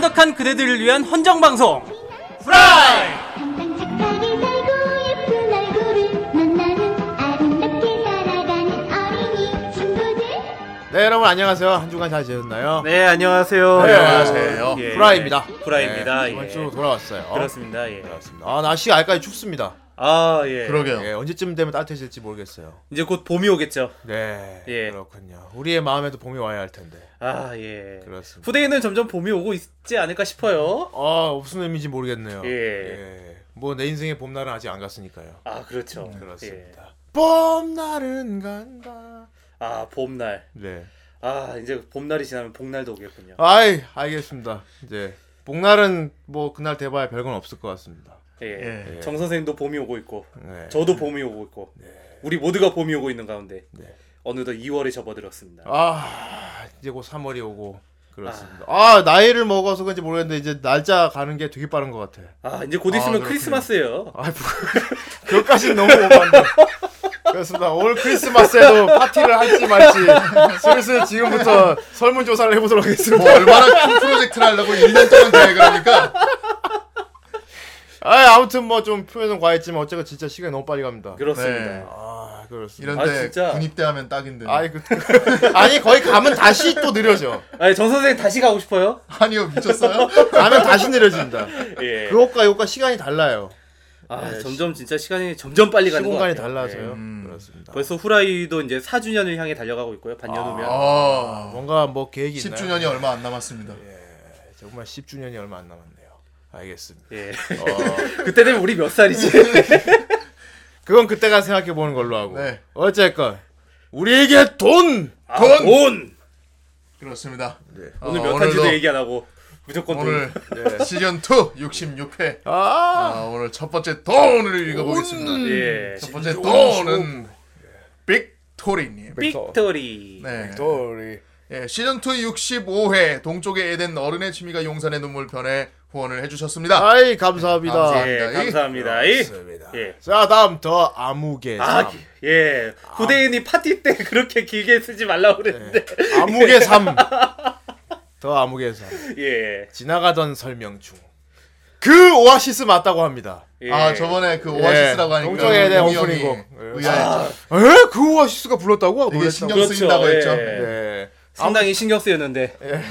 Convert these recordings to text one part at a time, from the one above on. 착한 그대들을 위한 헌정 방송 프라이! 항상 착하게 살고 예쁜 얼굴을 만나는 아름답게 살아가는 어린이 친구들 네, 여러분 안녕하세요. 한 주간 잘 지냈나요? 네 안녕하세요. 네, 안녕하세요. 예. 프라이입니다. 프라이입니다. 예. 네, 이번 주 돌아왔어요. 그렇습니다. 예. 그렇습니다. 아, 날씨가 알까지 춥습니다. 아 예. 그러게요. 예, 언제쯤 되면 따뜻해질지 모르겠어요. 이제 곧 봄이 오겠죠. 네, 예. 그렇군요. 우리의 마음에도 봄이 와야 할 텐데. 아 예. 그렇습니다. 후대에는 점점 봄이 오고 있지 않을까 싶어요. 아, 무슨 의미인지 모르겠네요. 예. 뭐 내 인생의 봄날은 아직 안 갔으니까요. 아 그렇죠. 예. 음, 그렇습니다. 봄날은 간다. 아 봄날. 네. 아 이제 봄날이 지나면 복날도 오겠군요. 아이, 알겠습니다. 이제 복날은 뭐 그날 돼봐야 별건 없을 것 같습니다. 예. 예. 정 선생도 봄이 오고 있고, 네. 저도 봄이 오고 있고, 우리 모두가 봄이 오고 있는 가운데 네. 어느덧 2월에 접어들었습니다. 아 이제 곧 3월이 오고 그렇습니다. 아, 나이를 먹어서 그런지 모르겠는데 이제 날짜 가는 게 되게 빠른 것 같아. 아 이제 곧 아, 있으면 그렇군요. 크리스마스예요. 아 그것까지 너무 오반데. 그렇습니다. 올 크리스마스에도 파티를 할지 말지 슬슬 지금부터 설문 조사를 해보도록 하겠습니다. 뭐 얼마나 큰 프로젝트를 하려고 1년 동안 계획을 하니까 아 아무튼 뭐 좀 표현은 과했지만 어쨌건 진짜 시간이 너무 빨리 갑니다. 네. 그렇습니다. 아 그렇습니다. 이런데 아, 진짜. 군입대 하면 딱인데 아니 그 아니 거의 가면 다시 또 느려져. 아니 정 선생 다시 가고 싶어요? 아니요 미쳤어요? 가면 다시 느려진다. 예. 그것과 이것과 시간이 달라요. 아 예, 점점 진짜 시간이 점점 빨리 가는 것 시공간이 같아요. 달라서요. 예. 음. 그렇습니다. 벌써 후라이도 이제 4주년을 향해 달려가고 있고요. 반년 후면. 아 뭔가 뭐 계획이 있나요? 아, 10주년이 얼마 안 남았습니다 정말 10주년이 얼마 안 남았네요. 알겠습니다. 예. 어, 그때 되면 우리 몇 살이지? 그건 그때가 생각해 보는 걸로 하고. 네. 어쨌건 우리에게 돈. 아, 돈! 돈! 그렇습니다 어, 오늘 몇 오늘도- 탄지도 얘기 안 하고 무조건 오늘 돈. 시즌2 66회 아, 아, 오늘 첫 번째 돈을 읽어보겠습니다 예. 첫 번째 네, 돈은 빅토리님 빅토리. 네. 돈이. 예, 시즌2 65회 동쪽의 에덴 어른의 취미가 용산의 눈물 편에 후원을 해주셨습니다 아이 감사합니다. 감사합니다. 예, 감사합니다. 감사합니다. 이. 좋습니다. 예. 자 다음 더 아무개. 아, 삼. 기- 예. 후대인이 파티 때 그렇게 길게 쓰지 말라고 그랬는데. 아무개 3. 더 아무개 3. 예. 지나가던 설명 중. 그 오아시스 맞다고 합니다. 예. 아 저번에 그 오아시스라고 하니까 동쪽에 대한 용이 형이 오프닝곡. 예. 의아했죠 에? 그 오아시스가 불렀다고? 이게 놀랬다고. 신경 그렇죠. 쓰인다고 네. 예. 했죠 예. 상당히 신경 쓰였는데. 예.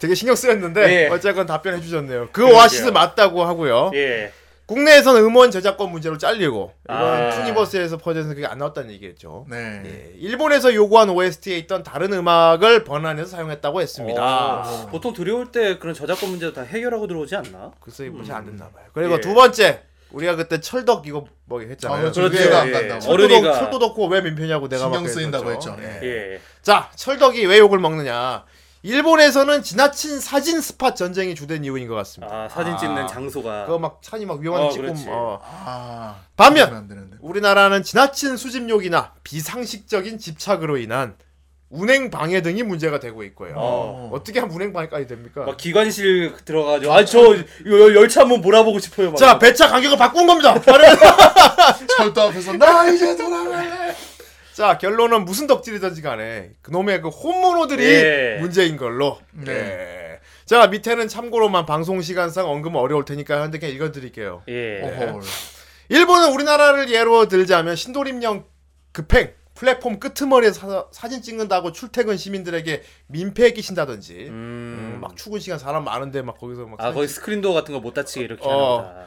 되게 신경 쓰였는데 예. 어쨌건 답변해 주셨네요. 그 오아시스 맞다고 하고요. 예. 국내에서는 음원 저작권 문제로 잘리고 아. 이번 투니버스에서 퍼져서 그게 안 나왔다는 얘기겠죠. 네. 예. 일본에서 요구한 OST에 있던 다른 음악을 번안해서 사용했다고 했습니다. 아. 어, 보통 들여올 때 그런 저작권 문제도 다 해결하고 들어오지 않나? 글쎄 이거 그 음. 잘안 됐나 봐요. 그리고 예. 두 번째 우리가 그때 철덕 이거 뭐 했잖아요. 아, 그렇죠. 그게 이해가 안 예. 간다고. 철도덕 어른이가 철도덕고 왜 민폐냐고 내가 막 신경 쓰인다고 그랬었죠. 했죠. 예. 예. 자, 철덕이 왜 욕을 먹느냐? 일본에서는 지나친 사진 스팟 전쟁이 주된 이유인 것 같습니다. 아, 사진 찍는 장소가 그거 막 산이 막 위험한 아. 어, 데 찍고 그렇지. 어. 아, 반면! 그러면 안 되는데. 우리나라는 지나친 수집욕이나 비상식적인 집착으로 인한 운행 방해 등이 문제가 되고 있고요. 어. 어. 떻게 하면 운행 방해까지 됩니까? 막 기관실 들어가지고 아저 열차 한번 몰아보고 싶어요. 막. 자, 배차 간격을 바꾼 겁니다. 바로- 철도 앞에서 나 이제 돌아갈래. 자, 결론은 무슨 덕질이든지 간에 그놈의 그 홈모노들이 예. 문제인 걸로. 네. 예. 자, 밑에는 참고로만 방송 시간상 언급은 어려울 테니까 한데 그냥 읽어 드릴게요. 예. 오헐. 일본은 우리나라를 예로 들자면 신도림역 급행 플랫폼 끄트머리에 서 사진 찍는다고 출퇴근 시민들에게 민폐 끼친다든지 음, 막 출근 시간 사람 많은데 막 거기서 막 아 거기 스크린도어 같은 거 못 다치게 이렇게 어. 하는다.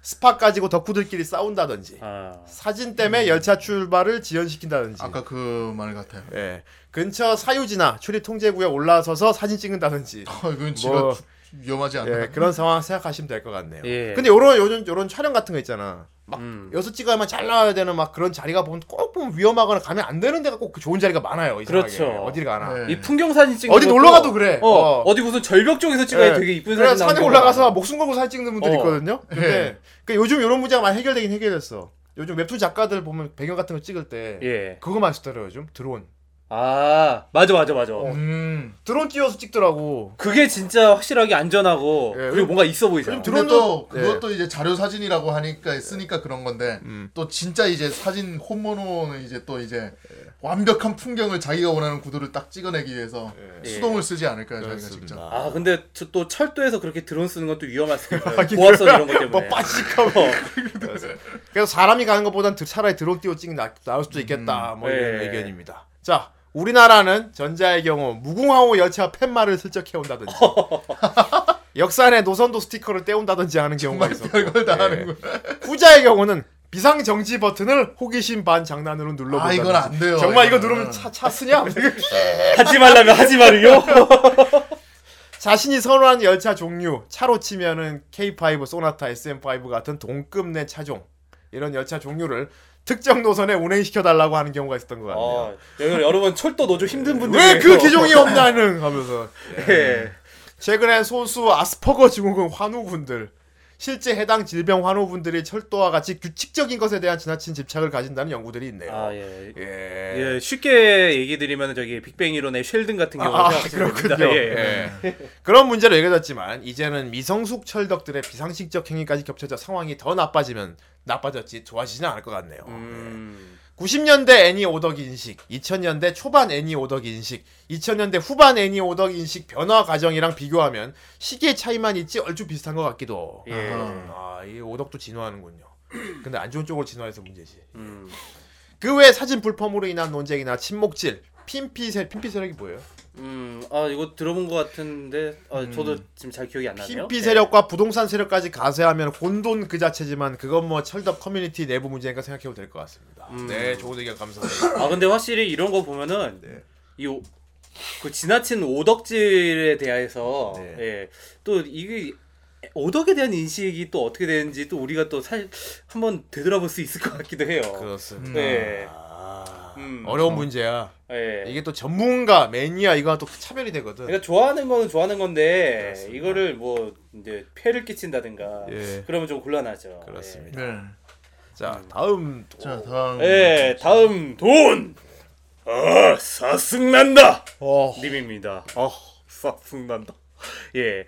스팟 가지고 덕후들끼리 싸운다든지 아. 사진 때문에 열차 출발을 지연시킨다든지 아까 그 말 같아요. 예 근처 사유지나 출입 통제구에 올라서서 사진 찍는다든지 아, 이건 지가 뭐- 주- 위험하지 않나? 예 그런 상황 생각하시면 될 것 같네요. 예. 근데 요런 요즘 요런 촬영 같은 거 있잖아. 막 음. 여기서 찍어야만 잘 나와야 되는 막 그런 자리가 보면 꼭 보면 위험하거나 가면 안 되는 데가 꼭그 좋은 자리가 많아요. 이상하게. 그렇죠. 어딜 가나. 네. 이 풍경 사진 찍는 어디 것도- 놀러 가도 그래. 어, 어. 어. 디 무슨 절벽 쪽에서 찍어야 예. 되게 이쁜 그래서 사진 산에 나오는 올라가서 거잖아. 막 목숨 걸고 사진 찍는 분들 이 어. 있거든요. 근데 예. 그 요즘 이런 문제가 많이 해결되긴 해결됐어. 요즘 웹툰 작가들 보면 배경 같은 거 찍을 때 예. 그거 많이 쓰더라고 요즘 드론. 아 맞아 맞아 맞아. 어. 음. 드론 띄워서 찍더라고. 그게 진짜 확실하게 안전하고 예, 그리고 뭔가 있어 보이잖아. 그럼 근데 또 드론도- 네. 그것도 이제 자료 사진이라고 하니까 쓰니까 그런 건데 음. 또 진짜 이제 사진 홈모노는 이제 또 이제 완벽한 풍경을 자기가 원하는 구도를 딱 찍어내기 위해서 예. 예. 수동을 쓰지 않을까요 네, 저희가 직접 아 근데 저 또 철도에서 그렇게 드론 쓰는 건 또 위험할 수도 있어요. 고압선 이런 것 때문에. 아, 어. 뭐 빠지니까 뭐. 그래서 사람이 가는 것보단 드- 차라리 드론 띄워 찍는 게 나을 음. 수도 있겠다. 뭐 이런 예. 네. 의견입니다. 자, 우리나라는 전자의 경우 무궁화호 열차 팻말을 슬쩍 해온다든지 역산에 노선도 스티커를 떼온다든지 하는 경우가 있었고 별걸 다 예. 하는구나 아, 후자의 경우는 비상 정지 버튼을 호기심 반 장난으로 눌러본다. 아, 이건 안 돼요. 정말 이거 이거는. 누르면 차, 차 쓰냐? 하지 말라면 하지 말이요. 자신이 선호하는 열차 종류 차로 치면은 K5, 소나타, SM5 같은 동급 내 차종 이런 열차 종류를 특정 노선에 운행시켜 달라고 하는 경우가 있었던 것 같네요. 어, 여러분 여러분 철도 노조 힘든 분들. 왜 그 위해서. 기종이 없나는 하면서 예. 최근에 소수 아스퍼거 증후군 환우분들 실제 해당 질병 환우분들이 철도와 같이 규칙적인 것에 대한 지나친 집착을 가진다는 연구들이 있네요. 아 예. 예. 예, 쉽게 얘기 드리면 저기 빅뱅 이론의 쉘든 같은 경우가 아, 생각하시면 됩니다. 그렇군요. 예, 예. 그런 문제로 얘기됐지만 이제는 미성숙 철덕들의 비상식적 행위까지 겹쳐져 상황이 더 나빠지면 나빠졌지 좋아지지는 않을 것 같네요. 음, 90년대 애니 오덕 인식, 2000년대 초반 애니 오덕 인식, 2000년대 후반 애니 오덕 인식 변화 과정이랑 비교하면 시기의 차이만 있지 얼추 비슷한 것 같기도. 예. 아, 이 오덕도 진화하는군요. 근데 안 좋은 쪽으로 진화해서 문제지. 음. 그 외 사진 불펌으로 인한 논쟁이나 침묵질, 핀피 세 핀피 세력이 뭐예요? 음, 아 이거 들어본 것 같은데 아, 저도 지금 잘 기억이 안 나네요. 핀피 세력과 부동산 세력까지 가세하면 혼돈 그 자체지만 그건 뭐 철덕 커뮤니티 내부 문제니까 생각해도 될 것 같습니다. 음. 네, 좋은 의견 감사합니다. 아 근데 확실히 이런 거 보면은 네. 이그 지나친 오덕질에 대해서 네. 예, 또 이게 오덕에 대한 인식이 또 어떻게 되는지 또 우리가 또 살 한번 되돌아볼 수 있을 것 같기도 해요. 그렇습니다. 네. 아, 음. 어려운 문제야. 예. 이게 또 전문가 매니아 이거랑 또 차별이 되거든. 그러니까 좋아하는 거는 좋아하는 건데 이거를 뭐 이제 폐를 끼친다든가 예. 그러면 좀 곤란하죠. 그렇습니다. 네. 자 다음 또- 자 다음 예, 예, 다음 돈. 아 사승난다. 어, 님입니다. 어, 싹승난다. 예.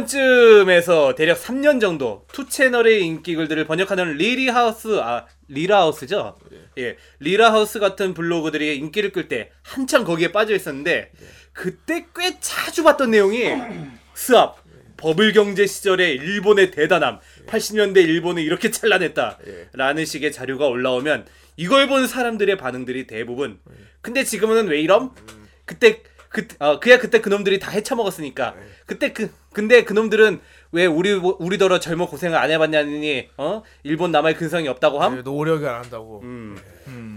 2008년쯤에서 대략 3년 정도 투 채널의 인기글들을 번역하는 리리하우스 아 리라하우스죠. 예. 리라하우스 같은 블로그들이 인기를 끌 때 한참 거기에 빠져 있었는데 그때 꽤 자주 봤던 내용이 스압 버블 경제 시절의 일본의 대단함, 80년대 일본을 이렇게 찬란했다라는 식의 자료가 올라오면 이걸 본 사람들의 반응들이 대부분 근데 지금은 왜 이럼? 그때 그 어, 그야 그때 그놈들이 다 헤쳐먹었으니까 그때 그 근데 그놈들은 왜 우리 우리더러 젊어 고생을 안 해봤냐니 어 일본 남아의 근성이 없다고 함? 예, 노력을 안 한다고. 음.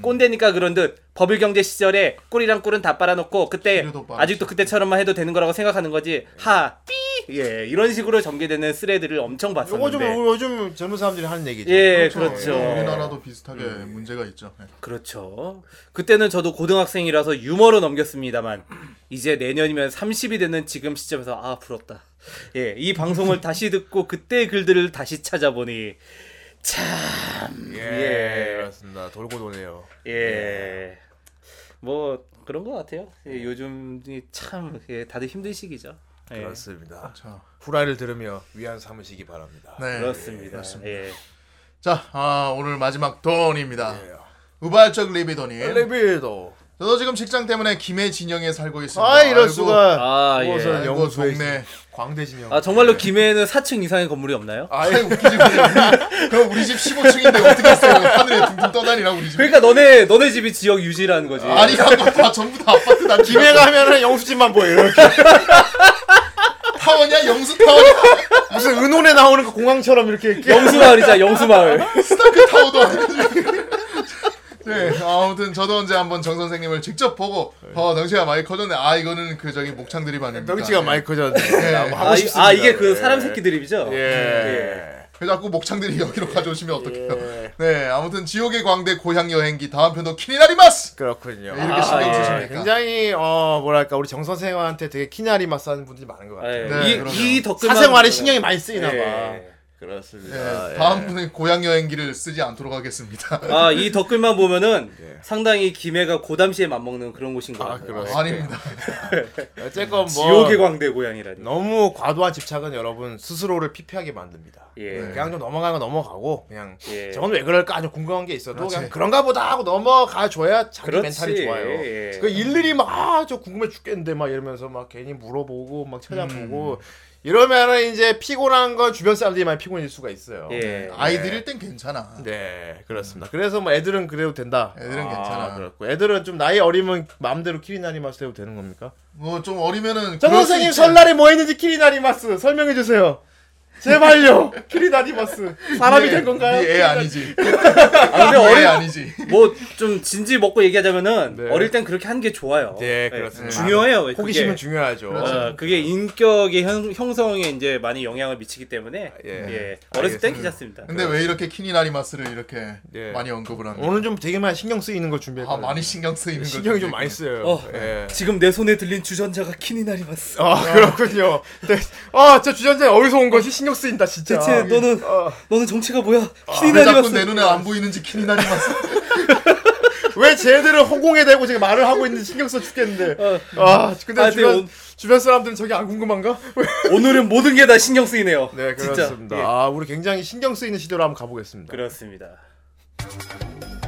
꼰대니까 그런 듯 버블 경제 시절에 꿀이랑 꿀은 다 빨아놓고 그때 재료도 빨았지. 아직도 그때처럼만 해도 되는 거라고 생각하는 거지 하삐예 이런 식으로 전개되는 스레드를 엄청 요거 좀 봤었는데 우리 요즘 젊은 사람들이 하는 얘기죠. 예. 예 그렇죠. 그렇죠 우리나라도 비슷하게 문제가 있죠. 네. 그렇죠 그때는 저도 고등학생이라서 유머로 넘겼습니다만 이제 내년이면 30이 되는 지금 시점에서 아 부럽다 예 이 방송을 다시 듣고 그때의 글들을 다시 찾아보니 예, 예. 그렇습니다. 돌고 도네요. 예. 뭐 그런 것 같아요. 예, 요즘이 참 예, 다들 힘든 시기죠. 예. 그렇습니다. 자, 후라이를 들으며 위안 삼으시기 바랍니다. 네. 그렇습니다. 예. 자, 아, 오늘 마지막 돈입니다. 우발적 리비돈이. 네. 엘리베이터. 저도 지금 직장 때문에 김해 진영에 살고 있습니다. 아 이럴 아이고, 수가. 아 무엇을- 예. 아이고 영어 수혜 동네. 광대진영. 아 정말로 김해에는 4층 이상의 건물이 없나요? 아이 웃기지 우리. 그럼 우리 집 15층인데 어떻게 했어요? 하늘에 둥둥 떠다니라 우리 집. 그러니까 너네 너네 집이 지역 유지라는 거지. 아니 한거다 전부 다 아파트 난 김해 김해 가면은 영수집만 보여. 이렇게. 타워냐 영수 타워냐 무슨 은혼에 나오는 그 공항처럼 이렇게. 이렇게. 영수마을이자 영수마을. 스타크 타워도 아니고. 네 아무튼 저도 언제 한번 정 선생님을 직접 보고 어 덩치가 많이 컸는데 아 이거는 그 저기 목창 드립아닙니다 덩치가 많이 커졌네. 예. 아, 뭐 하고 아, 이- 싶습니다. 아 이게 그 사람 새끼 드립이죠. 예. 그 자꾸 목창들이 여기로 가져오시면 어떡해요. 네, 아무튼 지옥의 광대 고향 여행기 다음 편도 키니나리마스. 그렇군요. 이렇게 아, 신경 예. 쓰십니까? 굉장히 어 뭐랄까 우리 정 선생한테 되게 키나리 마사는 분들이 많은 것 예. 같아요. 네, 이- 그러네요. 이 댓글만 사생활에 신경이 많이 쓰이나 봐. 예. 그렇습니다. 예, 예. 다음 분은 고향 여행기를 쓰지 않도록 하겠습니다. 아, 이 덧글만 보면은 예. 상당히 김해가 고담시에 맞먹는 그런 곳인 것 아, 같아요. 그렇습니다. 아닙니다. 어쨌건 뭐 예. 지옥의 광대 고향이라니. 너무 과도한 집착은 여러분 스스로를 피폐하게 만듭니다. 예. 그냥 좀 넘어가면 넘어가고 그냥 예. 네. 저건 왜 그럴까 아주 궁금한 게 있어도 그 그렇지. 냥 그런가 보다 하고 넘어가 줘야 자기 그렇지. 멘탈이 좋아요. 예. 그 일일이 막아저 궁금해 죽겠는데 막 이러면서 막 괜히 물어보고 막 찾아보고 이러면은 이제 피곤한 건 주변 사람들이 많이 피곤해질 수가 있어요. 예. 아이들일 땐 괜찮아. 네 그렇습니다. 그래서 뭐 애들은 그래도 된다. 애들은 아, 괜찮아. 그렇고 애들은 좀 나이 어리면 마음대로 키리나리마스 해도 되는 겁니까? 뭐 좀 어리면은 정 그럴 수 선생님 있지. 설날에 뭐 했는지 키리나리마스 설명해 주세요. 제발요 키리나리마스 사람이 네, 된 건가요? 네, 애 아니지. 아, 근데 네, 애 어릴 아니지. 뭐 좀 진지 먹고 얘기하자면은 네. 어릴 땐 그렇게 하는 게 좋아요. 예. 네, 그렇습니다. 중요해요. 그게. 호기심은 중요하죠. 어, 그게 인격의 형, 형성에 이제 많이 영향을 미치기 때문에 예. 예. 어렸을 땐 알겠습니다. 괜찮습니다. 근데 왜 이렇게 키니나리마스를 이렇게 네. 많이 언급을 하는? 오늘 좀 되게 많이 신경 쓰이는 걸 준비해. 아 많이 신경 쓰이는 거. 신경이 좀 많이 쓰여요. 어. 예. 지금 내 손에 들린 주전자가 키니날이 왔어. 아 그렇군요. 네. 아저 주전자 어디서 온 것이 신경 쓰인다 진짜. 대체 너는 어. 너는 정체가 뭐야? 아, 왜 키니날이 자꾸 왔어. 내 눈에 안 보이는지 키니나리마스. 왜 쟤들은 허공에 대고 지금 말을 하고 있는지 신경 써 죽겠는데. 어. 아 근데 아, 근데 주변 온- 주변 사람들은 저게 안 궁금한가? 오늘은 모든 게 다 신경 쓰이네요. 네 진짜. 그렇습니다. 예. 아 우리 굉장히 신경 쓰이는 시도로 한번 가보겠습니다. 그렇습니다.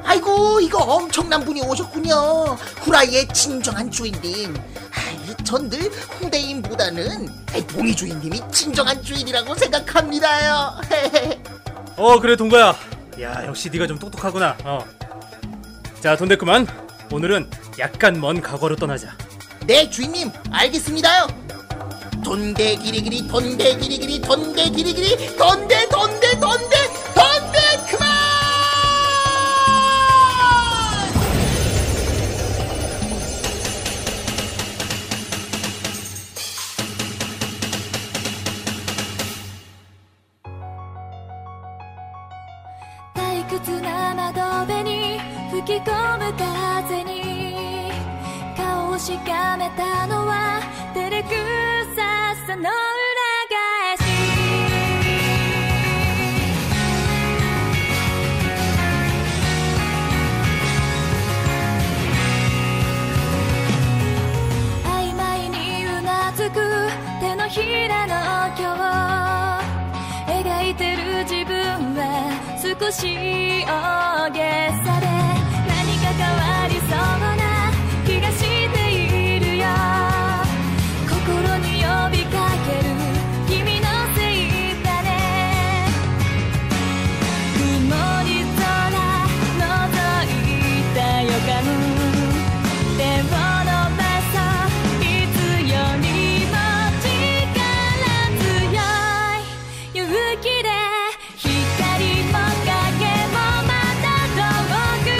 아이고 이거 엄청난 분이 오셨군요 후라이의 진정한 주인님 아, 전 늘 홍대인보다는 봉이 주인님이 진정한 주인이라고 생각합니다요 어 그래 동거야. 야 역시 네가 좀 똑똑하구나. 어. 자 돈데크만 오늘은 약간 먼 과거로 떠나자. 네 주인님 알겠습니다요 돈대 기리기리 돈대 기리기리 돈대 기리기리 돈대 돈대 돈대 돈대 그만 「退屈な窓辺に吹き込む風に」「顔をしかめたのは照れくささの裏返し」曖昧にうなずく手のひらの今日描いてる自分は少し大げさで何か変わりそうな気がしているよ心に呼びかける君のせいだね曇り空覗いた予感「手を伸ばそういつよりも近く」「力強い勇気で光も影もまたどう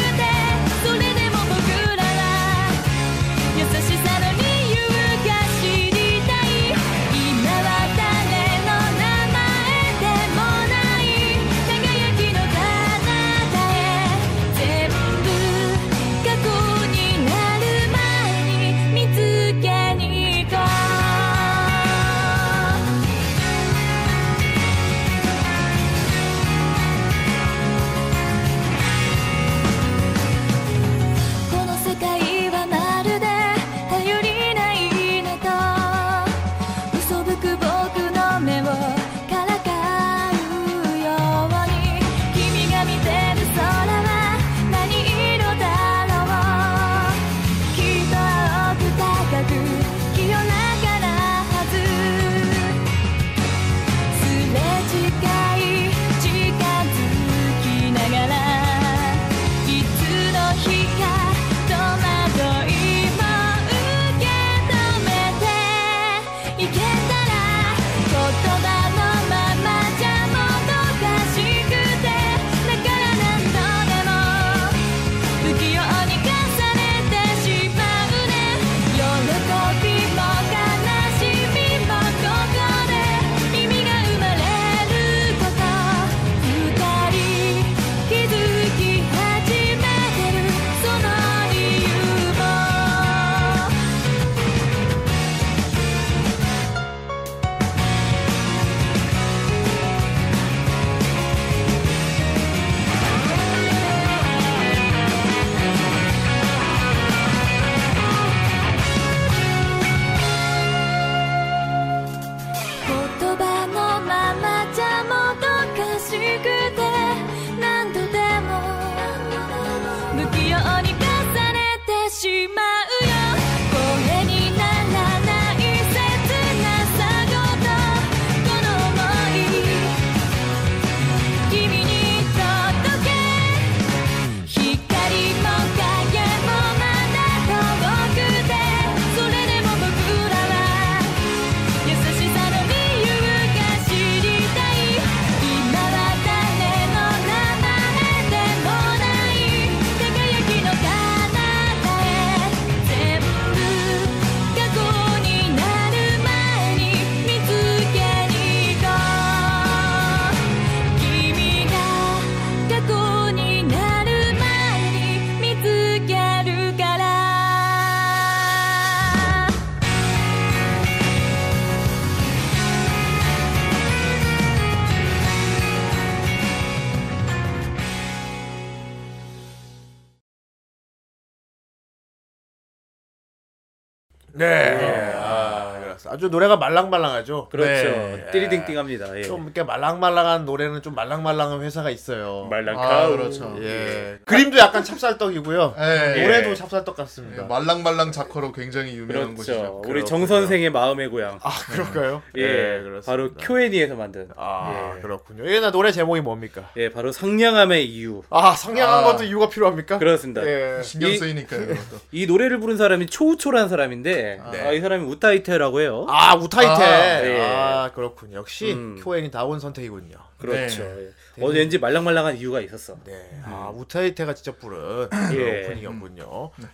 네. 아, 그렇습니다. 아주 노래가 말랑말랑하죠. 그렇죠. 네. 띠리딩띵합니다. 예. 좀 이렇게 말랑말랑한 노래는 좀 말랑말랑한 회사가 있어요. 아, 말랑카우. 그렇죠. 예. 아, 그림도 약간 찹쌀떡이고요. 예. 노래도 찹쌀떡 같습니다. 예, 말랑말랑 자커로 굉장히 그렇죠. 유명한 곳이죠. 우리 정 선생의 마음의 고향. 아 그럴까요? 예, 그렇습니다. 바로 쿄엔이에서 만든. 아 그렇군요. 예나 노래 제목이 뭡니까? 예, 바로 상냥함의 이유. 아 상냥한 아. 것도 이유가 필요합니까? 그렇습니다. 예. 네, 신경 이- 네. 쓰이니까요. 그것도. 이 노래를 부른 사람이 초우초라는 사람인데 네. 아, 이 사람이 우타이테라고 해요. 아 우타이테. 아, 아, 예. 그렇군요. 역시 음. 쿄엔이 다운 선택이군요. 그렇죠. 네. 예. 어제 왠지 말랑말랑한 이유가 있었어. 네. 아 우타이테가 직접 부른 음. 예. 그런 오프닝이었군요. 네.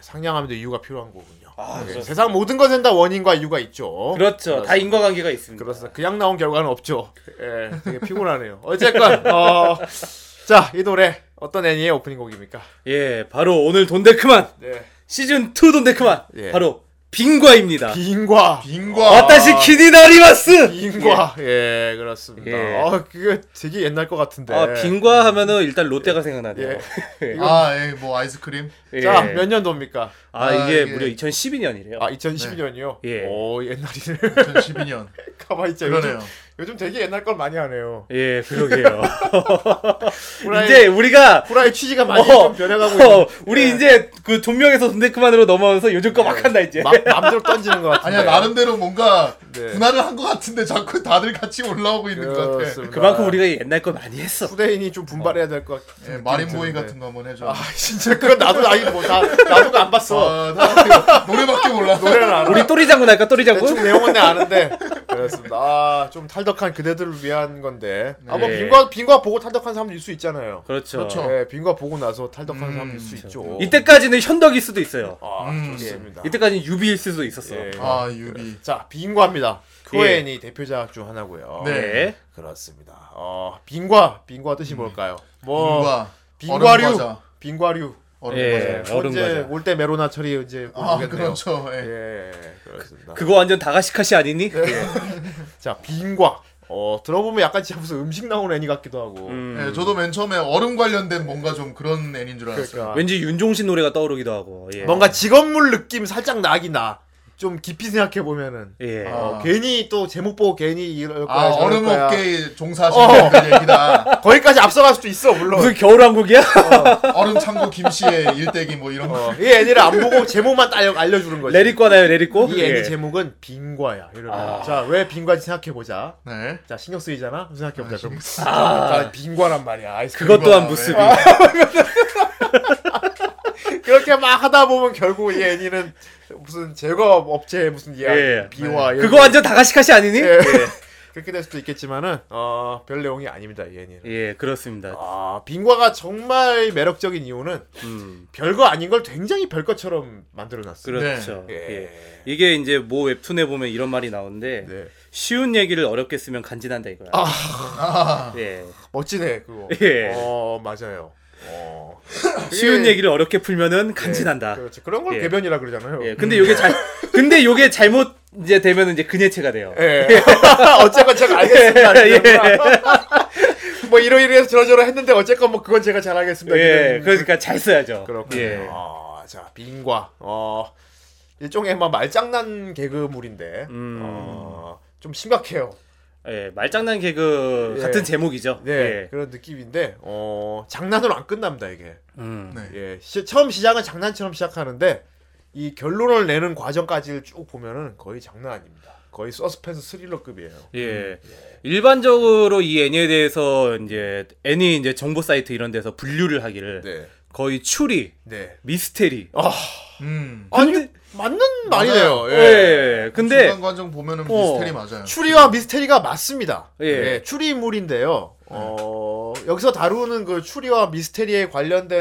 상냥함에도 이유가 필요한 거군요. 아, 네. 그렇습니다. 세상 모든 것엔 다 원인과 이유가 있죠. 그렇죠. 다 인과관계가 있습니다. 그렇습니다. 그냥 나온 결과는 없죠. 예, 되게 피곤하네요. 어쨌건 어, 자이 노래 어떤 애니의 오프닝 곡입니까? 예, 바로 오늘 돈데크만 네. 시즌 2 돈데크만 예. 바로 빙과입니다. 빙과 어, 빙과 와타시 키니나리마스. 빙과 예, 그렇습니다. 예. 아 그게 되게 옛날 것 같은데. 아, 빙과 하면은 일단 롯데가 생각나네요. 아, 예, 뭐 아이스크림. 예. 예. 자 몇 년도입니까? 아, 아, 이게 예. 무려 2012년이래요. 아 2012년이요. 예. 오 옛날이네. 2012년. 가만 있자. 그러네요. 요즘, 요즘 되게 옛날 걸 많이 하네요. 예, 그러게요. 후라이- 이제 우리가 후라이 취지가 많이 어, 좀 변해가고 어, 있는. 우리 이제 그 돈명에서 돈데크만으로 넘어와서 요즘 거 막 한다 이제. 마, 마음대로 던지는 것 같은데. 아니야, 나름대로 뭔가 네. 분할을 한 것 같은데 자꾸 다들 같이 올라오고 있는 것 같아. 그렇습니다. 그만큼 우리가 옛날 걸 많이 했어. 후대인이 좀 분발해야 될 것 같아. 예, 마린보이 같은 거 한번 해줘. 아 진짜 그건 나도 나이 뭐나 나도 그거 안 봤어. 아, 나 노래밖에 몰라. 노래는 알아. 우리 또리장군 할까 또리장군? 대충 내용은 내 아는데 그렇습니다. 아, 좀 탈덕한 그대들을 위한 건데. 아, 뭐 네. 빈과 빈과 보고 탈덕한 사람일 수 있잖아요. 그렇죠. 그렇죠. 네, 빈과 보고 나서 탈덕한 사람일 수 있죠. 이때까지는 현덕일 수도 있어요. 아, 음. 좋습니다. 이때까지는 유비일 수도 있었어. 예. 아, 유비. 자, 빈과입니다. 큐엔이 대표작 중 하나고요. 네. 네. 그렇습니다. 어, 빈과 빈과 뜻이 뭘까요? 뭐 빙과. 얼음 빈과류 과자. 어, 빈과류 얼음 어. 예, 과자. 얼음 이제 과자. 올 때 메로나 철이 이제 아, 모르겠네요. 그렇죠. 예. 예, 그렇습니다. 그거 완전 다가시카시 아니니? 예. 자, 빈과. 어, 들어보면 약간 진짜 무슨 음식 나오는 애니 같기도 하고. 예, 저도 맨 처음에 얼음 관련된 뭔가 좀 그런 애인 줄 알았어요. 그러니까 왠지 윤종신 노래가 떠오르기도 하고. 예. 뭔가 직업물 느낌 살짝 나긴 나. 좀 깊이 생각해 보면은 어, 예. 아, 괜히 또 제목 보고 괜히 이럴 거야. 아, 저럴 얼음 거야. 어. 업계 종사하시는 분들 얘기다. 거기까지 앞서갈 수도 있어 물론. 무슨 겨울왕국이야? 얼음 창고 김씨의 일대기 뭐 이런 거. 어, 이 애니를 안 보고 제목만 따 알려주는 거지. 레리꼬나요 예. 레리꼬? 이 애니 제목은 빙과야. 이러면 자왜 빙과지 생각해 보자. 네. 자 신경 쓰이잖아. 생각해 보자. 그럼 자, 빙과란 말이야. 아이스크림. 그것 또한 네. 무습이. 예. 그렇게 막 하다 보면 결국 이 애니는 무슨 제거업 업체 무슨 이야 예. 비와 이런 그거 완전 다가시카시 아니니? 예. 그렇게 될 수도 있겠지만은 어, 별 내용이 아닙니다 이 애니는. 예, 그렇습니다. 아, 빙과가 정말 매력적인 이유는 음, 별거 아닌 걸 굉장히 별것처럼 만들어놨어요. 그렇죠. 예. 네. 예. 이게 이제 모 웹툰에 보면 이런 말이 나오는데 네. 쉬운 얘기를 어렵게 쓰면 간지난다 이거야. 예. 아. 멋지네, 그거. 예. 어, 맞아요. 어. 쉬운 그게- 얘기를 어렵게 풀면은 간지난다. 그렇죠. 그런 걸 예. 개변이라 그러잖아요. 예. 근데 요게 잘 근데 요게 잘못 이제 되면 이제 근해체가 돼요. 예. 예. 어쨌건 제가 알겠습니다. 예. 이런 뭐 이러이러해서 저러저러 했는데 어쨌건 뭐 그건 제가 잘 알겠습니다. 예. 이런- 그러니까 잘 써야죠. 그렇군요. 예. 아, 자, 빙과. 어, 일종의 막 말장난 개그물인데, 음. 어, 좀 심각해요. 예, 말장난 개그 예. 같은 제목이죠. 네, 예. 그런 느낌인데, 어, 장난으로 안 끝납니다, 이게. 음. 네. 예, 시- 처음 시작은 장난처럼 시작하는데, 이 결론을 내는 과정까지를 쭉 보면은 거의 장난 아닙니다. 거의 서스펜스 스릴러급이에요. 예. 일반적으로 이 애니에 대해서 이제 애니 이제 정보 사이트 이런 데서 분류를 하기를 네. 거의 추리, 네. 미스테리. 아, 음. 아니, 맞는 말이네요. 예. 예. 근데 중간 과정 보면은 어. 미스테리 맞아요. 네. 추리와 미스테리가 맞습니다. 예. 예, 추리물인데요. 어, 여기서 다루는 그 추리와 미스테리에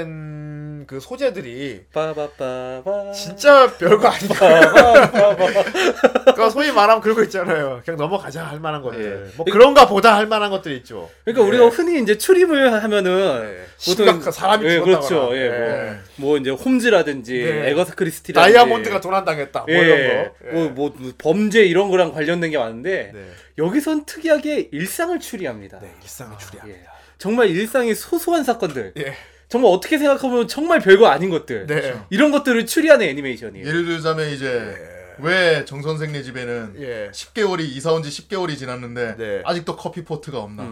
관련된 그 소재들이 빠바빠바 진짜 별거 아니다. 빠바빠바. 그러니까 소위 말하면 그런 거 있잖아요. 그냥 넘어가자 할 만한 것들. 예. 뭐 그런가 보다 할 만한 것들 있죠. 그러니까 우리가 흔히 이제 출입을 하면은 예. 보통- 심각한 사람이 예, 죽었다거나. 그렇죠. 예, 뭐, 예. 뭐 이제 홈즈라든지 네. 에거스 크리스티라든지 다이아몬드가 도난당했다. 뭐 이런 예, 거. 예. 뭐, 뭐, 뭐 범죄 이런 거랑 관련된 게 많은데 네. 여기선 특이하게 일상을 추리합니다. 네, 일상의 추리야. 예. 정말 일상의 소소한 사건들. 예. 정말 어떻게 생각하면 정말 별거 아닌 것들. 네. 예. 이런 것들을 추리하는 애니메이션이에요. 예를 들자면 이제 왜 정선생네 집에는 예. 10개월이 이사 온 지 10개월이 지났는데 네. 음. 아직도 커피 포트가 없나?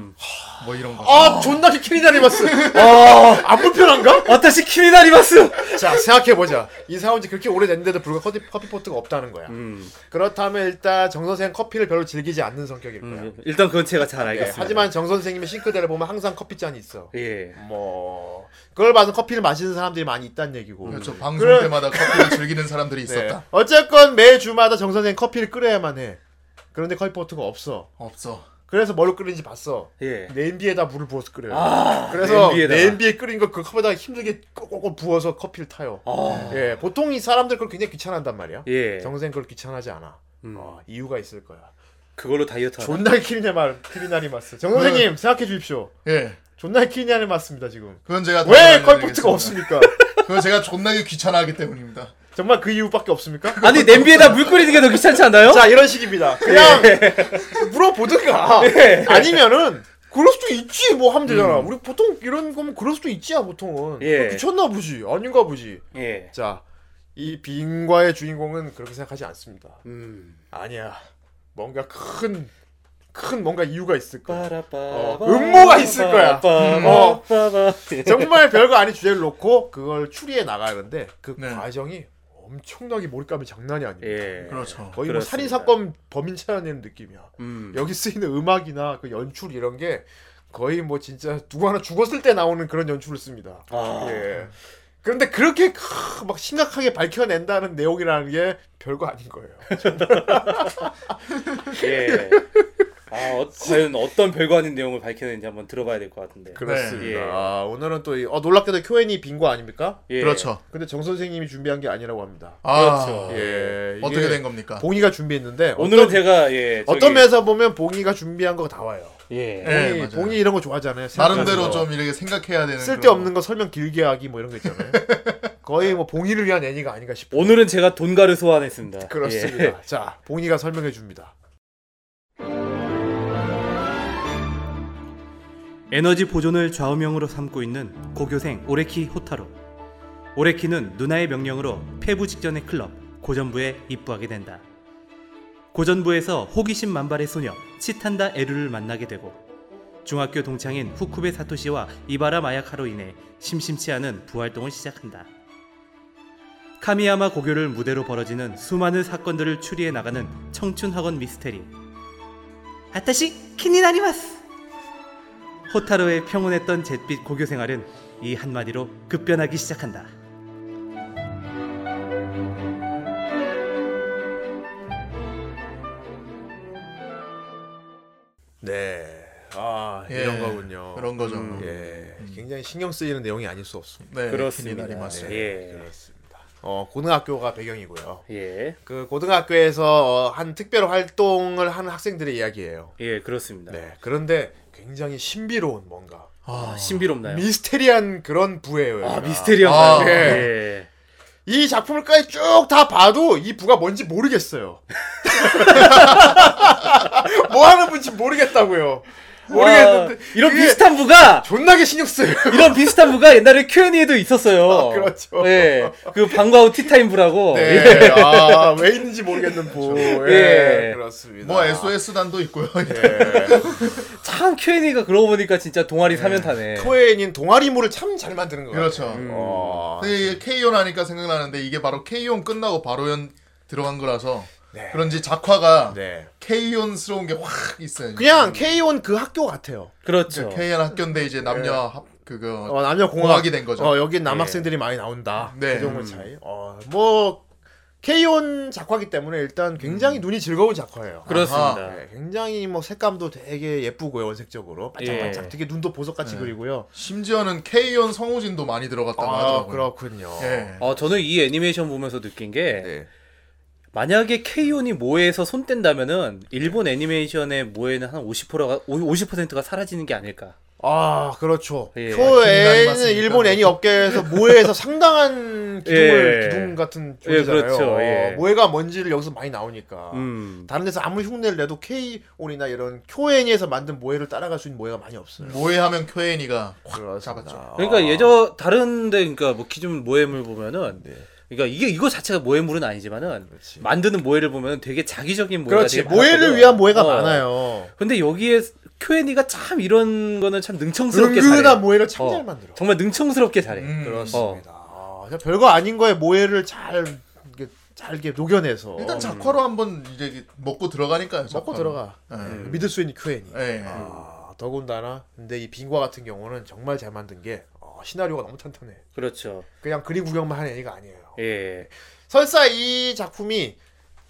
뭐 이런 거. 아 존나 키리다리마스. 어. 아안 불편한가? 私君になります 자 생각해 보자. 이사 온지 그렇게 오래 됐는데도 불구하고 커피, 커피 포트가 없다는 거야. 음. 그렇다면 일단 정 선생 커피를 별로 즐기지 않는 성격일 거야. 일단 그건 제가 잘 예, 음, 알겠습니다. 하지만 정 선생님의 싱크대를 보면 항상 커피잔이 있어. 예. 뭐 그걸 봐서 커피를 마시는 사람들이 많이 있다는 얘기고. 그렇죠. 방송 그래. 때마다 커피를 즐기는 사람들이 있었다. 네. 어쨌건 매 주마다 정 선생 커피를 끓여야만 해. 그런데 커피 포트가 없어. 없어. 그래서 뭘로 끓인지 봤어. 예. 냄비에다 물을 부어서 끓여요. 아, 그래서 냄비에다가. 냄비에 끓인 거 그 컵에다 힘들게 꼬꼬꼬 부어서 커피를 타요. 아. 예, 보통 이 사람들 그걸 굉장히 귀찮아한단 말이야. 예. 정생 그걸 귀찮아하지 않아. 음. 어, 이유가 있을 거야. 그 그걸로 다이어트 하라. 존나 키리네 말, 키리나리 마스. 정 선생님 생각해 주십시오. 예. 존나 키리나리 마스입니다 지금. 그건 제가 왜 답변을 컬포트가 드리겠습니다. 없습니까? 그건 제가 존나게 귀찮아하기 때문입니다. 정말 그 이유밖에 없습니까? 아니 냄비에다 물 끓이는 게 더 귀찮지 않나요? 자 이런 식입니다. 그냥 예. 물어보든가 아니면은 그럴 수도 있지 뭐 하면 되잖아. 우리 보통 이런 거면 그럴 수도 있지야 보통은. 예. 귀찮나 보지 아닌가 보지. 예. 자, 이 빙과의 주인공은 그렇게 생각하지 않습니다. 음. 아니야. 뭔가 큰, 큰 뭔가 이유가 있을 거야. 빠라빠. 어, 음모가 있을 거야. 음. 어. 빠라빠. 정말 별거 아닌 주제를 놓고 그걸 추리해 나가는데 그 네. 과정이 엄청나게 몰입감이 장난이 아니에요. 예. 그렇죠. 거의 뭐 그렇습니다. 살인 사건 범인 찾아내는 느낌이야. 음. 여기 쓰이는 음악이나 그 연출 이런 게 거의 뭐 진짜 누구 하나 죽었을 때 나오는 그런 연출을 씁니다. 아. 예. 그런데 그렇게 크- 막 심각하게 밝혀낸다는 내용이라는 게 별거 아닌 거예요. 예. 아, 어, 과연 어떤 별거 아닌 내용을 밝혀내는지 한번 들어봐야 될 것 같은데. 그렇습니다. 예. 아, 오늘은 또 이, 어, 놀랍게도 Q&A 빈거 아닙니까? 예. 그렇죠. 근데 정 선생님이 준비한 게 아니라고 합니다. 아, 그렇죠. 예, 이게 어떻게 된 겁니까? 봉이가 준비했는데 오늘은 어떤, 제가 예. 저기- 어떤 면에서 보면 봉이가 준비한 거 다 와요. 예. 예, 봉이, 맞아요. 봉이 이런 거 좋아하잖아요. 생각하는 나름대로 거. 좀 이렇게 생각해야 되는 쓸데없는 거 설명 길게 하기 뭐 이런 거 있잖아요. 거의 뭐 봉이를 위한 애니가 아닌가 싶어요. 오늘은 제가 돈가루 소환했습니다. 그렇습니다. 예. 자, 봉이가 설명해 줍니다. 에너지 보존을 좌우명으로 삼고 있는 고교생 오레키 호타로. 오레키는 누나의 명령으로 폐부 직전의 클럽 고전부에 입부하게 된다. 고전부에서 호기심 만발의 소녀 치탄다 에루를 만나게 되고 중학교 동창인 후쿠베 사토시와 이바라 마야카로 인해 심심치 않은 부활동을 시작한다. 카미야마 고교를 무대로 벌어지는 수많은 사건들을 추리해 나가는 청춘 학원 미스테리. 아타시 키니나리마스. 호타로의 평온했던 잿빛 고교 생활은 이 한마디로 급변하기 시작한다. 네. 아, 예, 이런 거군요. 그런 거죠. 음. 예. 굉장히 신경 쓰이는 내용이 아닐 수 없습니다. 네, 네, 그렇습니다. 기린이 맞아요. 예. 그렇습니다. 어, 고등학교가 배경이고요. 예. 그 고등학교에서 어, 한 특별 활동을 하는 학생들의 이야기예요. 예, 그렇습니다. 네. 그런데 굉장히 신비로운 뭔가 아, 신비롭나요? 미스테리한 그런 부예요. 아, 여기가. 미스테리한 아, 아, 예. 이 작품을까지 쭉 다 봐도 이 부가 뭔지 모르겠어요. 뭐 하는 분인지 모르겠다고요. 모르겠는데 와, 아. 이런 그게 비슷한 부가 존나게 신경 쓰여요. 이런 비슷한 부가 옛날에 Q&A도 있었어요. 아, 그렇죠. 예. 그 방과 후 티타임 부라고. 예. 네, 아, 왜 있는지 모르겠는 부. 예, 예. 그렇습니다. 뭐 SOS 단도 있고요. 예. 참 Q&A가 그러고 보니까 진짜 동아리 사면타네. 토에인 동아리물을 참 잘 만드는 거 같아요. 그렇죠. 어, 근데 K-ON 하니까 생각나는데 이게 바로 K-ON 끝나고 바로 연 들어간 거라서 네. 그런지 작화가 네. K-ON스러운 게 확 있어요. 그냥 K-ON 그 학교 같아요. 그렇죠. K-ON 학교인데 이제 남녀 합, 그거 네. 어, 남녀 공학. 공학이 된 거죠. 어, 여긴 남학생들이 많이 나온다. 네. 그 정도 차이. 어, 뭐 K-ON 작화기 때문에 일단 굉장히 눈이 즐거운 작화예요. 그렇습니다. 네, 굉장히 뭐 색감도 되게 예쁘고요 원색적으로 반짝반짝 예. 되게 눈도 보석같이 그리고요. 심지어는 K-ON 성우진도 많이 들어갔다고 아 하더라고요. 그렇군요. 예. 아, 저는 이 애니메이션 보면서 느낀 게 네. 만약에 K-ON이 모에서 손 뗀다면은 일본 애니메이션의 모에는 한 50%가 50%가 사라지는 게 아닐까. 아 그렇죠. 예. 긴장이 초에는 맞습니다. 일본 애니 업계에서 모에에서 상당한 기둥을 예. 기둥 같은 예, 존재잖아요. 그렇죠. 예. 어, 모에가 뭔지를 여기서 많이 나오니까. 음. 다른 데서 아무리 흉내를 내도 K-ON이나 이런 Q-애니에서 만든 모에를 따라갈 수 있는 모에가 많이 없어요. 모해하면 K-ON이가 그렇습니다. 음, 잡았죠. 그러니까 예전 다른데 그러니까 뭐 기존 모에물 보면은 그러니까 이게 이거 자체가 모해물은 아니지만은 만드는 모해를 보면 되게 자기적인 모해가 그렇지 되게 모해를 많았거든. 위한 모해가 어. 많아요. 근데 여기에 큐엔이가 참 이런 거는 참 능청스럽게 잘해. 은근한 모해를 참 어, 잘그 만들어. 음. 정말 어. 능청스럽게 잘해. 음. 그렇습니다. 아, 그냥 별거 아닌 거에 모해를 잘 이게 잘게 녹여내서 일단 작화로 한번 이제 먹고 들어가니까요. 음. 먹고 작화로. 들어가 예. 믿을 수 있는 큐엔이. 예. 아, 더군다나 근데 이 빙과 같은 경우는 정말 잘 만든 게 어, 시나리오가 너무 탄탄해. 그렇죠. 그냥 그림 구경만 하는 애니가 아니에요. 예. 설사 이 작품이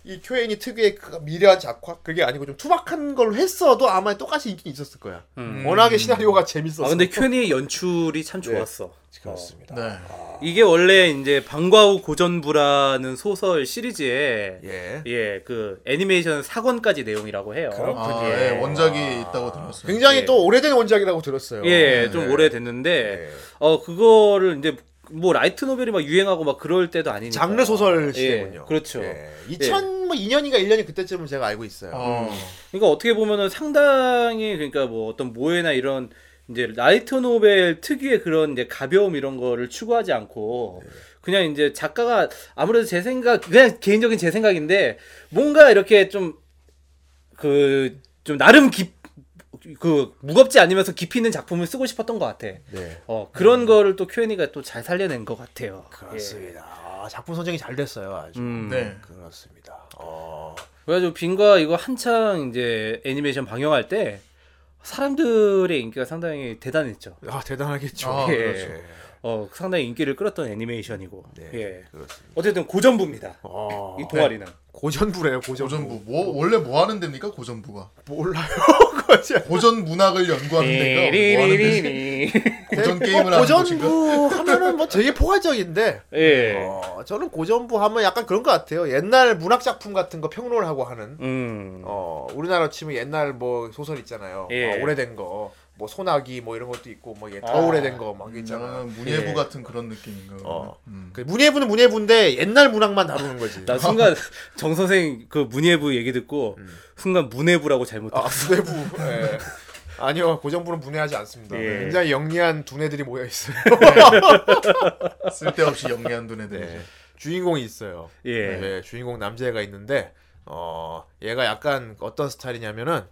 이 큐엔이 특유의 그 미려한 작화 그게 아니고 좀 투박한 걸 했어도 아마 똑같이 인기 있었을 거야. 워낙에 시나리오가 재밌어서. 음. 아 근데 큐엔이의 연출이 참 네. 좋았어. 그렇습니다. 네. 이게 원래 이제 방과후 고전부라는 소설 시리즈에 예. 예, 그 애니메이션 4권까지 내용이라고 해요. 그렇군요. 아, 예. 예. 원작이 있다고 들었어요. 굉장히 예. 또 오래된 원작이라고 들었어요. 예. 예, 좀 네. 오래됐는데 어 그거를 이제 뭐 라이트 노벨이 막 유행하고 막 그럴 때도 아니니까. 장르 소설 예, 시대군요. 그렇죠. 예. 2002년인가 1년이 그때쯤은 제가 알고 있어요. 어. 그러니까 어떻게 보면은 상당히 그러니까 뭐 어떤 모해나 이런 이제 라이트 노벨 특유의 그런 이제 가벼움 이런 거를 추구하지 네. 않고 그냥 이제 작가가 아무래도 제 생각 그냥 개인적인 제 생각인데 뭔가 이렇게 좀 그 좀 나름 깊 그 무겁지 않으면서 깊이 있는 작품을 쓰고 싶었던 것 같아. 네. 어 그런 거를 또 큐엔이가 또 잘 살려낸 것 같아요. 그렇습니다. 아, 작품 선정이 잘 됐어요. 아주. 예. 음. 네. 그렇습니다. 어. 그래가지고 빙과 이거 한창 이제 애니메이션 방영할 때 사람들의 인기가 상당히 대단했죠. 아, 대단하겠죠. 아, 예. 그렇죠. 어 상당히 인기를 끌었던 애니메이션이고. 네. 예. 그렇습니다. 어쨌든 고전부입니다. 어. 이 동아리는. 고전부래요, 고전부. 고전부. 뭐 원래 뭐 하는 데입니까? 고전부가. 몰라요. 거지. 고전 문학을 연구하는 예, 데가 뭐 하는 데지? 띠리리리리. 고전 게임을 하는 곳인가? 네, 뭐 고전부 하면은 뭐 되게 포괄적인데 예. 어, 저는 고전부 하면 약간 그런 것 같아요. 옛날 문학 작품 같은 거 평론을 하고 하는 음. 어, 우리나라 치면 옛날 뭐 소설 있잖아요. 예. 어, 오래된 거. 뭐 소나기 뭐 이런 것도 있고 뭐 이게 더 아. 오래된 거 막 있잖아. 저는 문예부 예. 같은 그런 느낌인가. 어. 음. 그 문예부는 문예부인데 옛날 문학만 다루는 거지. 나 순간 정 선생 그 문예부 얘기 듣고 순간 문예부라고 잘못 아, 들었어. 문예부. 예. 아니요, 고정부는 문예하지 않습니다. 예. 굉장히 영리한 두뇌들이 모여 있어요. 쓸데없이 영리한 두뇌들이죠. 네. 주인공이 있어요. 예. 네, 주인공 남자애가 있는데 어 얘가 약간 어떤 스타일이냐면은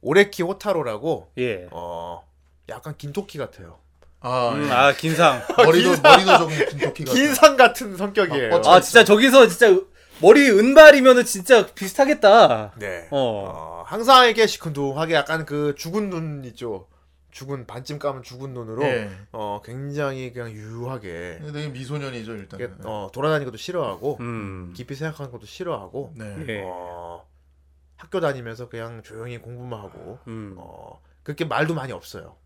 오레키 호타로라고 예. 어 약간 긴토키 같아요. 아, 음, 예. 아 긴상. 머리도 머리도 조금 긴 토끼 같아. 긴상 같은 성격이에요. 아, 뻗쳐. 아 진짜 저기서 진짜 머리 은발이면은 진짜 비슷하겠다. 네. 어. 어. 항상 이렇게 시큰둥하게 약간 그 죽은 눈 있죠. 죽은 반쯤 까면 죽은 눈으로 예. 어 굉장히 그냥 유하게 근데 되게 미소년이죠 일단. 이렇게, 어, 돌아다니는 것도 싫어하고 음. 깊이 생각하는 것도 싫어하고 네. 예. 어, 학교 다니면서 그냥 조용히 공부만 하고 음. 어 그렇게 말도 많이 없어요.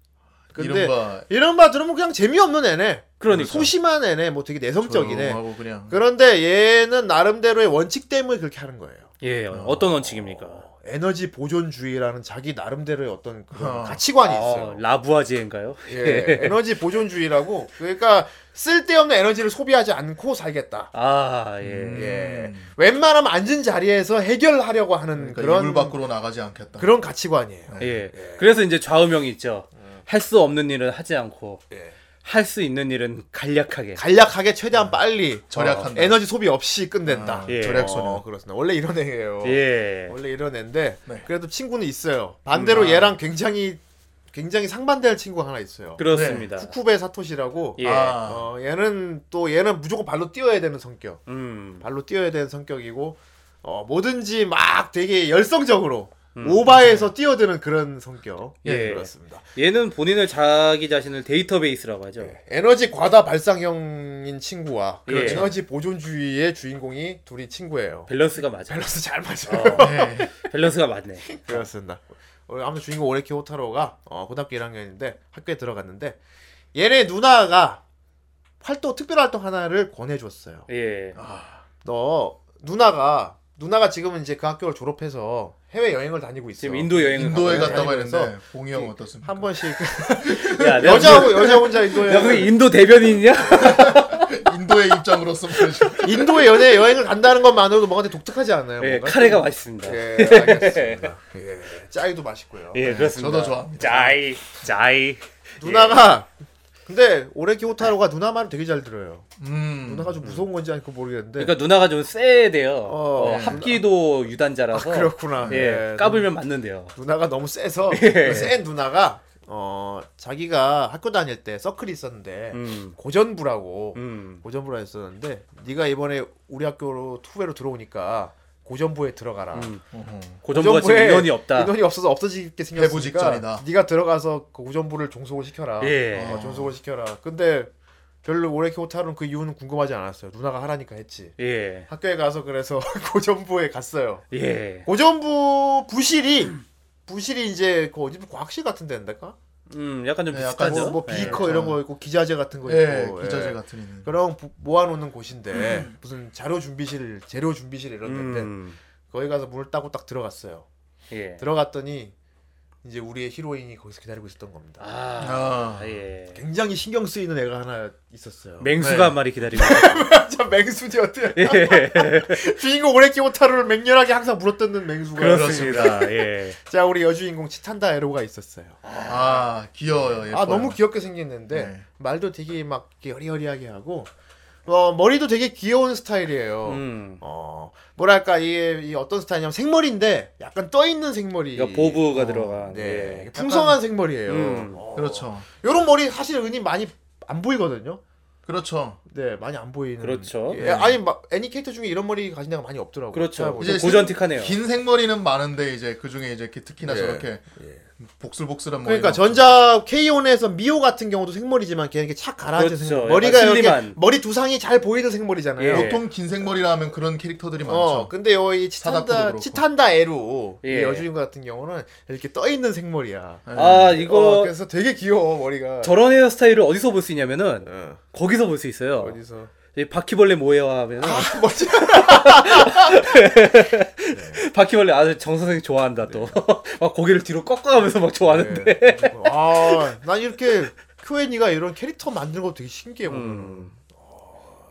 근데 이른바 이런 말 들으면 그냥 재미없는 애네. 그러니까. 소심한 애네. 뭐 되게 내성적인 애. 하고 그냥. 그런데 얘는 나름대로의 원칙 때문에 그렇게 하는 거예요. 예. 어떤 그러니까. 원칙입니까? 어, 에너지 보존주의라는 자기 나름대로의 어떤 그런 어. 가치관이 아, 있어요. 라부아지인가요? 예, 에너지 보존주의라고. 그러니까 쓸데없는 에너지를 소비하지 않고 살겠다. 아, 예. 예. 웬만하면 앉은 자리에서 해결하려고 하는 음. 그러니까 그 이불 런 밖으로 나가지 않겠다. 그런 가치관이에요. 예. 네. 그래서 이제 좌우명이 있죠. 음. 할 수 없는 일은 하지 않고 네. 예. 할 수 있는 일은 간략하게. 간략하게 최대한 빨리 절약한다. 어, 에너지 소비 없이 끝낸다. 아, 예. 절약 소년. 어, 그렇습니다. 원래 이런 애예요. 예. 원래 이런 애인데 네. 그래도 친구는 있어요. 반대로 음, 아. 얘랑 굉장히 굉장히 상반되는 친구가 하나 있어요. 그렇습니다. 쿠쿠베 사토시라고. 예. 아. 어, 얘는 또 얘는 무조건 발로 뛰어야 되는 성격. 음. 발로 뛰어야 되는 성격이고 어, 뭐든지 막 되게 열성적으로 오바해서 뛰어드는 그런 성격. 예. 그렇습니다. 얘는 본인을 자기 자신을 데이터베이스라고 하죠. 네. 에너지 과다 발상형인 친구와 그 예. 에너지 보존주의의 주인공이 둘이 친구예요. 밸런스가 맞아. 밸런스 잘 맞아요. 네. 밸런스가 맞네. 그렇습니다. 어, 아무튼 주인공 오레키 호타로가 어, 고등학교 1학년인데 학교에 들어갔는데 얘네 누나가 활동 특별 활동 하나를 권해줬어요. 예. 아, 너 누나가 누나가 지금은 이제 그 학교를 졸업해서 해외 여행을 다니고 있어. 지금 인도 여행을 인도에 가고 갔다고 그래서 했는데 봉이 형 어떻습니까? 한 번씩 야, 아, 내가 여자하고 여자 혼자 인도 야, 그 여행 인도 대변인이냐? 인도의 입장으로서 보여주세요. 인도에 연애 여행을 간다는 것만으로도 뭔가 되게 독특하지 않나요? 예, 뭔가? 카레가 맛있습니다. 예. 예, 알겠습니다. 예, 짜이도 맛있고요. 그렇습니다. 저도 좋아합니다. 짜이, 짜이. 누나가 근데 올해 키호타로가 누나 말을 되게 잘 들어요. 음. 누나가 좀 무서운 건지 아니고 모르겠는데. 그러니까 누나가 좀 세야 돼요. 어, 어, 예. 합기도 유단자라서. 아, 그렇구나. 예, 예, 까불면 예. 맞는데요. 누나가 너무 세서 그 센 누나가 어 자기가 학교 다닐 때 서클이 있었는데 음. 고전부라고 음. 고전부라 했었는데 네가 이번에 우리 학교로 투배로 들어오니까 고전부에 들어가라. 음. 고전부가 지금 고전부에 인원이 없다. 인원이 없어서 없어지게 해부 생겼으니까 직전이다. 네가 들어가서 그 고전부를 종속을 시켜라. 예. 어, 종속을 시켜라. 근데 별로 오레 키호타로는 그 이유는 궁금하지 않았어요. 누나가 하라니까 했지. 예. 학교에 가서 그래서 고전부에 갔어요. 예. 고전부 부실이 부실이 이제 그 어디 과학실 같은 데인데가 음, 약간 좀 예, 약간 비슷하죠. 뭐, 뭐 예. 비커 이런 거 있고 기자재 같은 거 예, 있고 기자재 예. 같은 음. 있는. 그런 부- 모아놓는 곳인데 무슨 자료 준비실 재료 준비실 이런 데인데 음. 거기 가서 문을 따고 딱 들어갔어요 예. 들어갔더니 이제 우리의 히로인이 거기서 기다리고 있었던 겁니다 아. 아, 예. 굉장히 신경 쓰이는 애가 하나 있었어요 맹수가 네. 한 마리 기다리고. 있어요. 참 맹수디어트 주인공 오레키 오타루를 맹렬하게 항상 물었던 맹수가 예. 그렇습니다. 예. 자 우리 여주인공 치탄다 에로가 있었어요 아 귀여워요. 예뻐요. 아 너무 귀엽게 생겼는데 네. 말도 되게 막 이렇게 여리여리하게 하고 어, 머리도 되게 귀여운 스타일이에요. 음. 어 뭐랄까 이게 이 어떤 스타일이냐면 생머리인데 약간 떠 있는 생머리. 그러니까 보브가 들어간. 네 예. 풍성한 생머리예요. 음. 어. 그렇죠. 요런 머리 사실 은히 많이 안 보이거든요. 그렇죠. 네 많이 안 보이는. 그렇죠. 예, 아니 막 애니케이터 중에 이런 머리 가진 데가 많이 어, 없더라고요. 그렇죠. 이제 이제 고전틱하네요. 긴 생머리는 많은데 이제 그 중에 이제 특히나 예. 저렇게 복슬복슬한 뭐 머리. 그러니까 전자 K1에서 미호 같은 경우도 생머리지만 걔는 이렇게 착 가라앉은 그렇죠. 약간 생머리. 머리가 이렇게 슬림한. 머리 두상이 잘 보이는 생머리잖아요. 예. 보통 긴 생머리라 하면 그런 캐릭터들이 많죠. 어, 근데 여기 사다코도 치탄다 그렇고. 치탄다 에루 이 예. 여주인공 같은 경우는 이렇게 떠 있는 생머리야. 아, 이거 어, 그래서 되게 귀여워 머리가. 저런 헤어스타일을 어디서 볼 수 있냐면은 어, 거기서 볼 수 있어요. 어디서? 아. 이 바퀴벌레 모해와 하면은 뭐지? 바퀴벌레 아주 정 선생 좋아한다 또 막 고개를 뒤로 꺾어가면서 막 좋아하는데 네. 예, 아, 난 이렇게 큐엔이가 이런 캐릭터 만드는 거 되게 신기해 보는. 음.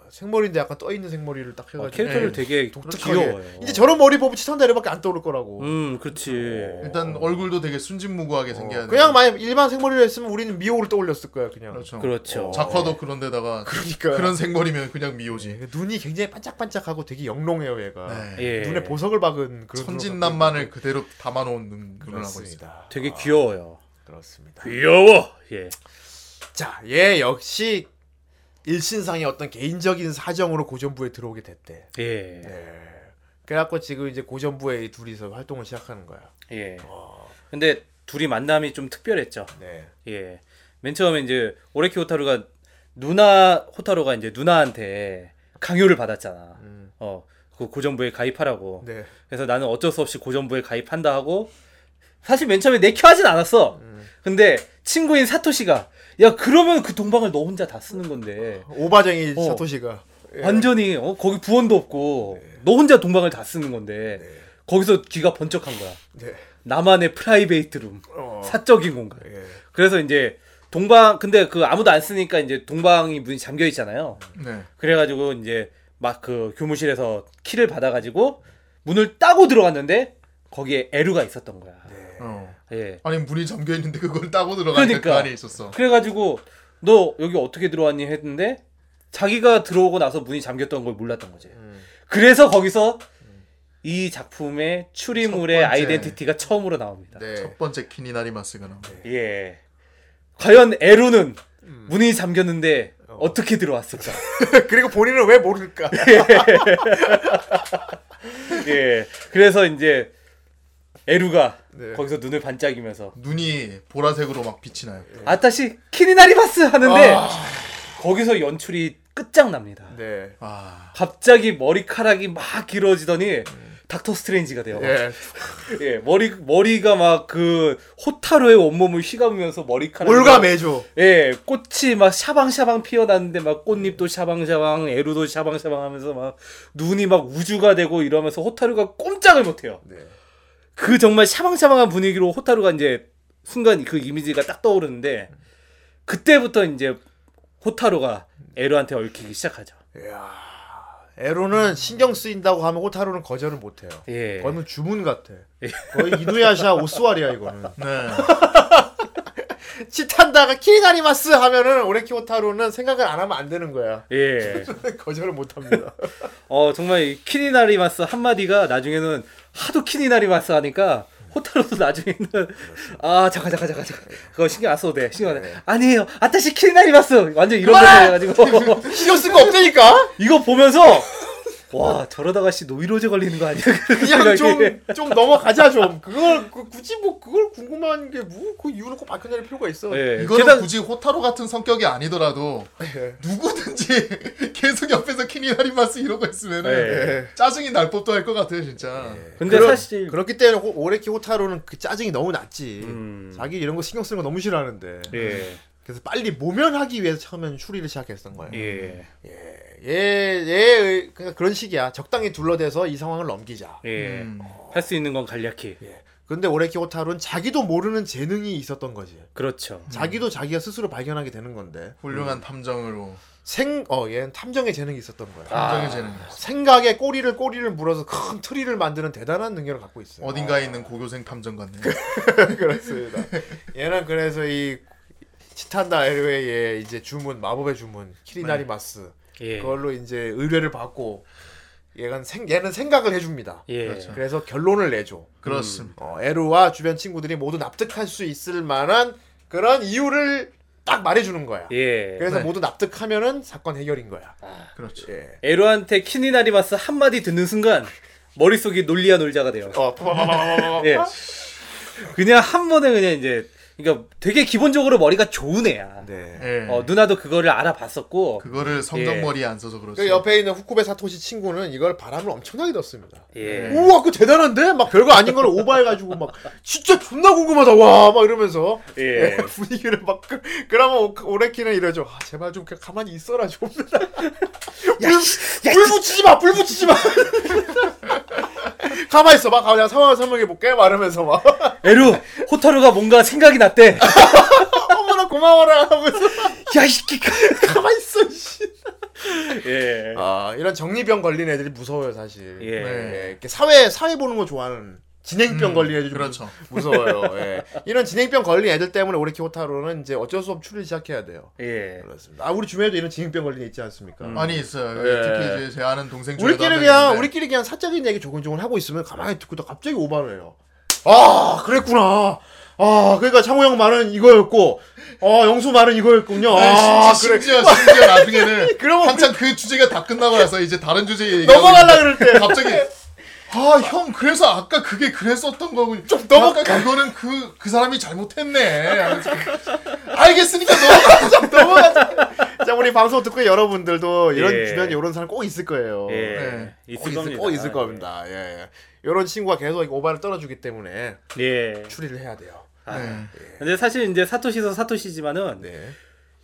생머리인데 약간 떠 있는 생머리를 딱 해가지고 예. 어, 캐릭터를 되게 음. 독특하게. 귀여워요. 이제 저런 머리 보면 치탄다 에루밖에 안 떠오를 거라고. 음 그렇지. 일단 얼굴도 되게 순진무구하게 생겨야 돼. 어. 그냥 만약 일반 생머리를 했으면 우리는 미호를 떠올렸을 거야 그냥. 그렇죠. 그렇죠. 작화도 그런데다가 예. 그러니까. 그런 생머리면 그냥 미호지. 눈이 굉장히 반짝반짝하고 되게 영롱해요 얘가. 네. 예. 눈에 보석을 박은 아, 그런 천진난만을 그대로 담아놓은 그렇죠. 그런 눈을 하고 있어요. 그렇습니다. 되게 귀여워요. 그렇습니다. 귀여워. 예. 자, 얘 역시 일신상의 어떤 개인적인 사정으로 고전부에 들어오게 됐대. 예. 네. 그래갖고 지금 이제 고전부에 이 둘이서 활동을 시작하는 거야. 예. 어. 근데 둘이 만남이 좀 특별했죠. 네. 예. 맨 처음에 이제 오레키 호타루가 누나 호타루가 이제 누나한테 강요를 받았잖아. 어. 그 고정부에 가입하라고. 음. 네. 그래서 나는 어쩔 수 없이 고전부에 가입한다 하고 사실 맨 처음에 내켜하진 않았어. 근데 친구인 사토시가 야 그러면 그 동방을 너 혼자 다 쓰는 건데 오바쟁이 어. 사토시가. 완전히 어, 거기 부원도 없고 너 혼자 동방을 다 쓰는 건데 거기서 귀가 번쩍한 거야. 네. 나만의 프라이베이트 룸 어. 사적인 공간. 예. 그래서 이제 동방 근데 그 아무도 안 쓰니까 이제 동방이 문이 잠겨 있잖아요. 네. 그래가지고 이제 막 그 교무실에서 키를 받아가지고 문을 따고 들어갔는데 거기에 에루가 있었던 거야. 네. 어. 예. 아니 문이 잠겨 있는데 그걸 따고 들어가니까 그 그러니까. 안에 있었어. 그래가지고 너 여기 어떻게 들어왔니 했는데 자기가 들어오고 나서 문이 잠겼던 걸 몰랐던 거지. 음. 그래서 거기서 이 작품의 추리물의 첫 번째. 아이덴티티가 처음으로 나옵니다. 네. 첫 번째 키니나리마스가 나온. 예. 과연 에루는 음. 문이 잠겼는데 어. 떻게 들어왔을까? 그리고 본인은 왜 모를까? 예. 그래서 이제 에루가 네. 거기서 눈을 반짝이면서 눈이 보라색으로 막 빛이 나요. 네. 아따시 키니나리마스 하는데 거기서 연출이 끝장납니다. 아. 네. 아, 갑자기 머리카락이 막 길어지더니 닥터 스트레인지가 돼요. 음. 예. 예, 머리 머리가 막 그 호타로의 온몸을 휘감으면서 머리카락 올가 매조. 예, 꽃이 막 샤방샤방 피어났는데 막 꽃잎도 샤방샤방, 에루도 샤방샤방 하면서 막 눈이 막 우주가 되고 이러면서 호타루가 꼼짝을 못 해요. 네. 그 정말 샤방샤방한 분위기로 호타루가 이제 순간 그 이미지가 딱 떠오르는데 그때부터 이제 호타루가 에루한테 얽히기 시작하죠. 에로는 신경 쓰인다고 하면 호타로는 거절을 못 해요. 예. 예. 거는 주문 같아. 거의 이누야샤 오스왈이야 이거는. 네. 치탄다가 키리나리마스 하면은 오레키오타로는 생각을 안 하면 안 되는 거야. 예. 거절을 못 합니다. 어 정말 이 키니나리마스 한마디가 나중에는 하도 키니나리마스 하니까 호타로도 나중에는 아 잠깐 잠깐 잠깐 잠깐 그거 신경 안 써도 돼 신경 안 돼. 아니에요 아타시 키니나리마스 완전 이런 거 해가지고 신경 쓸 거 없다니까? 이거 보면서 와 저러다가 씨 노이로제 걸리는 거 아니야 그냥 생각이. 좀, 좀 넘어가자, 좀. 그걸, 그, 굳이 뭐, 그걸 궁금한 게 뭐, 그 이유는 꼭 밝혀낼 필요가 있어. 예. 이거는 게다가 굳이 호타로 같은 성격이 아니더라도 예. 누구든지 계속 옆에서 키니나리마스 이러고 있으면 예. 네. 은 짜증이 날 법도 할 것 같아요 진짜 근데 그럼- 사실 그렇기 때문에 호- 오레키오타로는 그 짜증이 너무 났지. 예. 음. 자기 이런 거 신경 쓰는 거 너무 싫어하는데. 예. 그래서 빨리 모면하기 위해서 처음엔 추리를 시작했던 거예요. 예. 예, 예, 그냥 그런 식이야. 적당히 둘러대서 이 상황을 넘기자. 예. 음. 네. 할 수 있는 건 간략히. 예. 근데 오레키오타로는 자기도 모르는 재능이 있었던 거지. 그렇죠. 자기도 자기가 스스로 발견하게 되는 건데 훌륭한 탐정으로 생, 어, 얘는 탐정의 재능이 있었던 거야. 아, 탐정의 재능 생각에 꼬리를 꼬리를 물어서 큰 트리를 만드는 대단한 능력을 갖고 있어요. 어딘가에 있는 고교생 탐정 같네 그- 그렇습니다. 얘는 그래서 이 치탄다 엘웨이의 이제 주문 마법의 주문 키리나리마스 예. 그걸로 이제 의뢰를 받고 얘는 생 얘는 생각을 해줍니다. 네. 예. 그렇죠. 그래서 결론을 내줘. 그렇습니다 어, 에루와 주변 친구들이 모두 납득할 수 있을 만한 그런 이유를 딱 말해주는 거야. 예. 그래서 네. 모두 납득하면은 사건 해결인 거야. 그렇죠 예. 에로한테 키니나리마스 한마디 듣는 순간 머릿속이 논리야 놀자가 돼요. 어, 빠바바바바바바. 예. 그냥 한 번에 그냥 이제 그러니까 되게 기본적으로 머리가 좋은 애야. 네. 예. 어, 누나도 그거를 알아봤었고. 그거를 성정머리에 안 써서 그 그렇죠. 그렇지 옆에 있는 후쿠베 사토시 친구는 이걸 바람을 엄청나게 넣습니다. 예. 우와, 그 대단한데? 막 별거 아닌 걸 오버해가지고 막 진짜 존나 궁금하다. 와, 막 이러면서 예. 예, 분위기를 막 그, 그러면 오- 오레키는 이러죠. 아, 제발 좀 그냥 가만히 있어라 좀. 불, 불 붙이지 마, 불 붙이지 마. 가만 있어, 막 가만 상황을 설명해 볼게. 말하면서 막 에루 호타루가 뭔가 생각이 났대. 어머나 고마워라 하면서 야이 새끼. 가만 있어. 씨. 예. 아, 이런 정리병 걸린 애들이 무서워요 사실. 예. 예, 이렇게 사회 사회 보는 거 좋아하는 진행병 음, 걸린 애들 좀 그렇죠 무서워요. 예. 이런 진행병 걸린 애들 때문에 오레키 호타로는 이제 어쩔 수 없이 추리를 시작해야 돼요. 예. 그렇습니다. 아 우리 주변에도 이런 진행병 걸린 애 있지 않습니까? 많이 있어요 예. 특히 이제 제 아는 동생 중에도 우리끼리 한 그냥 명이 있는데 우리끼리 그냥 사적인 얘기 조근조근 하고 있으면 가만히 듣고 또 갑자기 오바를 해요. 아 그랬구나. 아 그러니까 창호 형 말은 이거였고, 어 영수 말은 이거였군요. 아 그래. 네, 심지어 심지어 나중에는 그러면 한참 그 주제가 다 끝나고 나서 이제 다른 주제 얘기하고 넘어가려 있는데 그럴 때 갑자기 아 형 그래서 아까 그게 그랬었던 거고 좀 넘어가- 그거는 그 그 사람이 잘못했네 하면서 알겠으니까 넘어가 넘어가자. 자 우리 방송 듣고 여러분들도 이런 예. 주변에 이런 사람 꼭 있을 어. 거예요. 예. 네. 꼭 있을 있을, 겁니다. 꼭 있을 겁니다. 예. 예. 이런 친구가 계속 오바를 떨어주기 때문에 예. 추리를 해야 돼요. 예. 아. 네. 근데 사실 이제 사토시도 사토시지만은 네.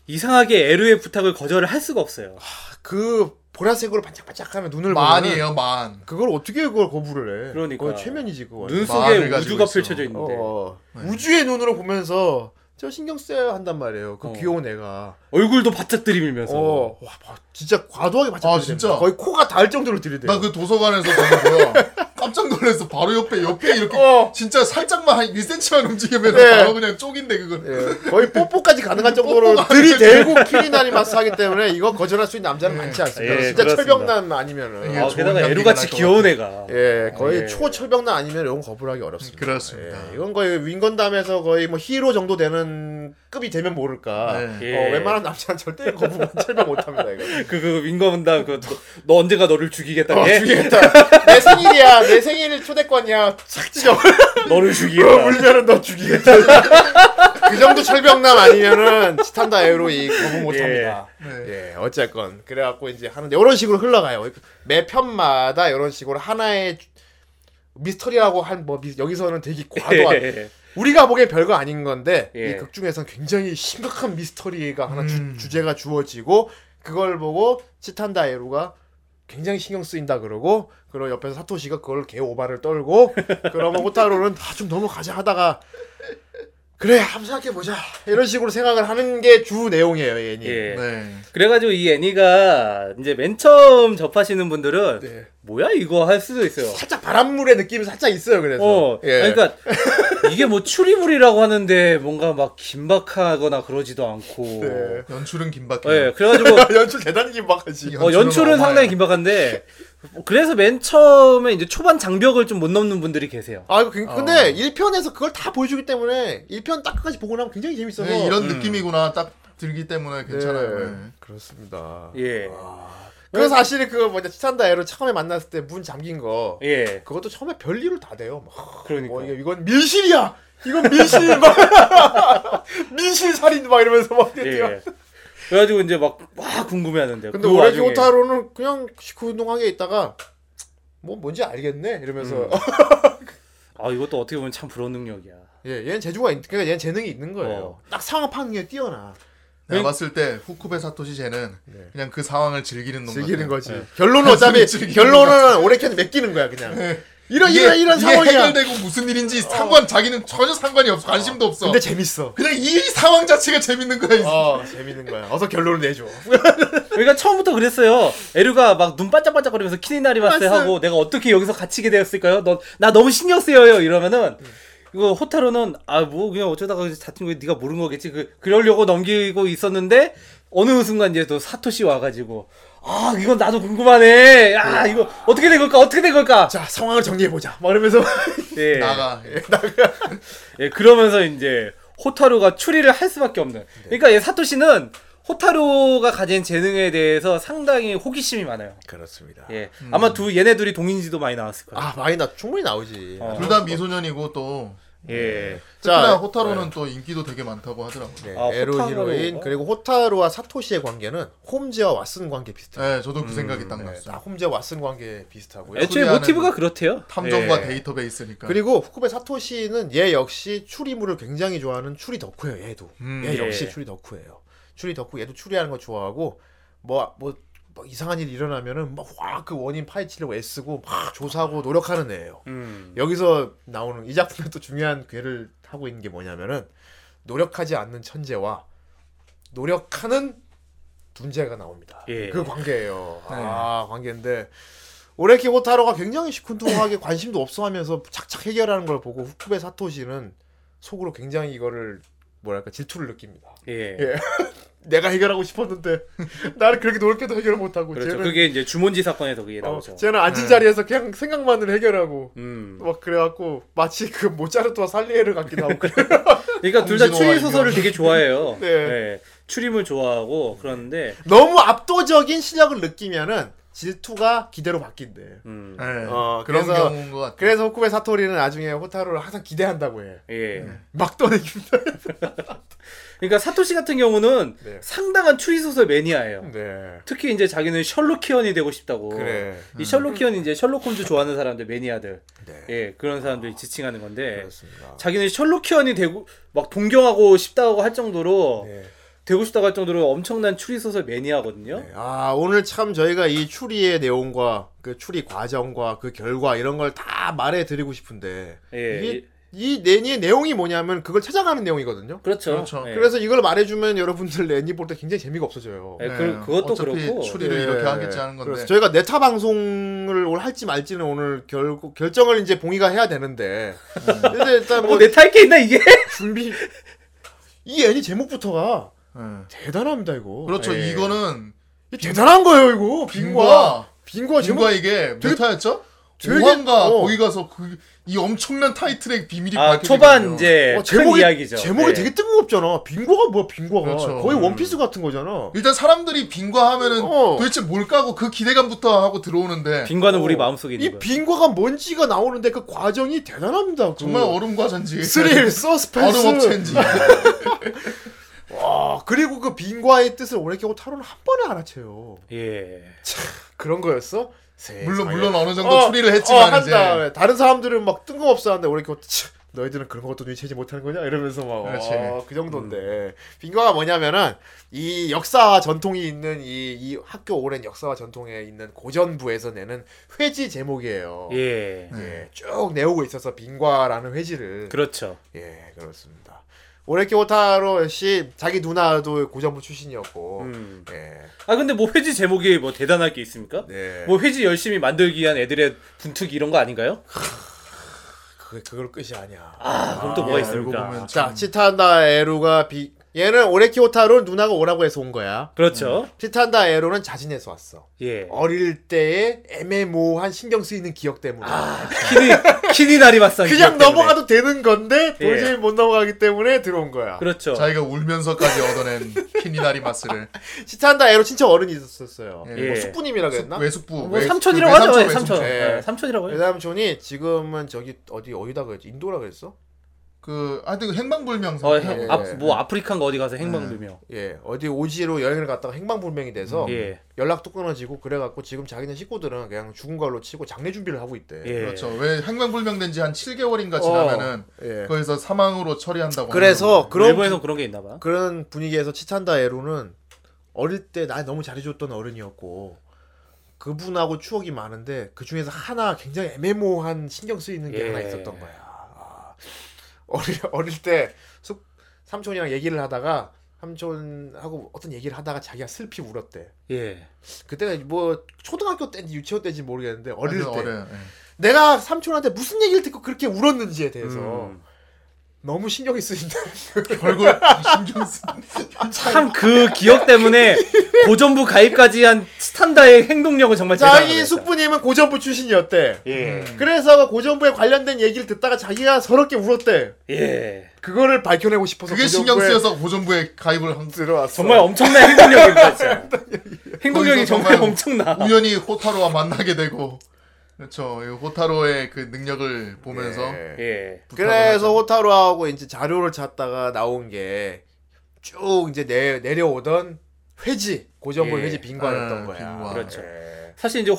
이상하게 에루의 부탁을 거절을 할 수가 없어요. 그 보라색으로 반짝반짝하면 눈을 보면은 만이에요 만 그걸 어떻게 그걸 거부를 해? 그러니까. 그건 최면이지 그거. 눈 마음을 속에 가지고 우주가 있어. 펼쳐져 있는데 어, 네. 우주의 눈으로 보면서 저 신경 써야 한단 말이에요. 그 어. 귀여운 애가. 얼굴도 바짝 들이밀면서 어, 와, 봐, 진짜 과도하게 맞춰. 아, 진짜? 거의 코가 닿을 정도로 들이대. 나 그 도서관에서 보는 거야 깜짝 놀라서 바로 옆에 옆에 이렇게 어. 진짜 살짝만 한 1cm만 움직이면 네. 바로 그냥 쪽인데 그걸 예, 거의 뽀뽀까지 가능한 정도로 들이대고 키리나리 마사하기 때문에 이거 거절할 수 있는 남자는 많지 않습니다. 예, 진짜 그렇습니다. 철벽난 아니면은. 예. 아, 좋은 게다가 연기가 에루같이 날것 귀여운 애가 예, 거의 예. 초철벽난 아니면 이건 거부하기 어렵습니다. 그렇습니다. 예, 이건 거의 윙건담에서 거의 뭐 히로 정도 되는 급이 되면 모를까. 네. 예. 어, 웬만한 남자는 절대 거부 철벽 못합니다. 이거. 그그 민감한다 그너 너 언제가 너를 죽이겠다 예? 어, 걔? 죽이겠다. 내 생일이야. 내 생일 초대권이야. 착 찢어. 너를 어, 죽이겠다 울면은 그 너 죽이겠다. 그 정도 철벽남 아니면은 치탄다 에로 예. 이 거부 못합니다. 네. 예, 어쨌건 그래갖고 이제 하는데 이런 식으로 흘러가요. 매 편마다 이런 식으로 하나의 주- 미스터리라고 한 뭐 여기서는 되게 과도한 예. 우리가 보기엔 별거 아닌 건데 예. 이 극 중에서는 굉장히 심각한 미스터리가 하나 음. 주, 제가 주어지고 그걸 보고 치탄다 에루가 굉장히 신경 쓰인다 그러고 그리고 옆에서 사토시가 그걸 개 오바를 떨고 그러면 호타로는 다 좀 넘어가자 하다가 그래 한번 생각해 보자 이런 식으로 생각을 하는 게 주 내용이에요 얘는 예. 네. 그래가지고 이 애니가 이제 맨 처음 접하시는 분들은 네. 뭐야 이거 할 수도 있어요 살짝 바닷물의 느낌이 살짝 있어요. 그래서. 어 예. 아니, 그러니까 이게 뭐 추리물이라고 하는데 뭔가 막 긴박하거나 그러지도 않고. 예, 연출은 긴박해. 그래가지고 네. 연출 대단히 긴박하지. 어, 연출은 상당히 긴박한데 그래서 맨 처음에 이제 초반 장벽을 좀 못 넘는 분들이 계세요. 아, 이거 굉- 어. 근데 1편에서 그걸 다 보여주기 때문에 1편 딱 끝까지 보고 나면 굉장히 재밌어서. 네, 이런 느낌이구나 딱 들기 때문에 괜찮아요. 네. 네. 그렇습니다. 예, 그래서 사실 그 뭐냐 치탄다 에로 처음에 만났을 때 문 잠긴 거. 예, 그것도 처음에 별 일을 다 돼요. 막. 그러니까. 뭐 이게 이건 밀실이야. 이건 밀실 막 밀실 살인 막 이러면서 막 뛰어. 예. 그래가지고 이제 막 막 궁금해하는데. 근데 그 오레기 와중에 오타로는 그냥 그 운동하게 있다가 뭐 뭔지 알겠네 음. 이러면서 아 이것도 어떻게 보면 참 부러운 능력이야. 예 얘는 재주가 있, 그러니까 얘는 재능이 있는 거예요. 어. 딱 상황 파는 게 뛰어나. 내가 봤을 때 후쿠베 사토시 쟤는 그냥 그 상황을 즐기는 놈 네. 즐기는 같아요. 네. 거지. 결론은 어차피 즐기는 네. 결론은 오레키한테 맡기는 거야 그냥. 이런 이런 이런 이게 상황이야. 어. 해결되고 무슨 일인지 상관 자기는 전혀 상관이 없어 관심도 없어. 근데 재밌어. 그냥 이 상황 자체가 재밌는 거야. 이 어 재밌는 거야. 어서 결론을 내줘. 그러니까 처음부터 그랬어요. 에루가 막 눈 반짝반짝거리면서 아, 키니나리마스 하고 내가 어떻게 여기서 갇히게 되었을까요? 넌 나 너무 신경 쓰여요 이러면은 음. 이거 호타로는 아 뭐 그냥 어쩌다가 다친 거 네가 모른 거겠지 그 그러려고 넘기고 있었는데 어느 순간 이제 또 사토시 와가지고 아 이건 나도 궁금하네. 아 이거 어떻게 된 걸까 어떻게 된 걸까. 자 상황을 정리해 보자. 막 이러면서 예. 나가. 예, 그러면서 이제 호타루가 추리를 할 수밖에 없는. 그러니까 얘 사토시는 호타루가 가진 재능에 대해서 상당히 호기심이 많아요. 그렇습니다. 예. 아마 두 얘네 둘이 동인지도 많이 나왔을 거예요. 그러니까. 아 많이 나 충분히 나오지. 어. 둘 다 미소년이고 또 예. 특히나 자, 호타로는 또 인기도 되게 많다고 하더라고요. 네, 네, 아, 에로 호타로. 히로인 그리고 호타루와 사토시의 관계는 홈즈와 왓슨 관계 비슷해요. 저도 그 생각이 딱 네, 다 났어요. 홈즈와 왓슨 관계 비슷하고요. 예, 애초에 소개하는- 모티브가 그렇대요. 탐정과 예. 데이터베이스니까. 그리고 후쿠베 사토시는 얘 역시 추리물을 굉장히 좋아하는 추리 덕후예요. 얘도 음, 얘 예. 역시 추리 덕후예요. 추리 덕후 얘도 추리하는 거 좋아하고 뭐뭐 뭐 이상한 일이 일어나면은 막확그 원인 파헤치려고 애쓰고 막 조사하고 노력하는 애예요. 음. 여기서 나오는 이 작품의 또 중요한 괴를 하고 있는 게 뭐냐면은 노력하지 않는 천재와 노력하는 둔재가 나옵니다. 예. 네. 그 관계예요. 아 관계인데 오레키 호타로가 굉장히 시큰둥하게 관심도 없어하면서 착착 해결하는 걸 보고 후쿠베 사토시는 속으로 굉장히 이거를 뭐랄까 질투를 느낍니다. 예. 예. 내가 해결하고 싶었는데 나는 그렇게 노력해도 해결 못하고 그렇죠. 쟤는 그게 이제 주문지 사건에서 그게 어, 나오죠. 네. 쟤는 앉은 자리에서 그냥 생각만을 해결하고 음. 막 그래갖고 마치 그 모차르트와 살리에르 같기도 하고 그래. 그러니까 둘 다 홍진호와 추리 소설을 되게 좋아해요. 네. 예. 추리물 좋아하고 그러는데 너무 압도적인 실력을 느끼면은 질투가 기대로 바뀐대. 음. 네, 어, 그런 그래서- 경우인 것 같아요. 그래서 후쿠베 사토리는 나중에 호타로를 항상 기대한다고 해. 예. 막 떠내깁니다. 그러니까 사토시 같은 경우는 네. 상당한 추리 소설 매니아예요. 네. 특히 이제 자기는 셜록키언이 되고 싶다고. 그래. 음. 이 셜록키언이 이제 셜록홈즈 좋아하는 사람들 매니아들. 네. 예, 그런 사람들이 지칭하는 건데 그렇습니다. 자기는 셜록키언이 되고 막 동경하고 싶다고 할 정도로 네. 되고 싶다고 할 정도로 엄청난 추리 소설 매니아거든요. 네. 아 오늘 참 저희가 이 추리의 내용과 그 추리 과정과 그 결과 이런 걸 다 말해드리고 싶은데 예. 이게 이 레니의 내용이 뭐냐면 그걸 찾아가는 내용이거든요. 그렇죠. 그렇죠. 예. 그래서 이걸 말해주면 여러분들 레니 볼 때 굉장히 재미가 없어져요. 예, 그, 그것도 네, 어차피 그렇고. 추리를 예. 이렇게 하겠지 하는 건데 그래서 저희가 네타 방송을 올 할지 말지는 오늘 결국 결정을 이제 봉이가 해야 되는데 음. 근데 일단 뭐 뭐 내 탈게 있나 이게? 준비 이 애니 제목부터가 예. 대단합니다 이거. 그렇죠. 예. 이거는 이게 대단한 거예요 이거. 빙과 빙과 빙과 어, 제목. 빙과 이게 되게- 메타였죠? 되게- 오한가 어. 거기 가서 그, 이 엄청난 타이틀의 비밀이 아, 밝혀지거든요. 초반 이제 어, 예, 큰 제목이 이야기죠. 제목이 예. 되게 뜬금없잖아. 빙과가 뭐야 빙과가 그렇죠. 거의 원피스 같은 거잖아. 일단 사람들이 빙과 하면은 어. 도대체 뭘까고 그 기대감부터 하고 들어오는데 빙과는 어. 우리 마음속에 있는 이 거야. 빙과가 뭔지가 나오는데 그 과정이 대단합니다. 그 정말 얼음과 전지 스릴, 네, 얼음 서스펜스, 업체인지 와 그리고 그 빙과의 뜻을 오래키고 타로는 한 번에 알아채요. 예. 그런 거였어? 물론 세상에. 물론 어느 정도 어, 추리를 어, 했지만 한 이제 다음에 다른 사람들은 막 뜬금없어 하는데 우리 이렇게 치, 너희들은 그런 것도 눈치채지 못하는 거냐 이러면서 그렇지. 음. 막그 정도인데 빙과가 뭐냐면은 이 역사와 전통이 있는 이, 이 학교 오랜 역사와 전통에 있는 고전부에서 내는 회지 제목이에요. 예. 예. 쭉 내오고 있어서 빙과라는 회지를 그렇죠. 예 그렇습니다. 오레키 오타로 씨 자기 누나도 고전부 출신이었고 음. 예, 아 근데 뭐 회지 제목이 뭐 대단할 게뭐 있습니까? 네. 뭐 회지 열심히 만들기 위한 애들의 분투기 이런 거 아닌가요? 그게 그걸 끝이 아니야. 아, 그럼 또 뭐가 있습니까? 알고 보면 자, 치타한다 에루가 비 얘는 오레키오타로를 누나가 오라고 해서 온 거야. 그렇죠. 치타한다 에루는 자진해서 왔어. 예. 어릴 때의 애매모호한 신경 쓰이는 기억 때문에 아, 키니 키니 다리 맞상. 그냥 넘어가도 되는 건데 도저히 예. 못 넘어가기 때문에 들어온 거야. 그렇죠. 자기가 울면서까지 얻어낸 키니나리 마스를 치타한다 에루 친척 어른이 있었어요. 예. 뭐 예. 숙부님이라고 했나? 외숙부 뭐 외- 삼촌이라고 외삼촌, 하죠. 예, 그 외삼촌. 삼촌. 예. 예, 삼촌이라고 해요. 외삼촌이 지금은 저기 어디 어디다 그랬지? 인도라 그랬어? 그 하여튼 행방불명 어, 상태. 해, 예. 아, 뭐 아프리카인 거 어디 가서 행방불명. 예, 어디 오지로 여행을 갔다가 행방불명이 돼서 예. 연락도 끊어지고 그래갖고 지금 자기네 식구들은 그냥 죽은 걸로 치고 장례 준비를 하고 있대. 예. 그렇죠. 왜 행방불명된 지 한 7개월인가 지나면은 예. 거기서 사망으로 처리한다고. 그래서 그런 그런 일본에서 그런 게 있나 봐. 그런 분위기에서 치찬다 에로는 어릴 때 날 너무 잘해줬던 어른이었고 그분하고 추억이 많은데 그 중에서 하나 굉장히 애매모호한 신경 쓰이는 게 예. 하나 있었던 거야. 아. 어릴 어릴 때 숙, 삼촌이랑 얘기를 하다가 삼촌하고 어떤 얘기를 하다가 자기가 슬피 울었대. 예. 그때가 뭐 초등학교 때인지 유치원 때인지 모르겠는데 어릴 때 완전 어려요. 예. 내가 삼촌한테 무슨 얘기를 듣고 그렇게 울었는지에 대해서 음. 너무 신경이 쓰인다. 얼굴 신경 쓰. 참 그 기억 때문에 고전부 가입까지 한 스탄다의 행동력은 정말 자기 대단하다. 숙부님은 음. 고전부 출신이었대. 예. 그래서 고전부에 관련된 얘기를 듣다가 자기가 서럽게 울었대. 예. 그거를 밝혀내고 싶어서 그게 신경 고전부에 쓰여서 고전부에 가입을 한. 들어왔어. 정말 엄청난 행동력입니다. 진짜. 행동력이 정말 거기서 정말 엄청나. 우연히 호타로와 만나게 되고. 그렇죠. 이 호타로의 그 능력을 보면서. 예. 예. 그래서 호타로하고 이제 자료를 찾다가 나온 게 쭉 이제 내, 내려오던 회지 고전부 예. 회지 빈관이었던 아, 거야. 빈관. 그렇죠. 예. 사실 이제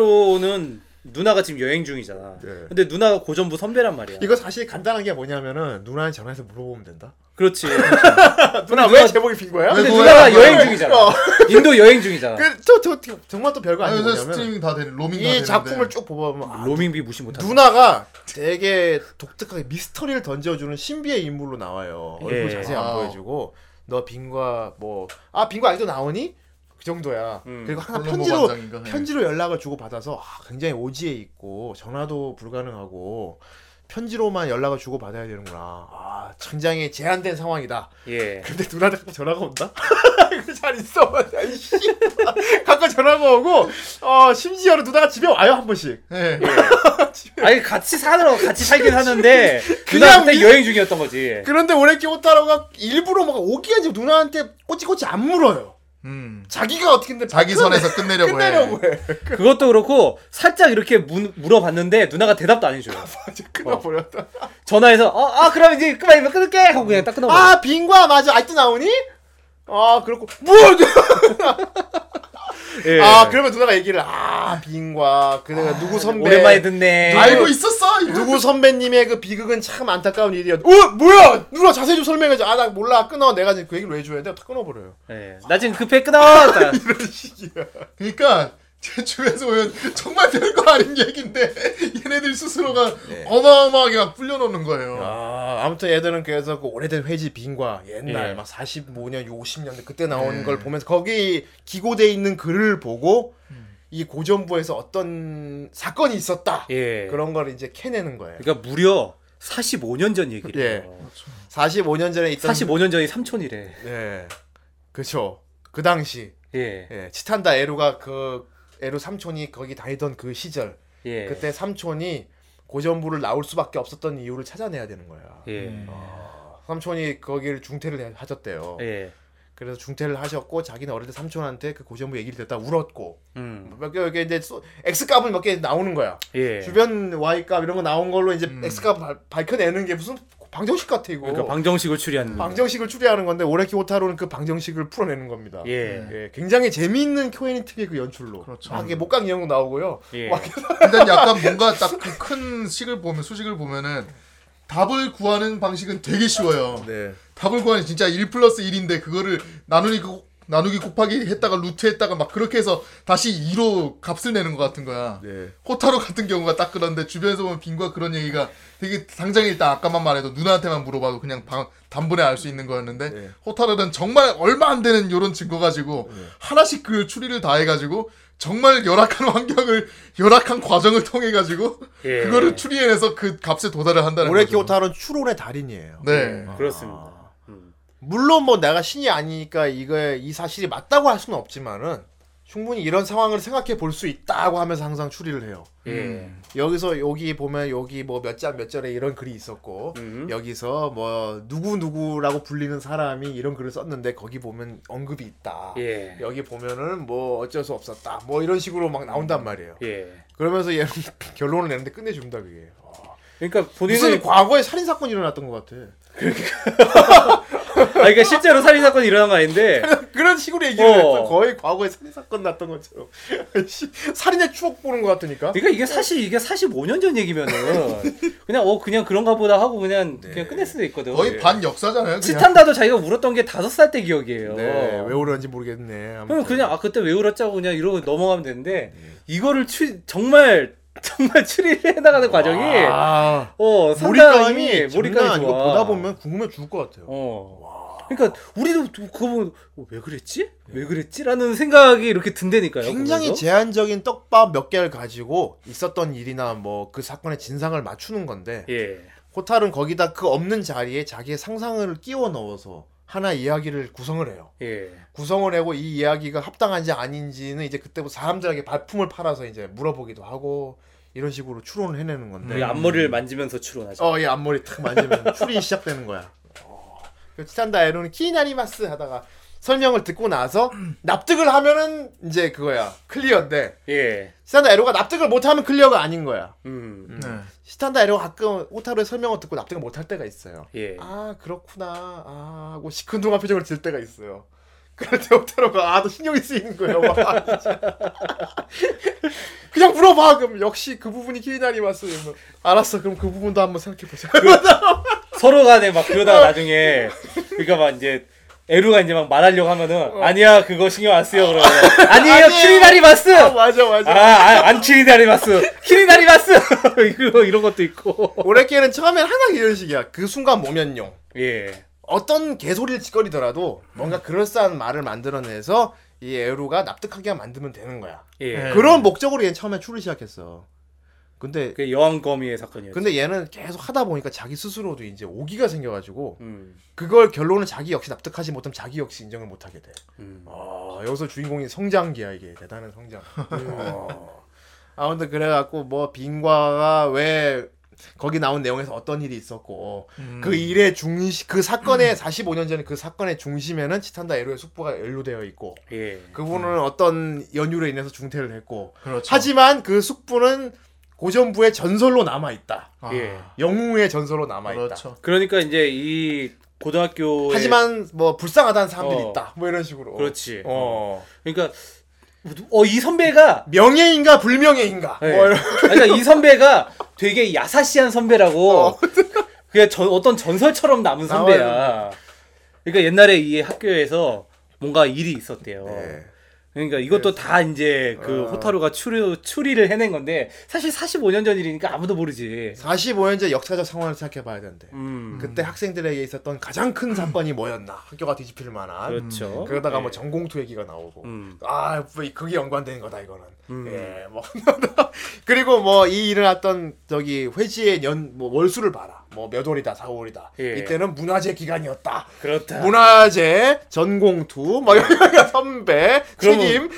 호타로는 누나가 지금 여행 중이잖아. 예. 근데 누나가 고전부 선배란 말이야. 이거 사실 간단한 게 뭐냐면은 누나한테 전화해서 물어보면 된다. 그렇지. 아, 누나 왜 제목이 빈 거야? 근데 왜 누나가 뭐야? 여행 중이잖아. 인도 여행 중이잖아. 그저 저, 정말 또 별거 아, 아니고 요새 뭐냐면 스트리밍 다 되는 로밍 다 되는데. 이 작품을 쭉 보면 아, 로밍비 무시 못한다. 누나가 되게 독특하게 미스터리를 던져주는 신비의 인물로 나와요. 예. 얼굴 자세히 안 아. 보여주고 너 빙과 뭐아 빙과 아직도 나오니? 그 정도야. 음. 그리고 항상 콜롬보 편지로 반장인가? 예. 편지로 연락을 주고 받아서 아, 굉장히 오지에 있고 전화도 불가능하고 편지로만 연락을 주고 받아야 되는구나. 아 굉장히 제한된 상황이다. 예. 근데 누나한테 가끔 전화가 온다? 그래서 잘 있어. 아이씨. 가끔 전화가 오고, 어, 심지어는 누나가 집에 와요, 한 번씩. 예. 아니 같이 사느라 같이 살긴 하는데 그냥 누나 그때 미- 여행 중이었던 거지. 네. 그런데 오레키 오타로가 일부러 막 오기한지 누나한테 꼬치꼬치 안 물어요. 음. 자기가 어떻게든 자기 선에서 끝내려고, 해. 끝내려고 해. 그것도 그렇고 살짝 이렇게 문, 물어봤는데 누나가 대답도 안 해줘요. 이제 끊어버렸다. 전화해서 어, 아 그럼 이제 그만이면 끊을게 하고 그냥 딱 끊어버려. 아, 빙과 맞아. 아직도 나오니? 아, 그렇고. 뭐! 예. 아, 그러면 누나가 얘기를, 아, 빙과. 그 내가 누구 선배. 오랜만에 듣네. 누구- 알고 있었어. 이거. 누구 선배님의 그 비극은 참 안타까운 일이었. 어 뭐야 누나 자세히 좀 설명해줘. 아 나 몰라 끊어. 내가 지금 그 얘기를 왜 줘야 돼? 다 끊어버려요. 예. 나 지금 급해 끊어. 딱. 그러니까 제 주변에서 보면 정말 별거 아닌 얘기인데 얘네들 스스로가 어마어마하게 막 불려놓는 거예요. 아 아무튼 애들은 그래서 그 오래된 회지 빈과 옛날 예. 음. 막 45년, 60년대 그때 나온 예. 걸 보면서 거기 기고돼 있는 글을 보고 이 고전부에서 어떤 사건이 있었다. 음. 예. 그런 걸 이제 캐내는 거예요. 그러니까 무려 45년 전 얘기를. 예. 해요. 45년 전에 있던 45년 전이 삼촌이래. 예. 그렇죠. 그 당시 예. 예. 치탄다 에루가 그 에루 삼촌이 거기 다니던 그 시절 예. 그때 삼촌이 고전부를 나올 수밖에 없었던 이유를 찾아내야 되는 거야. 예. 음. 삼촌이 거기를 중퇴를 해- 하셨대요. 예. 그래서 중퇴를 하셨고 자기는 어릴 때 삼촌한테 그 고전부 얘기를 듣다 울었고 음. 몇개 이제 소- X 값은 몇 개 나오는 거야. 예. 주변 Y 값 이런 거 나온 걸로 이제 음. X 값 발- 밝혀내는 게 무슨 방정식 같아 이거. 그러니까 방정식을 추리하는. 방정식을 추리하는 건데 오레키 오타로는 그 방정식을 풀어내는 겁니다. 예. 예, 굉장히 재미있는 큐에니 특유의 그 연출로. 그렇죠. 막 이게 목각 이형도 나오고요. 예. 막 일단 약간 뭔가 딱 큰 식을 보면 수식을 보면은 답을 구하는 방식은 되게 쉬워요. 네. 답을 구하는 진짜 1 플러스 1인데 그거를 나누니 그 나누기 곱하기 했다가 루트 했다가 막 그렇게 해서 다시 2로 값을 내는 것 같은 거야. 네. 호타로 같은 경우가 딱 그런데 주변에서 보면 빈과 그런 얘기가 되게 당장에 일단 아까만 말해도 누나한테만 물어봐도 그냥 방, 단번에 알 수 있는 거였는데 네. 호타로는 정말 얼마 안 되는 요런 증거 가지고 하나씩 그 추리를 다 해가지고 정말 열악한 환경을 열악한 과정을 통해 가지고 네. 예. 그거를 추리해내서 그 값에 도달을 한다는 모레키 거죠. 호타로는 추론의 달인이에요. 어. 네. 아. 그렇습니다. 음. 물론 뭐 내가 신이 아니니까 이거에 이 사실이 맞다고 할 수는 없지만은 충분히 이런 상황을 생각해 볼 수 있다고 하면서 항상 추리를 해요. 예. 음. 여기서 여기 보면 여기 뭐 몇 장 몇 절에 이런 글이 있었고 음. 여기서 뭐 누구 누구라고 불리는 사람이 이런 글을 썼는데 거기 보면 언급이 있다. 예. 여기 보면은 뭐 어쩔 수 없었다. 뭐 이런 식으로 막 나온단 말이에요. 예. 그러면서 얘는 결론을 내는데 끝내준다 그게. 아, 그러니까 본인은 무슨 과거에 살인 사건이 일어났던 것 같아. 아 그러니까 실제로 살인 사건이 일어난 거 아닌데 그런 식으로 얘기를 어. 했어. 거의 과거에 살인 사건 났던 것처럼. 씨, 살인의 추억 보는 것 같으니까. 그러니까 이게 사실 이게 45년 전 얘기면은 그냥 어 그냥 그런가 보다 하고 그냥 네. 그냥 끝낼 수도 있거든. 거의 예. 반 역사잖아요. 그냥. 치탄다도 자기가 울었던 게 다섯 살 때 기억이에요. 네, 왜 울었는지 모르겠네. 아무튼. 어. 그럼 그냥 아 그때 왜 울었자고 그냥 이러고 넘어가면 되는데 음. 이거를 추 정말 정말 추리를 해나가는 과정이 아, 어 상당히 몰입감이 몰입감이 몰입감 좋아. 아니고 보다 보면 궁금해 죽을 것 같아요. 어. 그러니까 우리도 그거 보면 어, 왜 그랬지? 왜 그랬지?라는 생각이 이렇게 든다니까요. 굉장히 보면서. 제한적인 떡밥 몇 개를 가지고 있었던 일이나 뭐 그 사건의 진상을 맞추는 건데 예. 호탈은 거기다 그 없는 자리에 자기의 상상을 끼워 넣어서 하나 이야기를 구성을 해요. 예. 구성을 하고 이 이야기가 합당한지 아닌지는 이제 그때부터 사람들에게 발품을 팔아서 이제 물어보기도 하고 이런 식으로 추론을 해내는 건데 우리 음. 앞머리를 만지면서 추론하죠. 어, 이 앞머리 탁 만지면 추리 시작되는 거야. 그 치탄다 에로는 키나리마스 하다가 설명을 듣고 나서 납득을 하면은 이제 그거야 클리어인데 예. 치탄다 에로가 납득을 못하면 클리어가 아닌 거야. 음. 네. 치탄다 에로가 가끔 호타로의 설명을 듣고 납득을 못할 때가 있어요. 예. 아 그렇구나 아 하고 시큰둥한 표정을 지을 때가 있어요. 그럴 때 호타로가 아너 신경이 쓰이는 거예요. 와, 진짜. 그냥 물어봐 그럼 역시 그 부분이 키나리마스 이러면 알았어 그럼 그 부분도 한번 생각해 보자. 서로 간에 막 그러다가 나중에 그러니까 막 이제 에루가 이제 막 말하려고 하면은 아니야 그거 신경 안 쓰여 그러면 어. 아니에요 아니에요. 키리다리마스 아, 맞아 맞아. 아안 키리다리마스 키리다리마스 이거 이런 것도 있고 오레키는 처음엔 항상 이런 식이야. 그 순간 모면용. 예 어떤 개소리를 짓거리더라도 뭔가 그럴싸한 말을 만들어내서 이 에루가 납득하게 만들면 되는 거야. 예. 네. 그런 목적으로 얘는 처음에 추를 시작했어. 근데 그 여왕 거미의 사건이었죠. 근데 얘는 계속 하다 보니까 자기 스스로도 이제 오기가 생겨가지고 음, 그걸 결론을 자기 역시 납득하지 못하면 자기 역시 인정을 못하게 돼. 음. 아, 여기서 주인공이 성장기야 이게 대단한 성장. 어. 아무튼 그래갖고 뭐 빙과가 왜 거기 나온 내용에서 어떤 일이 있었고 음, 그 일의 중시 그 사건의 45년 전에 그 사건의 중심에는 치탄다 에로의 숙부가 연루되어 있고 예. 그분은 어떤 연유로 인해서 중퇴를 했고 그렇죠. 하지만 그 숙부는 고전부의 전설로 남아 있다. 아, 예. 영웅의 전설로 남아 있다. 그렇죠. 그러니까 이제 이 고등학교 하지만 뭐 불쌍하다는 사람들이 예. 어. 있다. 뭐 이런 식으로. 그렇지. 어. 그러니까 어 이 선배가 명예인가 불명예인가. 예. 뭐 이런- 그러니까 이 선배가 되게 야사시한 선배라고 어. 그게 전, 어떤 전설처럼 남은 선배야. 그러니까 옛날에 이 학교에서 뭔가 일이 있었대요. 네. 그러니까 이것도 다 이제 그 어. 호타로가 추리, 추리를 해낸 건데 사실 45년 전 일이니까 아무도 모르지. 45년 전 역사적 상황을 생각해 봐야 되는데. 음, 그때 학생들에게 있었던 가장 큰 사건이 뭐였나? 학교가 뒤집힐 만한. 그렇죠. 그러다가 뭐 예. 전공투 얘기가 나오고. 음. 아, 왜 그게 연관된 거다 이거는. 음. 예, 뭐 그리고 뭐 이 일어났던 저기 회지의 연뭐 월수를 봐라. 뭐 몇 월이다, 4월이다. 예. 그렇죠. 이때는 문화재 기간이었다. 그렇다. 뭐 문화재, 전공투, 뭐 여기가 선배, 그러면- 책임,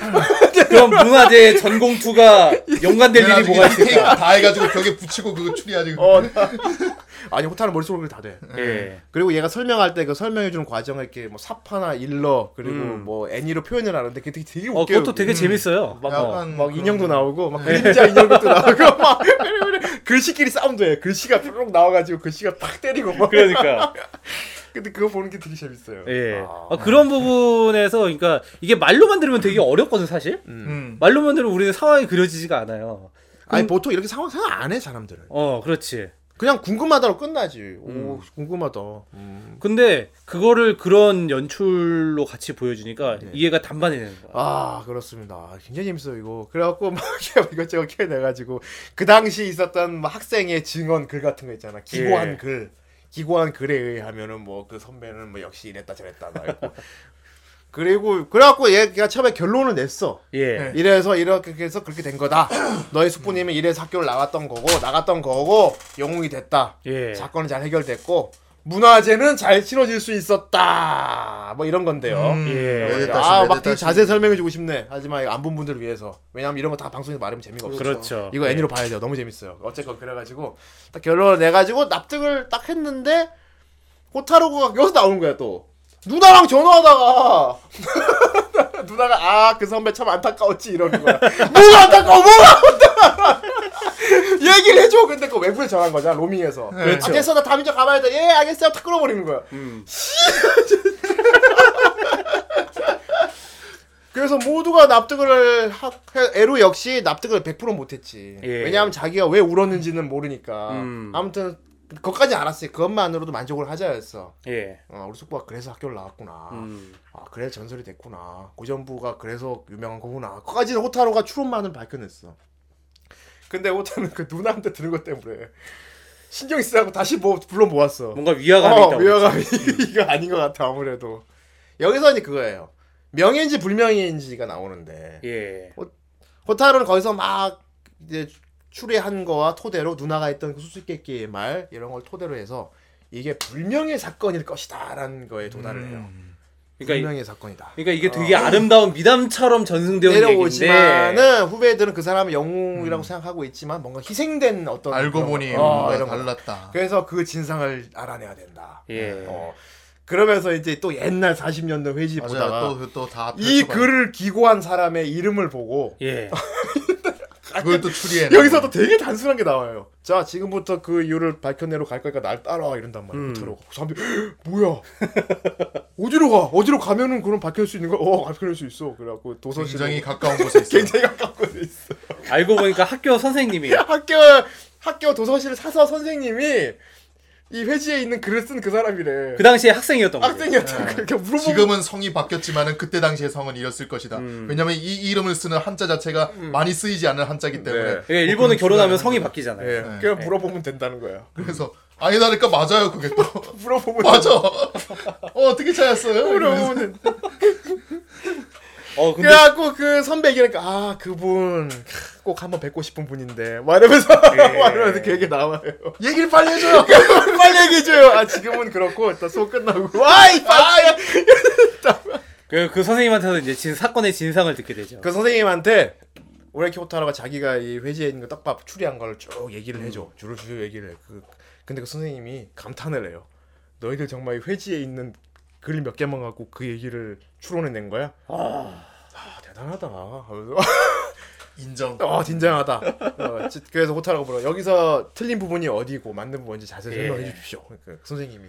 그럼 문화재 전공투가 연관될 일이 뭐가 내가 지금 테이프 있을까? 다 해가지고 벽에 붙이고 그거 추리하지. 어. 아니 호타는 머릿속으로 다 돼. 예. 그리고 얘가 설명할 때 그 설명해 주는 과정을 이렇게 뭐 사파나 일러 그리고 음. 뭐 애니로 표현을 하는데 그게 되게, 되게 어, 웃겨요. 음. 그것도 되게 네. 재밌어요. 막, 어. 약간 막 뭐. 인형도 그런- 나오고 막 그림자 인형도 나오고 막 그래, 그래. 글씨끼리 싸움도해 글씨가 뾰록 나와가지고 글씨가 팍 때리고 막 그러니까. 근데 그거 보는 게 되게 재밌어요. 예. 아. 아, 그런 부분에서 그러니까 이게 말로만 들으면 되게 어렵거든 사실. 음. 말로만 들으면 우리는 상황이 그려지지가 않아요. 아니 보통 이렇게 상황 생각 안 해 사람들은. 어, 그렇지. 그냥 궁금하다로 끝나지. 음. 오 궁금하다. 근데 그거를 그런 연출로 같이 보여주니까 네. 이해가 단반이 되는 거야. 아 그렇습니다. 굉장히 재밌어요 이거. 그래갖고 막 이것저것 캐내가지고 그 당시 있었던 막 학생의 증언 글 같은 거 있잖아. 기고한 예. 글. 기고한 글에 의하면은 뭐 그 선배는 뭐 역시 이랬다 저랬다 막 이러고. 그리고 그래갖고 얘가 처음에 결론을 냈어. 예. 이래서 이렇게 해서 그렇게 된 거다. 너희 숙부님은 이래서 학교를 나왔던 거고 나갔던 거고 영웅이 됐다. 예. 사건은 잘 해결됐고 문화재는 잘 치러질 수 있었다. 뭐 이런 건데요. 예. 아, 막 되게 자세히 설명해주고 싶네. 하지만 안 본 분들을 위해서. 왜냐면 이런 거 다 방송에서 말하면 재미가 없어. 그렇죠. 이거 애니로 봐야 돼요. 너무 재밌어요. 어쨌건 그래가지고 딱 결론을 내가지고 납득을 딱 했는데 호타로가 여기서 나오는 거야 또. 누나랑 전화하다가 누나가 아 그 선배 참 안타까웠지 이러는 거야. 뭐가 안타까워 뭐가 안타까워. 얘기를 해줘. 근데 그 외부에 전화한 거잖아 로밍에서. 네. 그렇죠. 아, 됐어 나 다음 주에 가봐야 돼. 예 알겠어요. 탁 끊어버리는 거야. 음. 그래서 모두가 납득을 하, 해- 에로 역시 납득을 100% 못했지. 예. 왜냐하면 자기가 왜 울었는지는 모르니까. 음. 아무튼 그것까지 알았어요. 그것만으로도 만족을 하자 했어. 예. 어, 우리 숙부가 그래서 학교를 나왔구나. 음. 아 그래서 전설이 됐구나. 고전부가 그래서 유명한 거구나. 그까지는 호타로가 추론만을 밝혀냈어. 근데 호타는 그 누나한테 들은 것 때문에 신경 쓰라고 다시 뭐 불러 모았어. 뭔가 위화감이 있다고. 위화감이 이거 아닌 것 같아 아무래도 여기서 이제 그거예요 명예인지 불명예인지가 나오는데 예. 호타로는 거기서 막 이제 추리한 거와 토대로 누나가 했던 그 수수께끼의 말 이런 걸 토대로 해서 이게 불명예 사건일 것이다라는 거에 도달을 해요 그러니까 이- 불명예 사건이다 그러니까 이게 되게 아름다운 미담처럼 전승되어 있는 얘기인데 내려오지만은 후배들은 그 사람을 영웅이라고 생각하고 있지만 뭔가 희생된 어떤 음. 알고 그런 거. 보니 어, 뭔가 이런 거. 달랐다. 그래서 그 진상을 알아내야 된다 예. 어. 그러면서 이제 또 옛날 40년대 회지 보다가 맞아요. 또또다 그 이 글을 기고한 사람의 이름을 보고 예. 그걸 또 추리해. 여기서 또 되게 단순한 게 나와요. 자 지금부터 그 이유를 밝혀내러 갈 거니까 날 따라와 이런단 말이야. 음. 호타로가 사람들 뭐야 어디로 가 어디로 가면은 그럼 밝힐 수 있는 거어 밝혀낼 수 있어. 그래갖고 도서실 굉장히 가까운 곳에 있어. 굉장히 가까운 곳에 있어. 알고 보니까 학교 선생님이에요. 학교 학교 도서실을 사서 선생님이 이 회지에 있는 글을 쓴 그 사람이래. 그 당시에 학생이었던 아, 거죠. 학생이었다. 그렇게 물어보고 네. 지금은 성이 바뀌었지만은 그때 당시의 성은 이랬을 것이다. 음. 왜냐면 이 이름을 쓰는 한자 자체가 많이 쓰이지 않은 한자이기 때문에. 네. 예, 일본은 결혼하면 성이 바뀌잖아요. 예, 네. 그냥 물어보면 된다는 거야. 그래서 아니다니까 맞아요 그게 또. 물어보면 맞아. 어, 어떻게 찾았어요? 이러면서. 물어보면 어, 근데 그래갖고 그 선배 얘기니까 아 그분 꼭 한번 뵙고 싶은 분인데 막 이러면서 막 이러면서 그 얘기 나와요 예. 얘기를 빨리 해줘요. 빨리 얘기해줘요 아 지금은 그렇고 일단 수업 끝나고 와이 아, 그, 그 선생님한테서 이제 진, 사건의 진상을 듣게 되죠. 그 선생님한테 오레키 호타로가 자기가 이 회지에 있는 거 떡밥 추리한 걸 쭉 얘기를 해줘 줄줄 얘기를 해 그, 근데 그 선생님이 감탄을 해요 너희들 정말 이 회지에 있는 글 몇 개만 갖고 그 얘기를 추론해낸 거야? 아 대단하다 하면서 인정. 어, 진정하다. 어, 지- 그래서 호타라고 불러. 여기서 틀린 부분이 어디고 맞는 부분인지 자세히 설명해 주십시오. 그러니까 그 선생님이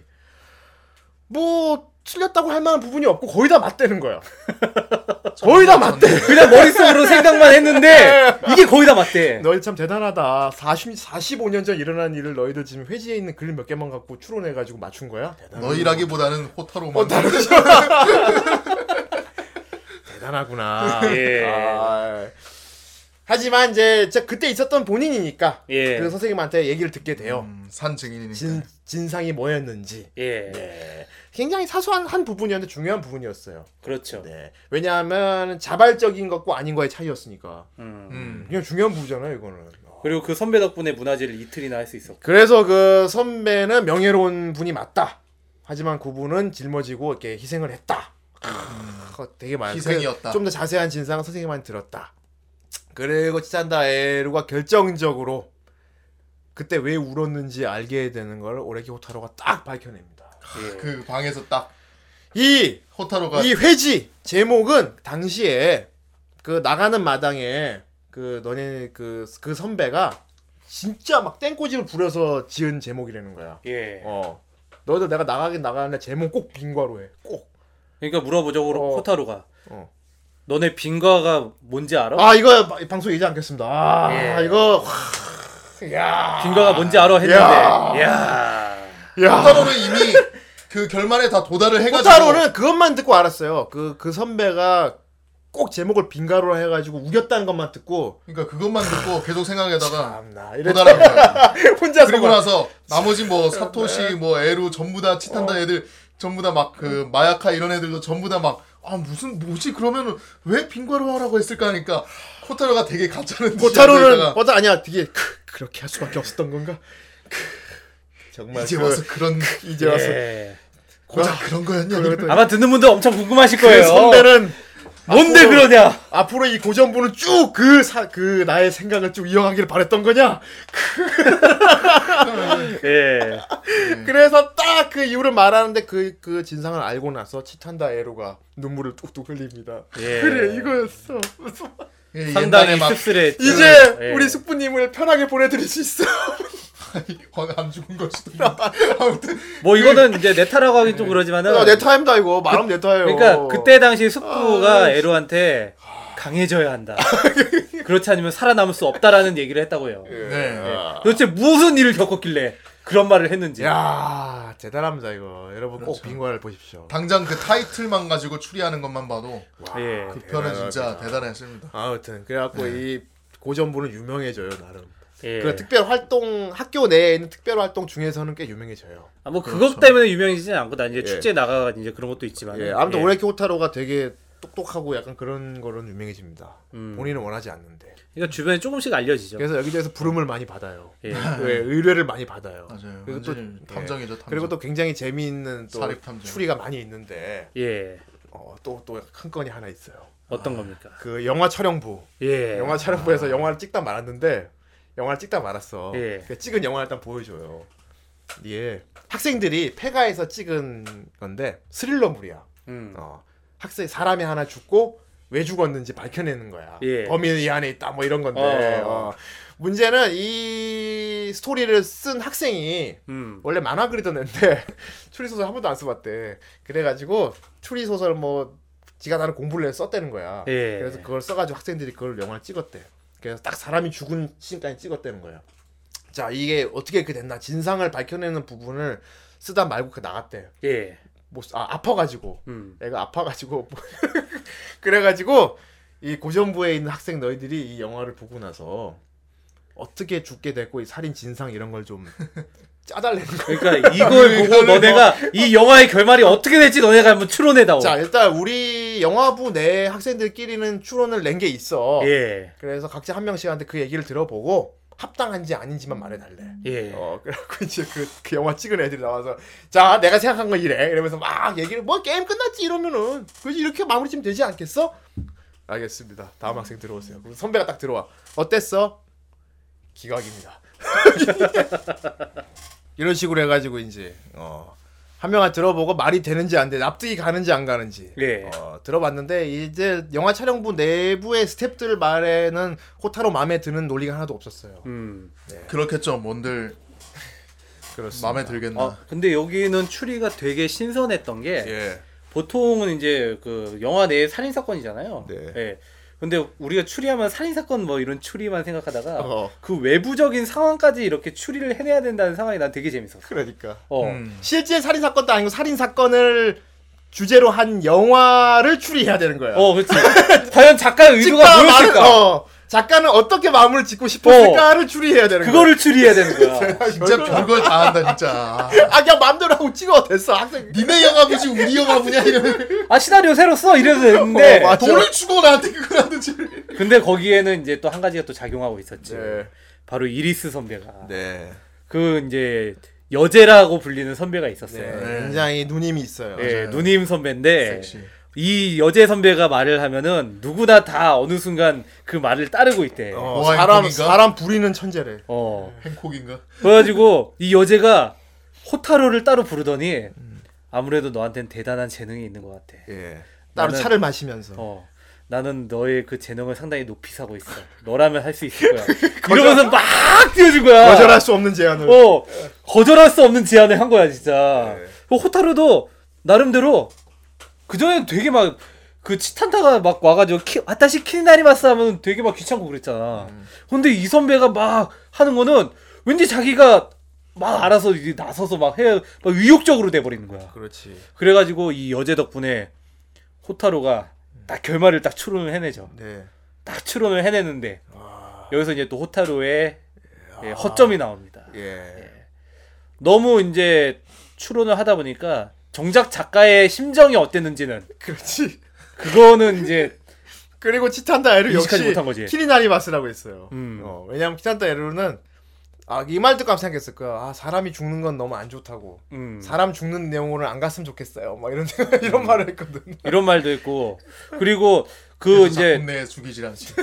뭐 틀렸다고 할 만한 부분이 없고 거의 다 맞대는 거야. 거의 다 맞대. 그냥 머릿속으로 생각만 했는데 이게 거의 다 네. 맞대. 예. 너희 참 대단하다. 40, 45년 전 일어난 일을 너희들 지금 회지에 있는 글 몇 개만 갖고 추론해 가지고 맞춘 거야. 대단. 너희라기보다는 어, 호타로만. 대단하구나. 예. 아, 하지만 이제 진짜 그때 있었던 본인이니까 예. 그 선생님한테 얘기를 듣게 돼요. 음, 산 증인이니까. 진, 진상이 뭐였는지. 예. 네. 굉장히 사소한 한 부분이었는데 중요한 부분이었어요. 그렇죠. 네. 왜냐하면 자발적인 것과 아닌 것의 차이였으니까. 음. 음. 그냥 중요한 부분이잖아요, 이거는. 어. 그리고 그 선배 덕분에 문화재를 이틀이나 할 수 있었고. 그래서 그 선배는 명예로운 분이 맞다. 하지만 그분은 짊어지고 이렇게 희생을 했다. 크, 되게 많이 희생이었다. 좀더 자세한 진상은 선생님한테 들었다. 그리고 치산다 에루가 결정적으로 그때 왜 울었는지 알게 되는 걸 오레키 호타로가 딱 밝혀냅니다. 예. 그 방에서 딱 이 호타로가 이 회지 제목은 당시에 그 나가는 마당에 그 너네 그 그 선배가 진짜 막 땡꼬집을 부려서 지은 제목이라는 거야. 예. 어. 너희들 내가 나가긴 나가는데 제목 꼭 빈과로 해. 꼭. 그러니까 물어보죠, 어. 호타로가. 어. 너네 빈과가 뭔지 알아? 아 이거 마- 방송 얘기 안 겠습니다. 아 예. 이거 와, 야. 김과가 뭔지 알아 했는데. 야. 호타로는 이미 그 결말에 다 도달을 해가지고 호타로는 그것만 듣고 알았어요. 그 그 선배가 꼭 제목을 빙가로 해가지고 우겼다는 것만 듣고 아, 그러니까 그것만 듣고 계속 생각하다가 참나 도달한 거야. 혼자서 그리고 막 나서 나머지 뭐 사토시 뭐 에루 전부 다 어. 치탄다 애들 전부 다 막 그 마야카 이런 애들도 전부 다 막 아 무슨 뭐지 그러면은 왜 빙과로 하라고 했을까 하니까 코타로가 되게 가짜는 듯이 호타로는 앉아있다가 맞아 아니야 되게 크, 그렇게 할 수밖에 없었던 건가 크, 정말 이제 그- 와서 그런 이제 와서 어, 예. 고작 그런 거였냐 그걸 또- 아마 듣는 분들 엄청 궁금하실 그 거예요. 선배는 뭔데 앞으로- 그러냐? 앞으로 이 고전부는 쭉 그 사 그 나의 생각을 쭉 이어가기를 바랬던 거냐 예. 그래서 딱 그 이유를 말하는데 그 그 진상을 알고 나서 치탄다 에로가 눈물을 뚝뚝 흘립니다 예. 그래 이거였어 예, 상당히 옛날에 막 씁쓸해. 이제 예. 우리 숙부님을 편하게 보내드릴 수 있어 건안 죽은 걸 수도 있다 아무튼 뭐 이거는 이제 내타라고 하긴 좀 그러지만은 내 타임도 아니고 말하면 내 타예요 그러니까 그때 당시 아, 숙부가 에로한테 강해져야 한다. 그렇지 않으면 살아남을 수 없다라는 얘기를 했다고 해요. 예. 네. 도대체 무슨 일을 겪었길래 그런 말을 했는지. 아. 야 대단합니다 이거 여러분 그렇죠. 꼭 빙과를 보십시오 당장 그 타이틀만 가지고 추리하는 것만 봐도 예. 아, 네. 그 편은 진짜 대단했습니다 아무튼 그래갖고 이 고전부는 유명해져요 나름 예. 그 특별 활동 학교 내에 있는 특별 활동 중에서는 꽤 유명해져요 아, 뭐 그것 때문에 유명해지진 않고 나 이제 축제 나가가 이제 그런 것도 있지만. 그렇죠. 예, 아무튼 오레키 호타로가 되게 똑똑하고 약간 그런 거로는 유명해집니다 음. 본인은 원하지 않는데 그러니까 주변에 조금씩 알려지죠. 그래서 여기저기서 부름을 많이 받아요 예. 예, 의뢰를 많이 받아요 음. 맞아요 그리고 또 완전히 예. 탐정이죠 탐정 그리고 또 굉장히 재미있는 또 사립 탐정. 추리가 많이 있는데 예. 어, 또또 큰 건이 하나 있어요 어떤 겁니까? 그 영화 촬영부 예. 영화 촬영부에서 아. 영화를 찍다 말았는데 영화를 찍다 말았어. 예. 그 찍은 영화를 일단 보여줘요. 예. 학생들이 폐가에서 찍은 건데 스릴러물이야. 음. 어. 학생 사람이 하나 죽고 왜 죽었는지 밝혀내는 거야. 예. 범인이 이 안에 있다 뭐 이런 건데. 어. 어. 문제는 이 스토리를 쓴 학생이 음. 원래 만화 그리던 애인데 추리소설 한 번도 안 써봤대. 그래가지고 추리소설 뭐 지가 나는 공부를 해서 썼다는 거야. 예. 그래서 그걸 써가지고 학생들이 그걸 영화를 찍었대. 그래서 딱 사람이 죽은 씬까지 찍었다는 거야. 자 이게 어떻게 이렇게 됐나 진상을 밝혀내는 부분을 쓰다 말고 그 나갔대. 예. 뭐 아, 아파가지고 음. 애가 아파가지고 뭐 그래가지고 이 고전부에 있는 학생 너희들이 이 영화를 보고 나서 어떻게 죽게 됐고 이 살인 진상 이런 걸 좀 짜달래는 거야. 그러니까 이걸 보고 너네가 이 영화의 결말이 어떻게 될지 너네가 한번 추론해다오. 자 일단 우리 영화부 내 학생들끼리는 추론을 낸 게 있어. 예. 그래서 각자 한 명씩한테 그 얘기를 들어보고 합당한지 아닌지만 말해달래. 예. 어 그래갖고 이제 그, 그 영화 찍은 애들이 나와서 자 내가 생각한 건 이래 이러면서 막 얘기를 뭐 게임 끝났지 이러면은 그지 이렇게 마무리 지면 되지 않겠어? 알겠습니다. 다음 학생 들어오세요. 그럼 선배가 딱 들어와. 어땠어? 기각입니다. 이런 식으로 해가지고 이제 어한 명한 들어보고 말이 되는지 안 돼, 납득이 가는지 안 가는지. 예. 어, 들어봤는데 이제 영화 촬영부 내부의 스탭들 말에는 호타로 마음에 드는 논리가 하나도 없었어요. 음. 그렇겠죠 뭔들 그렇습니다. 어. 마음에 들겠나 아, 근데 여기는 추리가 되게 신선했던 게 예. 보통은 이제 그 영화 내에 살인 사건이잖아요. 네. 예. 근데 우리가 추리하면 살인 사건 뭐 이런 추리만 생각하다가 어. 그 외부적인 상황까지 이렇게 추리를 해내야 된다는 상황이 난 되게 재밌었어. 그러니까 어. 음. 실제 살인 사건도 아니고 살인 사건을 주제로 한 영화를 추리해야 되는 거야. 어, 그렇지. 과연 작가의 의도가 찍다 말은- 뭐였을까? 어, 작가는 어떻게 마음을 짓고 싶었을까를 추리해야 되는 어, 그거를 추리해야 되는 거야. 거야. 진짜 별걸 다 한다 진짜 아 그냥 마음대로 하고 찍어 됐어 학생. 니네 영화부지 우리 영화부냐 이러면 아, 시나리오 새로 써! 이래도 되는데. 어, 맞아. 돈을 주고 나한테 그걸 하든지 근데 거기에는 이제 또 한 가지가 또 작용하고 있었지. 네. 바로 이리스 선배가. 네. 그 이제 여제라고 불리는 선배가 있었어요. 네. 굉장히 누님이 있어요. 예, 누님 선배인데 섹시. 이 여제 선배가 말을 하면은 누구나 다 어느 순간 그 말을 따르고 있대. 어. 어, 모아인 사람 분인가? 사람 부리는 천재래. 행콕인가 그래가지고 이 여제가 호타로를 따로 부르더니 아무래도 너한텐 대단한 재능이 있는 것 같아. 예. 따로 나는- 차를 마시면서. 어. 나는 너의 그 재능을 상당히 높이 사고 있어. 너라면 할 수 있을 거야. 이러면서 막 뛰어준 거야. 거절할 수 없는 제안을. 어 거절할 수 없는 제안을 한 거야 진짜. 그 호타루도 나름대로 그 전에 되게 막 그 그 치탄타가 막 와가지고 키, 아다시 키나리마스 하면 되게 막 귀찮고 그랬잖아. 근데 이 선배가 막 하는 거는 왠지 자기가 막 알아서 이제 나서서 막 해, 막 의욕적으로 돼버리는 거야. 그렇지. 그래가지고 이 여제 덕분에 호타로가 딱 결말을 딱 추론을 해내죠. 네. 딱 추론을 해내는데 여기서 이제 또 호타로의 예, 허점이 나옵니다. 예. 너무 이제 추론을 하다 보니까 정작 작가의 심정이 어땠는지는 그렇지. 그거는 이제 그리고 치탄다 에루 인식하지 역시 못한 거지. 키리나리마스라고 했어요. 음. 어, 왜냐면 키탄다 에루는 아, 이 말 듣고 아마 생각했을 거야. 아, 사람이 죽는 건 너무 안 좋다고. 음, 사람 죽는 내용으로 안 갔으면 좋겠어요. 막 이런 생각, 이런 말을 했거든. 이런 말도 있고 그리고 그 이제 국내에 죽이질 않지.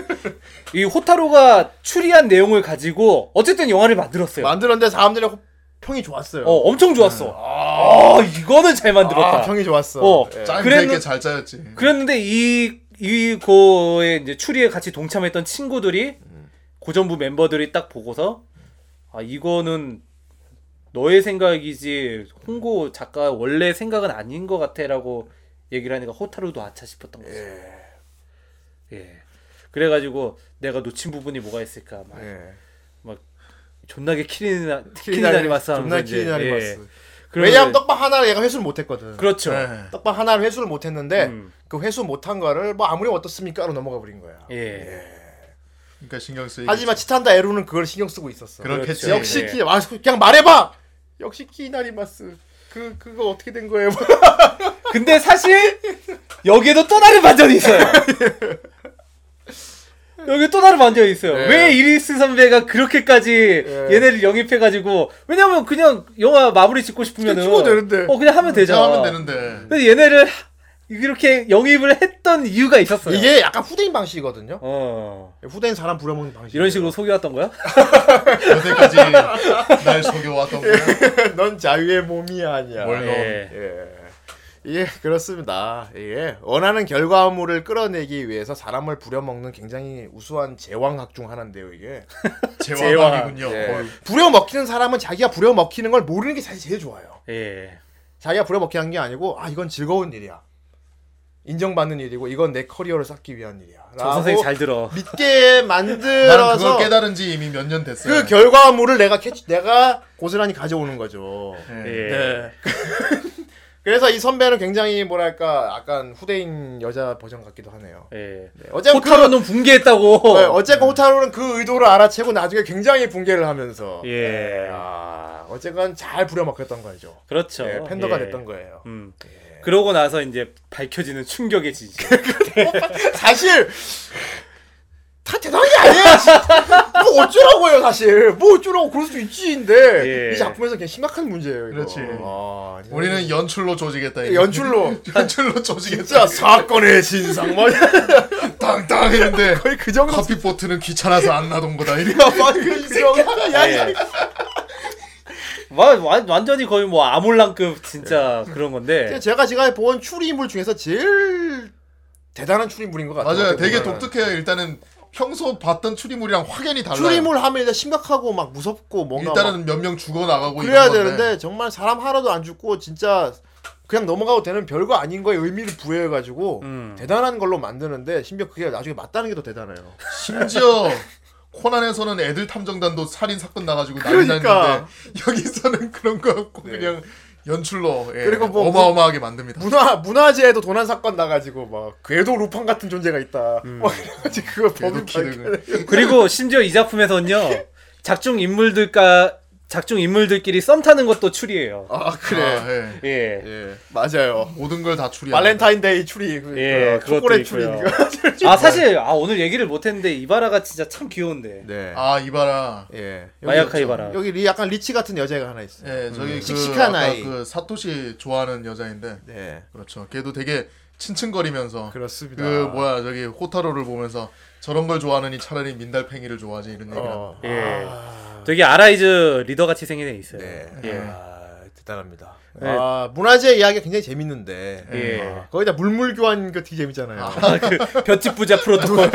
이 호타로가 추리한 내용을 가지고 어쨌든 영화를 만들었어요. 만들었는데 사람들의 호- 평이 좋았어요. 어 엄청 좋았어. 아 이거는 잘 네. 아, 만들었다. 평이 좋았어. 어. 예. 짤 그랬는- 되게 잘 짜였지. 그랬는데 이 이거에 이제 추리에 같이 동참했던 친구들이 고전부 멤버들이 딱 보고서 아 이거는 너의 생각이지 홍고 작가 원래 생각은 아닌 것 같아라고 얘기를 하니까 호타루도 아차 싶었던 거죠. 예. 그래가지고 내가 놓친 부분이 뭐가 있을까 막 예. 존나게 키리나 키리나리 키리나리마스 마스 하면서 존나 이제 키리나리마스. 예. 그러면 왜냐면 예. 떡밥 하나를 얘가 회수를 못했거든. 그렇죠. 네. 떡밥 하나를 회수를 못했는데 음. 그 회수 못한 거를 뭐 아무리 어떻습니까로 넘어가 버린 거야. 예. 그러니까 신경 쓰이. 하지만 치탄다 에루는 그걸 신경 쓰고 있었어. 그렇겠지. 네. 그렇죠. 역시 예. 키, 아, 그냥 말해봐. 역시 키나리마스. 그 그거 어떻게 된 거예요? 근데 사실 여기에도 또 다른 반전이 있어요. 여기 또 다른 반전이 있어요. 예. 왜 이리스 선배가 그렇게까지 예. 얘네를 영입해가지고 왜냐면 그냥 영화 마무리 짓고 싶으면은 그냥 찍어도 되는데. 어 그냥 하면 되잖아. 하면 되는데. 근데 얘네를 이렇게 영입을 했던 이유가 있었어요. 이게 약간 후대인 방식이거든요. 어 후대인 사람 부려먹는 방식. 이런 식으로 속여왔던 거야? 여태까지 날 속여왔던 거야. 넌 자유의 몸이 아니야. 뭘 넣어. 예. 예. 예, 그렇습니다. 예. 원하는 결과물을 끌어내기 위해서 사람을 부려먹는 굉장히 우수한 제왕학 중 하나인데요, 이게. 예. 제왕이군요. 어휴. 부려먹히는 사람은 자기가 부려먹히는 걸 모르는 게 사실 제일 좋아요. 예. 자기가 부려먹히는 게 아니고, 아, 이건 즐거운 일이야. 인정받는 일이고, 이건 내 커리어를 쌓기 위한 일이야. 저 선생님 잘 들어. 믿게 나는 그걸 만들어서 깨달은 지 이미 몇 년 됐어요. 예. 그 결과물을 내가 캐치, 내가 고스란히 가져오는 거죠. 예. 예. 네. 그래서 이 선배는 굉장히 뭐랄까 약간 후대인 여자 버전 같기도 하네요. 예. 네. 어쨌건 호타로는 붕괴했다고. 그, 네, 어쨌건 호타로는 그 의도를 알아채고 나중에 굉장히 붕괴를 하면서 예. 아, 어쨌건 잘 부려먹혔던 거죠. 그렇죠. 예, 팬더가 예. 됐던 거예요. 음. 그러고 나서 이제 밝혀지는 충격의 진실. 사실 다 대단한 게 아니야. 진짜. 뭐 어쩌라고요, 사실. 뭐 어쩌라고 그럴 수도 있지인데 예. 이 작품에서 그냥 심각한 문제예요. 이거. 그렇지. 아, 진짜. 우리는 연출로 조지겠다. 이거. 연출로 연출로 조지겠다. 진짜 사건의 진상 뭐 땅땅 했는데 거의 그 정도 커피 보트는 귀찮아서 안 놔둔 거다. 이래. 그 정도 야, 야, 예. 와, 와, 완전히 거의 뭐 아몰랑급 진짜 그런 건데. 예. 제가 지금 본 추리물 중에서 제일 대단한 추리물인 것 같아요. 맞아요. 어떻게 되게 보면은. 독특해요. 일단은 평소 봤던 추리물이랑 확연히 달라요. 추리물 하면 일단 심각하고 막 무섭고 뭔가 막 일단은 몇 명 죽어 나가고 그래야 이런 건데. 되는데 정말 사람 하나도 안 죽고 진짜 그냥 넘어가도 되는 별거 아닌 거에 의미를 부여해가지고 음. 대단한 걸로 만드는데 심지어 그게 나중에 맞다는 게 더 대단해요. 심지어 코난에서는 애들 탐정단도 살인 사건 나가지고 난리 그러니까. 네. 났는데 여기서는 그런 거 없고 그냥 연출로 예, 그리고 뭐 어마어마하게 만듭니다. 문화 문화재에도 도난 사건 나가지고 막 궤도 루팡 같은 존재가 있다. 막 이래가지고 그거 법인 기능을. 그리고 심지어 이 작품에서는요. 작중 인물들과 작중 인물들끼리 썸 타는 것도 추리예요. 아 그래. 아, 예. 예. 예 맞아요. 모든 걸 다 추리. 발렌타인데이 추리 그, 예, 그 그것도 초콜릿 추리 있고요. 그거. 아 사실 아 오늘 얘기를 못했는데 이바라가 진짜 참 귀여운데. 네. 아 이봐라. 예. 마야카 이바라. 여기 리, 약간 리치 같은 여자가 하나 있어요. 예, 저기 그 음. 씩씩한 아까 아이. 그 사토시 좋아하는 여자인데 네. 그렇죠. 걔도 되게 친친거리면서 그렇습니다. 그 뭐야 저기 호타로를 보면서 저런 걸 좋아하느니 차라리 민달팽이를 좋아하지 이런 얘기를 합니다. 어. 예. 되게 아. 아라이즈 리더 같이 생긴 애 있어요. 네. 예. 아, 대단합니다. 아, 문화재 이야기가 굉장히 재밌는데. 예. 아, 거기다 물물 교환 그 거 되게 재밌잖아요. 볕집 부자 프로토콜.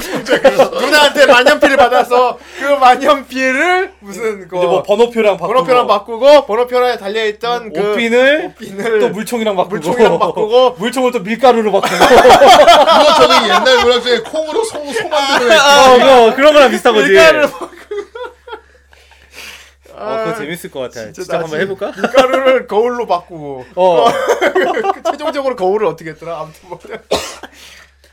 그 누나한테 만년필을 받아서 그 만년필을 무슨 그 이제 뭐 번호표랑 바꾸고 번호표랑 바꾸고 번호표에 달려 있던 그 오핀을 핀을 또 물총이랑 바꾸고 네. 물총이랑 바꾸고. 물총을 또 밀가루로 바꾸고 그거 아, 저기 옛날 문학 중에 콩으로 소, 소 만드는 어, 그거, 그런 거랑 비슷한 거지. 아, 밀가루로 어, 그거 재밌을 것 네, 같아. 진짜, 나중에 한번 해볼까? 밀가루를 거울로 바꾸고 어. 그 최종적으로 거울을 어떻게 했더라? 아무튼 뭐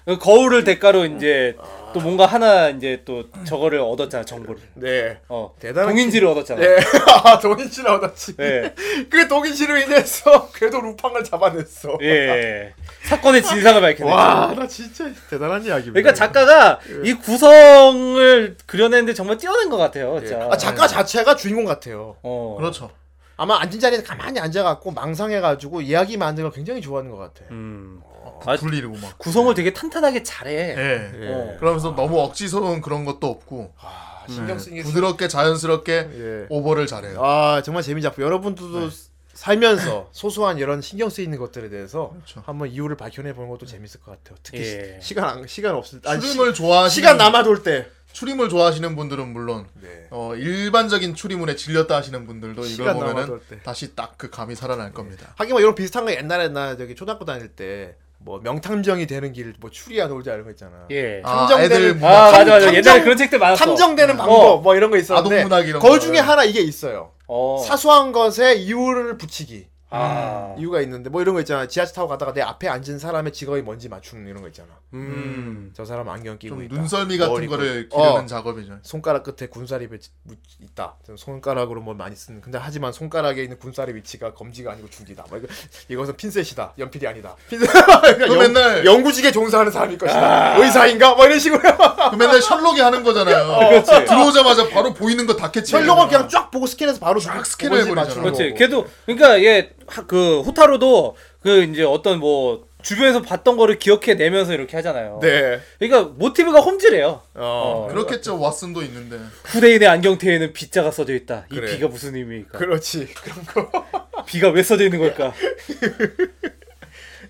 어, 거울을 대가로 이제 아. 또 뭔가 하나 이제 또 저거를 얻었잖아, 정보를. 네. 어. 대단한 동인지를 얻었잖아. 네. 아, 동인 씨를 얻었지. 예. 그 동인 씨로 인해서 궤도 루팡을 잡아냈어. 예. 사건의 진상을 밝혀냈죠. 와, 예. 나 진짜 대단한 이야기입니다. 그러니까 작가가 이 구성을 그려내는데 정말 뛰어난 것 같아요. 진짜. 아, 작가 자체가 주인공 같아요. 어. 그렇죠. 아마 앉은 자리에 가만히 앉아갖고 망상해가지고 이야기 만드는 걸 굉장히 좋아하는 것 같아. 음. 어, 아, 그 불리고 막. 구성을 되게 탄탄하게 잘해. 예. 예. 그러면서 너무 억지스러운 그런 것도 없고 아, 네. 신경 쓰기. 부드럽게 자연스럽게 예. 오버를 잘해요. 아, 정말 재미 잡고 여러분들도 네. 살면서 소소한 이런 신경 쓰이는 것들에 대해서 그렇죠. 한번 이유를 발견해 보는 것도 재밌을 것 같아요. 특히 예. 시, 시간 안- 시간 없을 때, 아니, 시- 추림을 좋아하시는 시간 남아 돌 때. 추림을 좋아하시는 분들은 물론 어, 일반적인 추리물에 질렸다 하시는 분들도 이걸 시간 남아도 보면은 할 때. 다시 딱 그 감이 살아날 겁니다. 하긴 뭐 이런 비슷한 거 옛날에 나 저기 초등학교 다닐 때 뭐 명탐정이 되는 길 뭐 추리야 놀자 이런 거 있잖아. 예. 아, 탐정되는- 애들 뭐 아, 탐- 맞아, 맞아. 탐정- 옛날에 그런 책들 많았어. 탐정되는 방법 뭐 이런 거 있었는데 아동문학 이런 거 거. 중에 하나 이게 있어요. 어. 사소한 것에 이유를 붙이기. 아. 이유가 있는데 뭐 이런 거 있잖아. 지하철 타고 가다가 내 앞에 앉은 사람의 직업이 뭔지 맞추는 이런 거 있잖아. 음. 저 사람 안경 끼고 좀 있다. 눈썰미 같은 머리 거를 끄- 기르는 어. 작업이죠. 손가락 끝에 군사립에 지- 묻- 있다. 저는 손가락으로 뭘 많이 쓰는. 근데 하지만 손가락에 있는 군사립 위치가 검지가 아니고 줄기다. 막 이거 이것은 핀셋이다. 연필이 아니다. 핀셋. 그러니까 그 맨날- 아. 연구직에 종사하는 사람일 것이다. 의사인가? 뭐 이런 식으로. 그 맨날 셜록이 하는 거잖아요. 들어오자마자 바로 보이는 거 다 캐치. 철록을 그냥 쫙 보고 스캔해서 바로 그 쫙 스캔을 해버리잖아. 그렇지. 걔도 그러니까 얘 그 호타로도 그 이제 어떤 뭐 주변에서 봤던 거를 기억해 내면서 이렇게 하잖아요. 네. 그러니까 모티브가 홈즈래요. 어. 어. 그렇겠죠. 왓슨도 있는데. 후대인의 안경테에는 빗자가 써져 있다. 이 그래. 비가 무슨 의미일까? 그렇지. 그런 거. 비가 왜 써져 있는 걸까?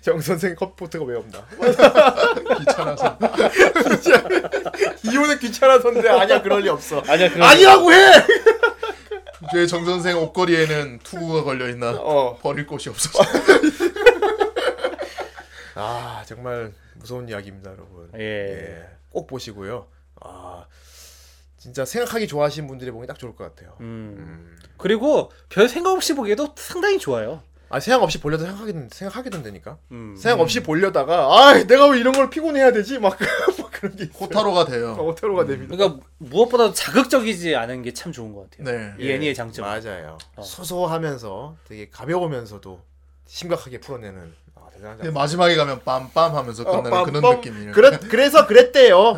정 선생 컴포트가 왜 없나? 귀찮아서. 이혼은 귀찮아서인데 아니야 그럴 리 없어. 아니야, 그런 아니라고 해. 저희 정 선생 옷걸이에는 투구가 걸려 있나. 어. 버릴 곳이 없어서. 아 정말 무서운 이야기입니다 여러분. 예. 예, 꼭 보시고요. 아 진짜 생각하기 좋아하시는 분들이 보기 딱 좋을 것 같아요. 음. 그리고 별 생각 없이 보기에도 상당히 좋아요. 아 생각 없이 보려도 생각하게 생각하게 된다니까. 음. 생각 없이 보려다가 아 내가 왜 이런 걸 피곤해야 되지 막, 막 그런 게 있어. 호타로가 돼요. 호타로가 됩니다. 그러니까 무엇보다도 자극적이지 않은 게 참 좋은 것 같아요. 네. 예. 이 애니의 E 장점. 어. 맞아요. 소소하면서 되게 가벼우면서도 심각하게 풀어내는 아, 대단한 근데 작품. 마지막에 가면 빰빰 하면서 네. 끝나는 어, 그런 빰빰. 느낌이에요. 그래 그래서 그랬대요. 어,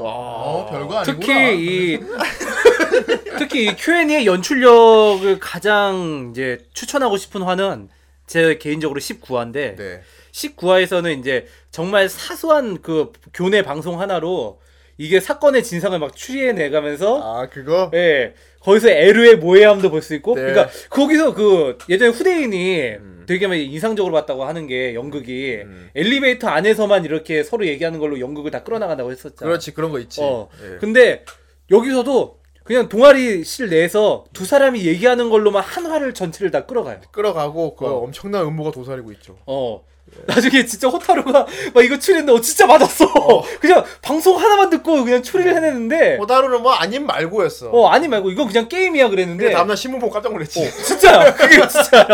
어, 별거 아니구나. 특히 이 특히 이 Q&A의 연출력을 가장 이제 추천하고 싶은 화는 제 개인적으로 19화인데 네. 19화에서는 이제 정말 사소한 그 교내 방송 하나로 이게 사건의 진상을 막 추리해 내가면서 아 그거 예. 거기서 에르의 모해함도 볼 수 있고 네. 그러니까 거기서 그 예전에 후대인이 음. 되게 막 인상적으로 봤다고 하는 게 연극이 엘리베이터 안에서만 이렇게 서로 얘기하는 걸로 연극을 다 끌어나간다고 했었잖아. 그렇지 그런 거 있지. 어. 예. 근데 여기서도 그냥 동아리실 내에서 두 사람이 얘기하는 걸로만 한 화를 전체를 다 끌어가요. 끌어가고 그 어. 엄청난 음모가 도사리고 있죠. 어. 예. 나중에 진짜 호타루가 막 이거 추리했는데 어, 진짜 맞았어. 그냥 방송 하나만 듣고 그냥 추리를 해냈는데 네. 호다루는뭐 아님 말고였어. 네. 어 네. 아니 말고 이거 그냥 게임이야 그랬는데 근데 다음날 신문 보고 깜짝 놀랐지. 진짜야. 그게 진짜야.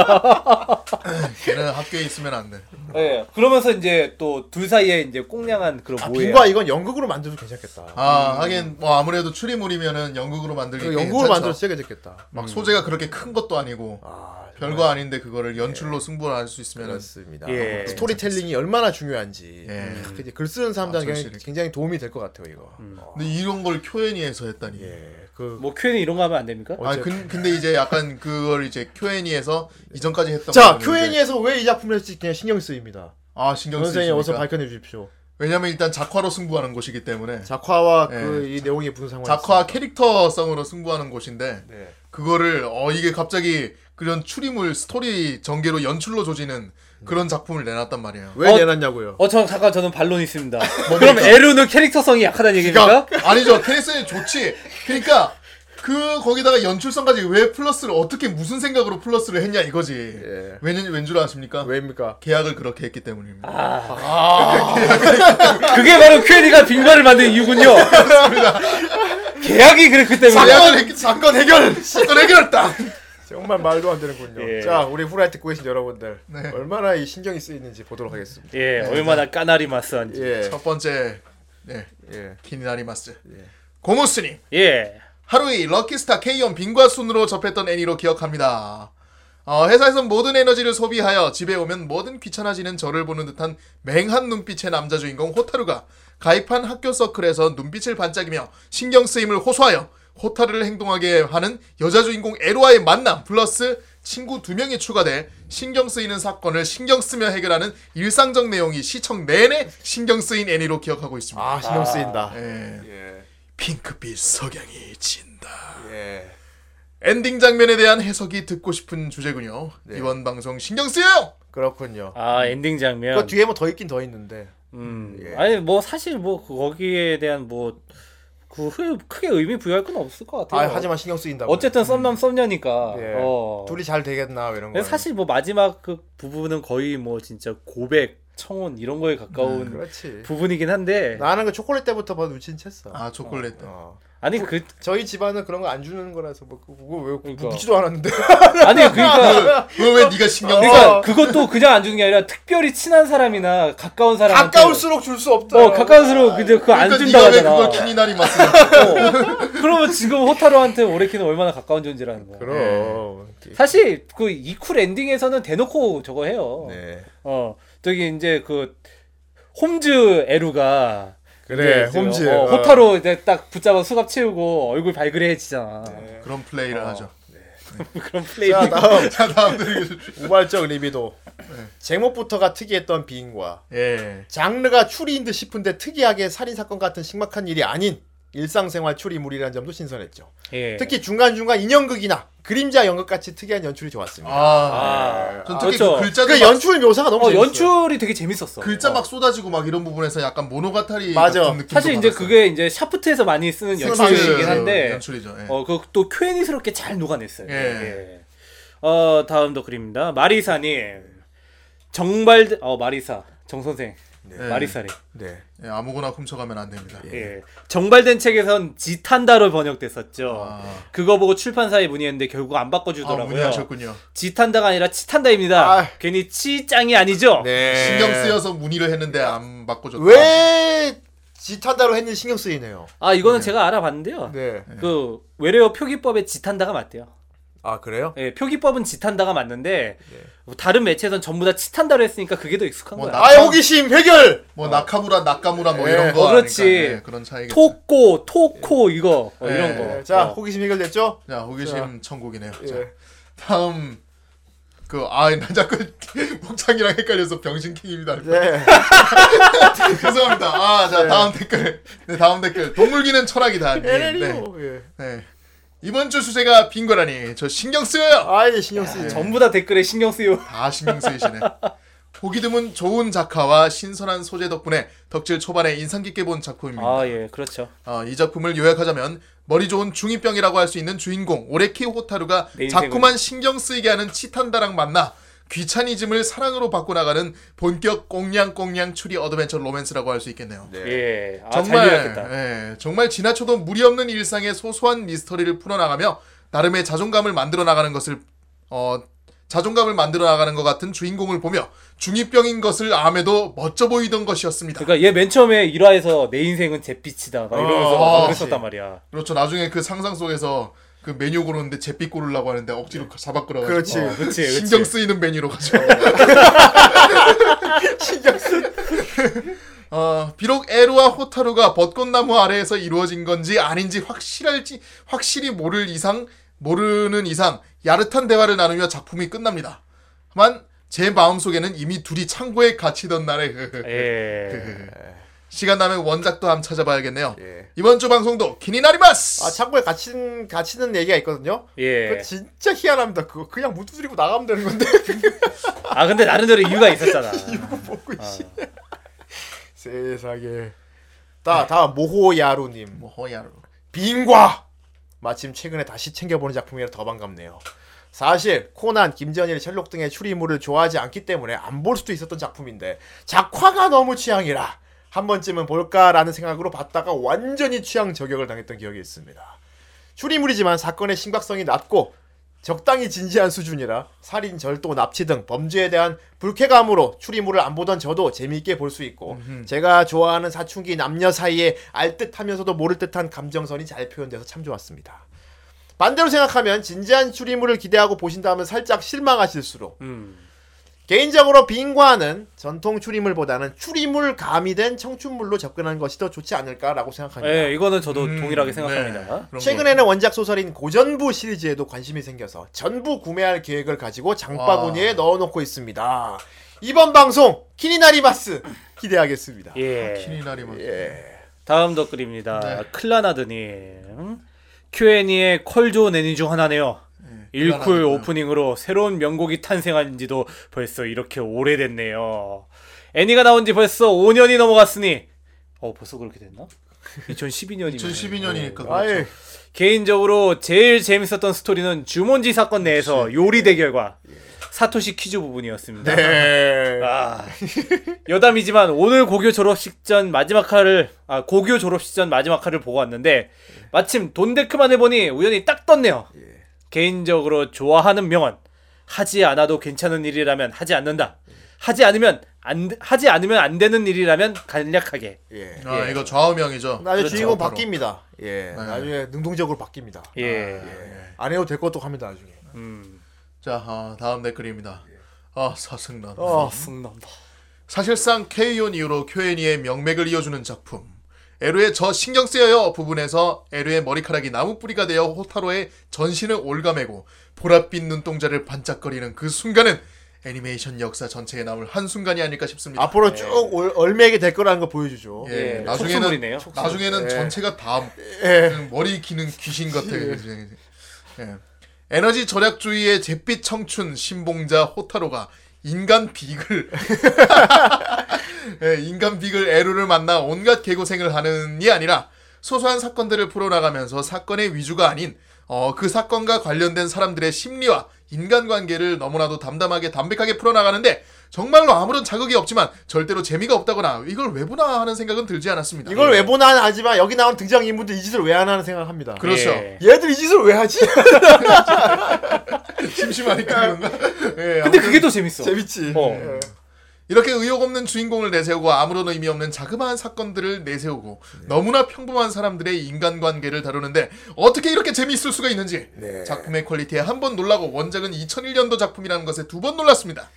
걔는 학교에 있으면 안 돼. 네. 예. 그러면서 이제 또 둘 사이에 이제 꽁냥한 그런 아, 모해. 빙과 이건 연극으로 만들어도 괜찮겠다. 아, 하긴 뭐 아무래도 추리물이면은 영국으로 만들기 음. 그 꽤 연극으로 음. 괜찮죠. 만들어도 진짜 괜찮겠다. 막 소재가 그렇게 큰 것도 아니고 아, 별거 아닌데 그거를 연출로 승부를 할 수 있으면 네. 그렇습니다. 예. 스토리텔링이 얼마나 중요한지. 예. 아, 이제 글 쓰는 사람들한테 아, 굉장히, 절실히. 굉장히 도움이 될 것 같아요, 이거. 어, 근데 이런 걸 큐엔이에서 했다니. 예. 그 뭐 Q&A 이런 거 하면 안 됩니까? 어. 아, 근, 근데 이제 약간 그걸 이제 큐엔이에서 이전까지 했던 자, 거였는데. 큐엔이에서 왜 이 작품을 했을지 그냥 신경 쓰입니다. 아, 신경 선생님 어서 쓰이니까. 밝혀내 주십시오. 왜냐면 일단 작화로 승부하는 곳이기 때문에 작화와 예. 그 이 내용이 무슨 상관이 작화 있습니까? 캐릭터성으로 승부하는 곳인데 네. 그거를 어 이게 갑자기 그런 추리물 스토리 전개로 연출로 조지는 그런 작품을 내놨단 말이에요. 네. 뭐 왜 어, 내놨냐고요? 어, 저 잠깐 저는 반론이 있습니다. 그럼 에루는 캐릭터성이 약하다는 얘기입니까? 그러니까 아니죠. 캐릭터는 좋지. 그러니까 그 거기다가 연출성까지 왜 플러스를 어떻게 무슨 생각으로 플러스를 했냐 이거지. 예. 왜냐 아, 왠줄 아십니까? 예. 왜입니까? 계약을 그렇게 했기 때문입니다. 그게 바로 퀘리가 빙과를 만든 이유군요. 계약이 그렇기 때문에. 사건 해결, 사건 해결, 사건 해결 딱. 정말 말도 안 되는군요. 예. 자, 우리 후라이 듣고 계신 여러분들 네. 얼마나 이 신경이 쓰이는지 보도록 하겠습니다. 예, 얼마나 까나리 마스한지. 예, 첫 번째, 네, 예. 키니나리마스. 고무스님. 예. 하루이 럭키스타 K1 빙과 순으로 접했던 애니로 기억합니다. 어, 회사에선 모든 에너지를 소비하여 집에 오면 뭐든 귀찮아지는 저를 보는 듯한 맹한 눈빛의 남자 주인공 호타루가 가입한 학교 서클에서 눈빛을 반짝이며 신경 쓰임을 호소하여 호타루를 행동하게 하는 여자 주인공 에로와의 만남 플러스 친구 두 명이 추가돼 신경 쓰이는 사건을 신경 쓰며 해결하는 일상적 내용이 시청 내내 신경 쓰인 애니로 기억하고 있습니다. 아 신경 쓰인다. 예. 핑크빛 석양이 진다. 예. 엔딩 장면에 대한 해석이 듣고 싶은 주제군요. 네. 이번 방송 신경 쓰여요. 그렇군요. 아, 엔딩 장면. 그 뒤에 예. 뭐 더 있긴 더 있는데. 음. 아니 뭐 사실 뭐 거기에 대한 뭐그 크게 의미 부여할 건 없을 것 아 같아요. 하지만 신경 쓰인다. 어쨌든 썸남 썸녀니까. 예. 어. 둘이 잘 되겠나 이런 거. 근데 사실 뭐 마지막 그 부분은 거의 뭐 진짜 고백, 청혼 이런 거에 가까운 음, 그렇지. 부분이긴 한데 나는 그 초콜릿 때부터 봐 눈치는 챘어. 아 초콜릿. 어. 아니 그 저희 집안은 그런 거 안 주는 거라서 뭐 그거 왜 그러니까. 묻지도 않았는데. 아니 그러니까 왜왜 네가 신경? 그러니까 어. 그것도 그냥 안 주는 게 아니라 특별히 친한 사람이나 가까운 사람한테 가까울수록 줄 수 없다. 어 가까울수록 근데 그거 안 그러니까 준다 네가 왜 하잖아. 그걸 키니나리 마스? 그러면 지금 호타로한테 오레키는 얼마나 가까운 존재라는 거야. 그럼. 사실 그 이쿨 엔딩에서는 대놓고 저거 해요. 네. 어 저기 이제 그 홈즈 에루가 그래, 이제 홈즈. 어, 어. 호타로 이제 딱 붙잡아 수갑 채우고 얼굴 발그레해지잖아. 그런 플레이를 하죠. 그런 플레이. 어. 자 다음 자 다음 드리겠습니다. 우발적 리비도. 네. 제목부터가 특이했던 비인과 예. 장르가 추리인 듯 싶은데 특이하게 살인 사건 같은 심각한 일이 아닌 일상생활 추리물이라는 점도 신선했죠. 예. 특히 중간 중간 인형극이나 그림자 연극 같이 특이한 연출이 좋았습니다. 아. 전 특히 그렇죠. 그 글자들 그 막 연출 묘사가 너무 어 재밌어요. 연출이 되게 재밌었어. 글자 막 쏟아지고 막 이런 부분에서 약간 모노가타리 맞아. 같은 느낌도 사실 이제 받았어요. 그게 이제 샤프트에서 많이 쓰는 연출이긴 한데 연출이죠. 예. 어 그것도 쾌니스럽게 잘 녹아냈어요. 예. 예. 어 다음도 그립니다. 마리사님 정발 어 마리사 정 선생 네. 마리사래. 네. 예, 아무거나 훔쳐가면 안 됩니다. 예. 정발된 책에선 지탄다로 번역됐었죠. 그거 보고 출판사에 문의했는데 결국 안 아 바꿔주더라고요. 문의하셨군요. 지탄다가 아니라 치탄다입니다. 아. 괜히 치짱이 아니죠. 네. 신경 쓰여서 문의를 했는데 안 바꿔줬다. 왜 지탄다로 했는지 신경 쓰이네요. 아 이거는 제가 알아봤는데요. 네. 그 외래어 표기법에 지탄다가 맞대요. 아 그래요? 예, 표기법은 지탄다가 맞는데 뭐 다른 매체에선 전부 다 치탄다로 했으니까 그게 더 익숙한 뭐 거야. 나- 아의 호기심 해결. 뭐 나카무라 나카무라 뭐 예. 이런 거 어, 그렇지. 아닐까? 예, 그런 차이겠죠. 토꼬, 토코 이거 어, 예. 이런 거. 네, 자 어. 호기심 해결됐죠? 자 호기심 천국이네요. 자 예. 다음 그아나 자꾸 목창이랑 헷갈려서 병신킹입니다. 네. 죄송합니다. 아자 다음 댓글. 네 다음 댓글 동물기는 철학이다. 네, 네. 예. 네. 이번 주 주제가 빙거라니 저 신경 쓰여요. 아예 신경 쓰이죠. 전부 다 댓글에 신경 쓰여. 다 신경 쓰이시네. 보기 드문 좋은 작화와 신선한 소재 덕분에 덕질 초반에 인상 깊게 본 작품입니다. 아 예, 그렇죠. 어, 이 작품을 요약하자면 머리 좋은 중이병이라고 할 수 있는 주인공 오레키 호타루가 내 인생은- 자꾸만 신경 쓰이게 하는 치탄다랑 만나 귀차니즘을 사랑으로 바꿔나가는 본격 꽁냥꽁냥 추리 어드벤처 로맨스라고 할 수 있겠네요. 예, 아, 잘 정말 이해했겠다. 예, 정말 지나쳐도 무리 없는 일상의 소소한 미스터리를 풀어나가며 나름의 자존감을 만들어 나가는 것을 어 자존감을 만들어 나가는 것 같은 주인공을 보며 중이병인 것을 암에도 멋져 보이던 것이었습니다. 그러니까 얘 맨 처음에 1화에서 내 인생은 잿빛이다 막 이러면서 어, 막 그렇지. 그랬었단 말이야. 그렇죠. 나중에 그 상상 속에서 그 메뉴 고르는데 제빛 고르려고 하는데 억지로 잡아 끌어가지고 네. 그렇지. 어. 어, 그치, 그치. 신경 쓰이는 메뉴로 가죠. 신경 쓰. 어, 비록 에루와 호타루가 벚꽃나무 아래에서 이루어진 건지 아닌지 확실할지 확실히 모를 이상 모르는 이상 야릇한 대화를 나누며 작품이 끝납니다. 예. 다만 제 마음 속에는 이미 둘이 창고에 갇히던 날의 예. 시간 나면 원작도 한번 찾아봐야겠네요. 예. 이번 주 방송도 기니나리마스. 아 참고에 갇힌 갇히는 얘기가 있거든요. 그거 예. 진짜 희한합니다. 그거 그냥 문 두드리고 나가면 되는 건데 아 근데 나름대로 이유가 있었잖아. 먹고 있어. 세상에. 네. 다 다음 모호야루님 뭐 허야로. 빙과 마침 최근에 다시 챙겨보는 작품이라 더 반갑네요. 사실 코난, 김전일, 셜록 등의 추리물을 좋아하지 않기 때문에 안 볼 수도 있었던 작품인데 작화가 너무 취향이라 한 번쯤은 볼까라는 생각으로 봤다가 완전히 취향 저격을 당했던 기억이 있습니다. 추리물이지만 사건의 심각성이 낮고 적당히 진지한 수준이라 살인, 절도, 납치 등 범죄에 대한 불쾌감으로 추리물을 안 보던 저도 재미있게 볼 수 있고 제가 좋아하는 사춘기 남녀 사이에 알듯하면서도 모를 듯한 감정선이 잘 표현돼서 참 좋았습니다. 반대로 생각하면 진지한 추리물을 기대하고 보신다면 살짝 실망하실수록 음. 개인적으로 빙과는 전통 추리물보다는 추리물 가미된 청춘물로 접근한 것이 더 좋지 않을까라고 생각합니다. 예, 이거는 저도 음, 네. 동일하게 생각합니다. 그런 거. 최근에는 원작 소설인 고전부 시리즈에도 관심이 생겨서 전부 구매할 계획을 가지고 장바구니에 아. 넣어놓고 있습니다. 이번 방송 키니나리마스 기대하겠습니다. 아, 예. 기니나리마스. 다음 댓글입니다. 네. 클라나드님. Q&A의 컬조 내니 중 하나네요. 일쿨 클라나드고요. 오프닝으로 새로운 명곡이 탄생한 지도 벌써 이렇게 오래됐네요. 애니가 나온 지 벌써 5년이 넘어갔으니 어 벌써 그렇게 됐나? 2012년이면 네. 2012년이니까 아예 개인적으로 제일 재밌었던 스토리는 주몬지 사건 내에서 요리 대결과 예. 사토시 퀴즈 부분이었습니다. 네. 아, 여담이지만 오늘 고교 졸업식 전 마지막 화를 아 고교 졸업식 전 마지막 화를 보고 왔는데 마침 돈데크만 해보니 우연히 딱 떴네요. 개인적으로 좋아하는 명언 하지 않아도 괜찮은 일이라면 하지 않는다. 하지 않으면 안 하지 않으면 안 되는 일이라면 간략하게. 예. 아 이거 좌우명이죠. 나중에 주인공 그렇죠. 바로. 네. 바뀝니다. 예. 나중에 능동적으로 바뀝니다. 아, 예. 안 해도 될 것도 합니다 나중에. 음. 자 아, 다음 댓글입니다. 아 사승난. 어. 승난다. 사실상 K-온 이후로 큐엔이의 명맥을 이어주는 작품. 에루의 저 신경 쓰여요 부분에서 에루의 머리카락이 나무뿌리가 되어 호타로의 전신을 올가매고 보랏빛 눈동자를 반짝거리는 그 순간은 애니메이션 역사 전체에 남을 한 순간이 아닐까 싶습니다. 앞으로 쭉 올- 얼매게 될 거라는 걸 보여주죠. 네. 예, 예, 나중에는 촉수물이네요. 나중에는 전체가 다 머리 기는 귀신 같아. 요 예. 에너지 절약주의의 잿빛 청춘 신봉자 호타로가 인간 빅을 예, 인간 빅을 에루를 만나 온갖 개고생을 하는이 아니라 소소한 사건들을 풀어나가면서 사건의 위주가 아닌 어, 그 사건과 관련된 사람들의 심리와 인간관계를 너무나도 담담하게 담백하게 풀어나가는데 정말로 아무런 자극이 없지만 절대로 재미가 없다거나 이걸 왜 보나 하는 생각은 들지 않았습니다. 예. 이걸 왜 보나 하지만 여기 나오는 등장 인물들 이 짓을 왜 안 하는 생각합니다. 그렇죠. 예. 얘들 이 짓을 왜 하지? 심심하니까 그런가? 예, 근데 그게 더 재밌어. 재밌지. 예. 어. 이렇게 의욕 없는 주인공을 내세우고 아무런 의미 없는 자그마한 사건들을 내세우고 너무나 평범한 사람들의 인간관계를 다루는데 어떻게 이렇게 재미있을 수가 있는지 작품의 퀄리티에 한 번 놀라고 원작은 2001년도 작품이라는 것에 두 번 놀랐습니다.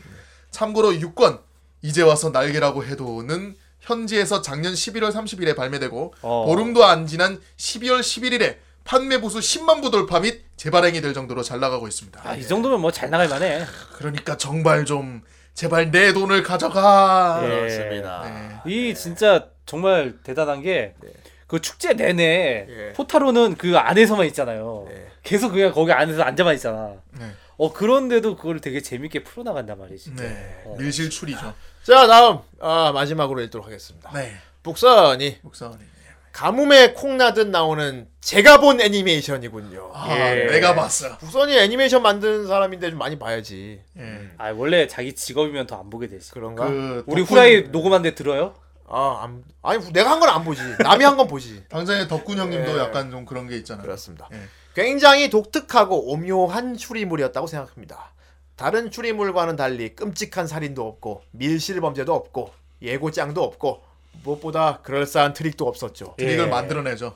참고로 6권 이제 와서 날개라고 해도는 현지에서 작년 11월 30일에 발매되고 어. 보름도 안 지난 12월 11일에 판매 부수 10만 부 돌파 및 재발행이 될 정도로 잘 나가고 있습니다. 아, 이 정도면 뭐 잘 나갈 만해. 그러니까 정말 좀 제발 내 돈을 가져가. 예. 그렇습니다. 네. 이 진짜 정말 대단한 게. 네. 그 축제 내내 예. 포타로는 그 안에서만 있잖아요. 네. 계속 그냥 거기 안에서 앉아만 있잖아. 네. 어 그런데도 그걸 되게 재밌게 풀어나간단 말이지. 네. 밀실출이죠. 자 다음 아, 마지막으로 읽도록 하겠습니다. 네. 북선이 목사원이. 가뭄에 콩나듯 나오는 제가 본 애니메이션이군요. 아, 예. 내가 봤어. 북선이 애니메이션 만드는 사람인데 좀 많이 봐야지. 예. 아 원래 자기 직업이면 더 안 보게 되지. 그런가? 그 우리 덕분- 후라이 녹음한데 들어요? 아, 안, 아니 내가 한 건 안 보지. 남이 한 건 보지. 당장의 덕군 형님도 약간 좀 그런 게 있잖아요. 예. 그렇습니다. 예. 굉장히 독특하고 오묘한 추리물이었다고 생각합니다. 다른 추리물과는 달리 끔찍한 살인도 없고 밀실 범죄도 없고 예고장도 없고 무엇보다 그럴싸한 트릭도 없었죠. 이걸 만들어내죠.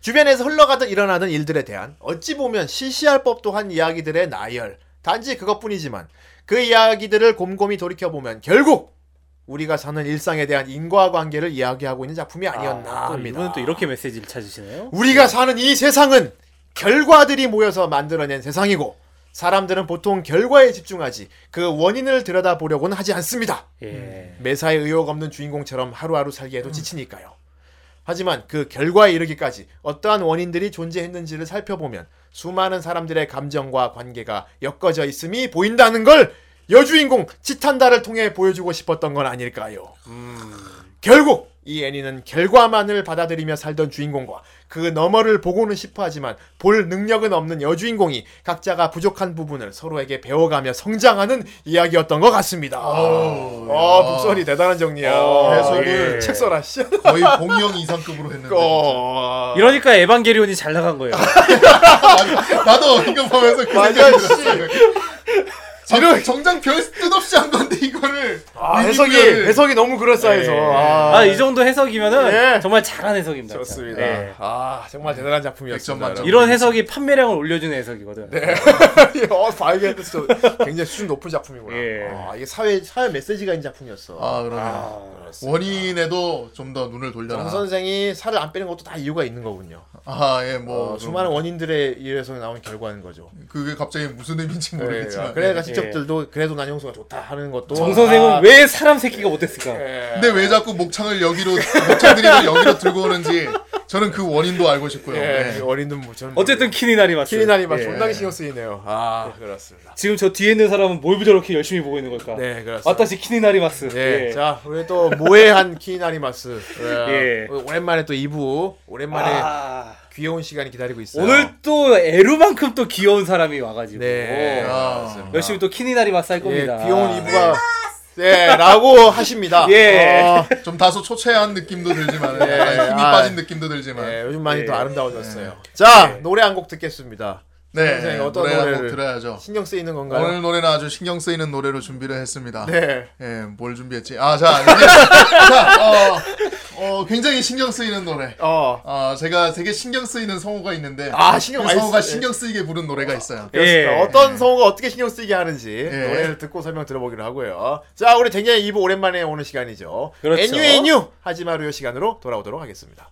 주변에서 흘러가던 일어나는 일들에 대한 어찌 보면 시시할 법도한 이야기들의 나열. 단지 그것뿐이지만 그 이야기들을 곰곰이 돌이켜 보면 결국 우리가 사는 일상에 대한 인과관계를 이야기하고 있는 작품이 아니었나 또 합니다. 이분은 또 이렇게 메시지를 찾으시네요. 우리가 사는 이 세상은 결과들이 모여서 만들어낸 세상이고 사람들은 보통 결과에 집중하지 그 원인을 들여다보려고는 하지 않습니다. 예. 매사에 의욕 없는 주인공처럼 하루하루 살기에도 지치니까요. 하지만 그 결과에 이르기까지 어떠한 원인들이 존재했는지를 살펴보면 수많은 사람들의 감정과 관계가 엮어져 있음이 보인다는 걸 여주인공 치탄다를 통해 보여주고 싶었던 건 아닐까요? 결국 이 애니는 결과만을 받아들이며 살던 주인공과 그 너머를 보고는 싶어 하지만 볼 능력은 없는 여주인공이 각자가 부족한 부분을 서로에게 배워가며 성장하는 이야기였던 것 같습니다. 아, 북선이 대단한 정리야. 어, 예. 해석을. 책설아 씨. 거의 공영 이상급으로 네. 했는데 아. 어. 이러니까 에반게리온이 잘 나간 거예요. 아, 진짜. 나도 이거 보면서 그 맞아, 생각이 들었어요. 정, 정장 별 뜻없이 한 건데 이거를 네. 아, 해석이 리뷰를. 해석이 너무 그럴싸해서. 아, 아 이 정도 해석이면은 예. 정말 잘한 해석입니다. 좋습니다. 예. 아, 정말 대단한 백점 작품이었습니다. 만점. 이런 해석이 판매량을 올려주는 해석이거든. 여러분. 어, 바이게드스 굉장히 수준 높은 작품이구나. 예. 아, 이게 사회 사회 메시지가 있는 작품이었어. 아 그러네 원인에도 좀 더 눈을 돌려라 정 선생이 살을 안 빼는 것도 다 이유가 있는 거군요. 아예뭐 어, 수많은 원인들에 의해서 나온 결과인 거죠. 그게 갑자기 무슨 의미인지 예, 네, 모르겠지만 아, 그래가 지적들도 그래도 난 형수가 좋다 하는 것도 예. 정 선생은 아. 왜 사람 새끼가 못됐을까? 근데 왜 자꾸 목창을 여기로 목창들이를 여기로 들고 오는지 저는 그 원인도 알고 싶고요. 예, 네. 어린든 뭐 저는 어쨌든 키니나리 맞어. 키리나리 막 존나게 신경 쓰이네요. 아, 그렇습니다. 지금 저 뒤에 있는 사람은 뭘 저렇게 열심히 보고 있는 걸까? 네, 그렇습니다. 왔다시 키니나리마스. 예. 예. 자, 우리 또 모해한 키나리마스. 예. 예. 오랜만에 또 2부. 오랜만에 아, 귀여운 시간이 기다리고 있어요. 오늘 또 에루만큼 또 귀여운 사람이 와가지고 네. 아, 열심히 또 키니나리마스 할 예, 겁니다. 귀여운 2부가 예, 라고 하십니다. 예. 어, 좀 다소 초췌한 느낌도 들지만 약간 힘이 아, 빠진 느낌도 들지만 예, 네, 요즘 많이 더 아름다워졌어요. 자, 노래 한 곡 듣겠습니다. 선생님, 어떤 네, 노래 한곡 노래를- 들어야죠. 신경 쓰이는 건가요? 오늘 노래는 아주 신경 쓰이는 노래로 준비를 했습니다. 네. 예, 뭘 준비했지? 아, 자, 이게- 자, 어, 어, 굉장히 신경 쓰이는 노래. 어. 아, 제가 되게 신경 쓰이는 성우가 있는데 아, 신경 그 많이 성우가 쓰- 신경 쓰이게 부른 노래가 있어요. 예. 예. 어떤 성우가 어떻게 신경 쓰이게 하는지 예. 노래를 듣고 설명 들어보기로 하고요. 자, 우리 댕냥이 2부 오랜만에 오는 시간이죠. 그렇죠. NU NU 하지마루요 시간으로 돌아오도록 하겠습니다.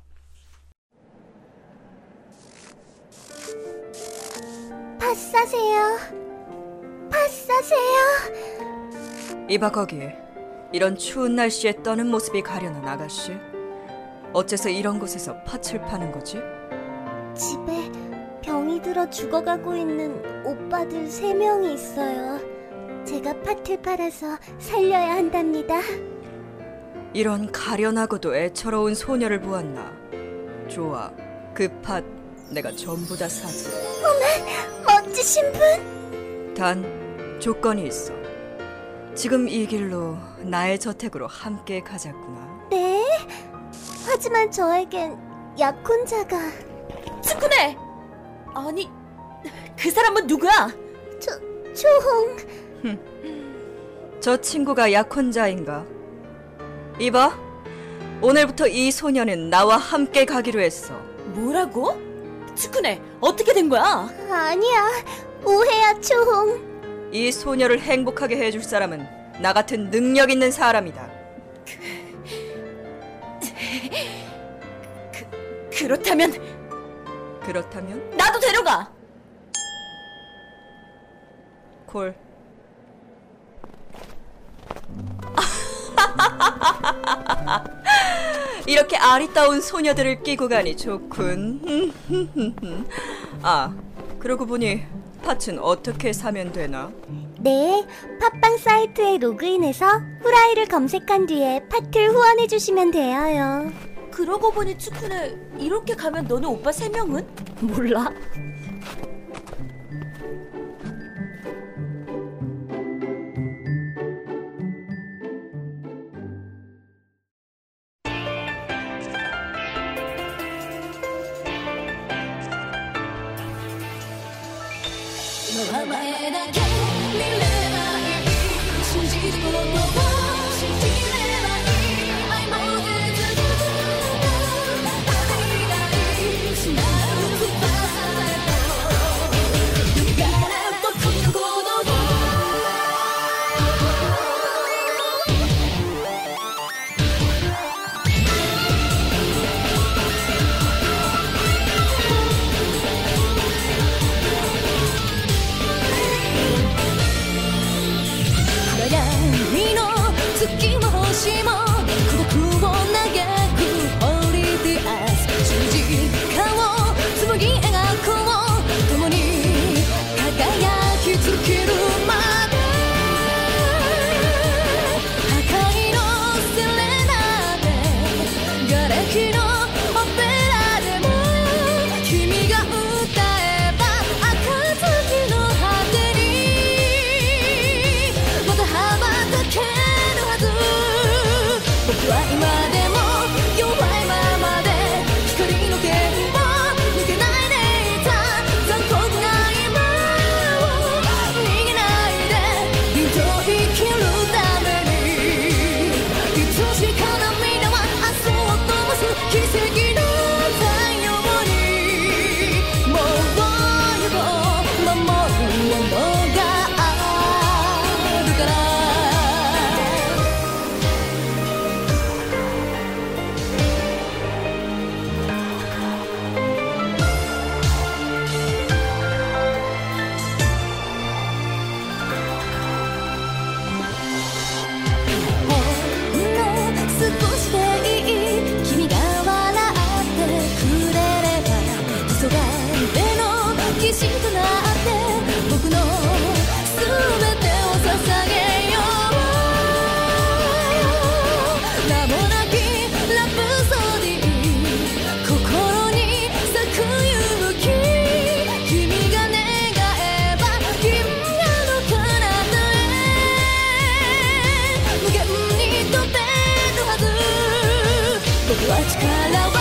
팥 사세요. 팥 사세요. 이봐 거기 이런 추운 날씨에 떠는 모습이 가려는 아가씨 어째서 이런 곳에서 팥을 파는 거지? 집에 병이 들어 죽어가고 있는 오빠들 세 명이 있어요. 제가 팥을 팔아서 살려야 한답니다. 이런 가련하고도 애처로운 소녀를 보았나 좋아 그 팥 내가 전부 다 사지 멋지신 분? 단 조건이 있어 지금 이 길로 나의 저택으로 함께 가자꾸나 네. 하지만 저에겐 약혼자가 츠쿠네! 아니, 그 사람은 누구야? 초, 초홍. 저 친구가 약혼자인가 이봐 오늘부터 이 소녀는 나와 함께 가기로 했어 뭐라고? 츠쿠네, 어떻게 된 거야? 아니야. 오해야, 초홍. 이 소녀를 행복하게 해줄 사람은 나 같은 능력 있는 사람이다. 그렇다면 그렇다면 나도 데려가! 콜. 이렇게 아리따운 소녀들을 끼고 가니 좋군. 아, 그러고 보니 팥은 어떻게 사면 되나? 네, 팟빵 사이트에 로그인해서 후라이를 검색한 뒤에 파트를 후원해 주시면 돼요. 그러고 보니 츠쿠네, 이렇게 가면 너네 오빠 세 명은? 몰라. 내 しも孤独を長く降りて明日十字架を紡ぎ描こう共に輝き続けるまで破壊のセレナで瓦礫のオペラでも君が歌えば暁の果てにまた羽ばたけるはず僕は今でも弱いままで光の剣を抜けないでいた残酷な今を逃げないで人を生きるためにいつしか涙は汗を飛ばす奇跡の太陽にもう夢を守るものがあるからほんの少しでいい君が笑ってくれれば磯が目の岸となって僕の全てを捧げよう名もなきラプソディ心に咲く勇気君が願えば銀河の彼方へ無限に飛べるはず僕は力は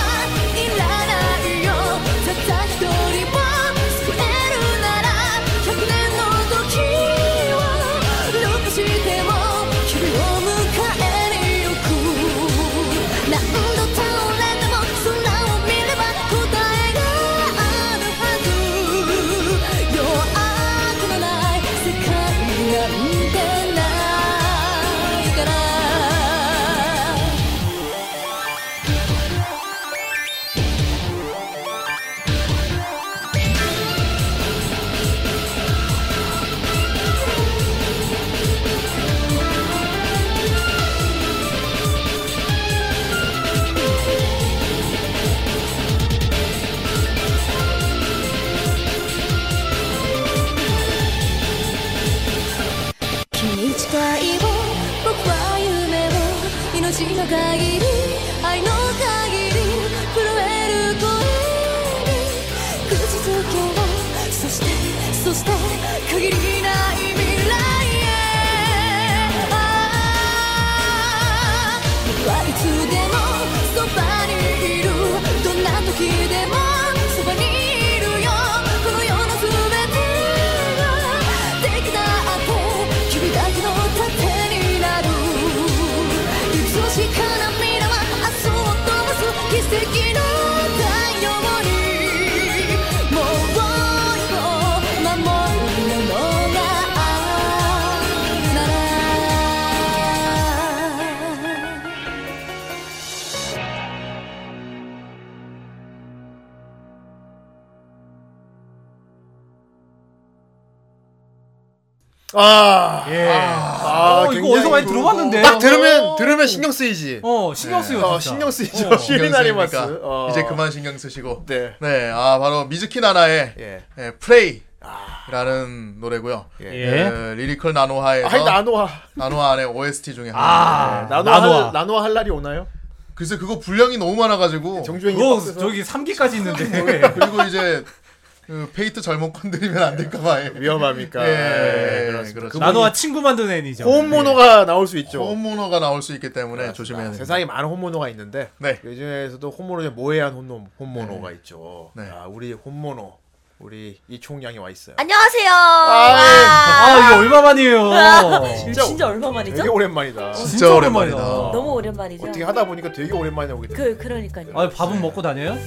いらないよたった一人を救えるなら100年の時を残しても日々を迎えに行く何度倒れても空を見れば答えがあるはず弱くもない世界なんてないから君に誓いを僕は夢を命の限り愛の限り震える声に口づけをそしてそして限りない未来へああ僕はいつでもそばにいるどんな時でもそばにいるよこの世の全てができたって君だけの盾になるいつしか涙は明日を飛ばす奇跡の太陽にもう今を守るものがあるなら 아, 예. 어, 아, 이거 어디서 많이 들어봤는데. 딱 들으면 들으면 신경 쓰이지. 어 신경 쓰여. 어, 진짜. 신경 쓰이죠. 어. 시린 아리마스. 쓰이니까 어. 이제 그만 신경 쓰시고 네. 네, 아 바로 미즈키 나나의 예. 아. 예, 프레이라는 노래고요. 예. 어, 리리컬 나노하에서 아니 나노아. 나노하 안에 OST 중에 하나. 아 나노아. 나노아. 할, 나노아 할 날이 오나요? 글쎄 그거 분량이 너무 많아가지고 정주행이 그거 빡세서? 저기 3기까지 있는데. 그리고 이제 그 페이트 잘못 건드리면 안 될까봐 위험합니까? 예, 예, 그렇습니다. 그렇습니다. 나노와 친구 만든 애니죠. 혼모노가 나올 수 있죠. 홈모노가 나올 수 있기 때문에 조심해야 아, 됩니다. 세상에 많은 혼모노가 있는데 네. 요즘에서도 혼모노 중에 모해한 혼모, 혼모노가 있죠. 네. 아, 우리 혼모노 우리 이총양이 와 있어요. 안녕하세요. 아 이거 얼마만이에요. 진짜, 진짜 얼마만이죠? 어, 되게 오랜만이다. 진짜 오랜만이다. 너무 오랜만이죠. 어떻게 하다 보니까 되게 오랜만에 오게 됐네. 그 그러니까요. 아 네. 밥은 먹고 다녀요?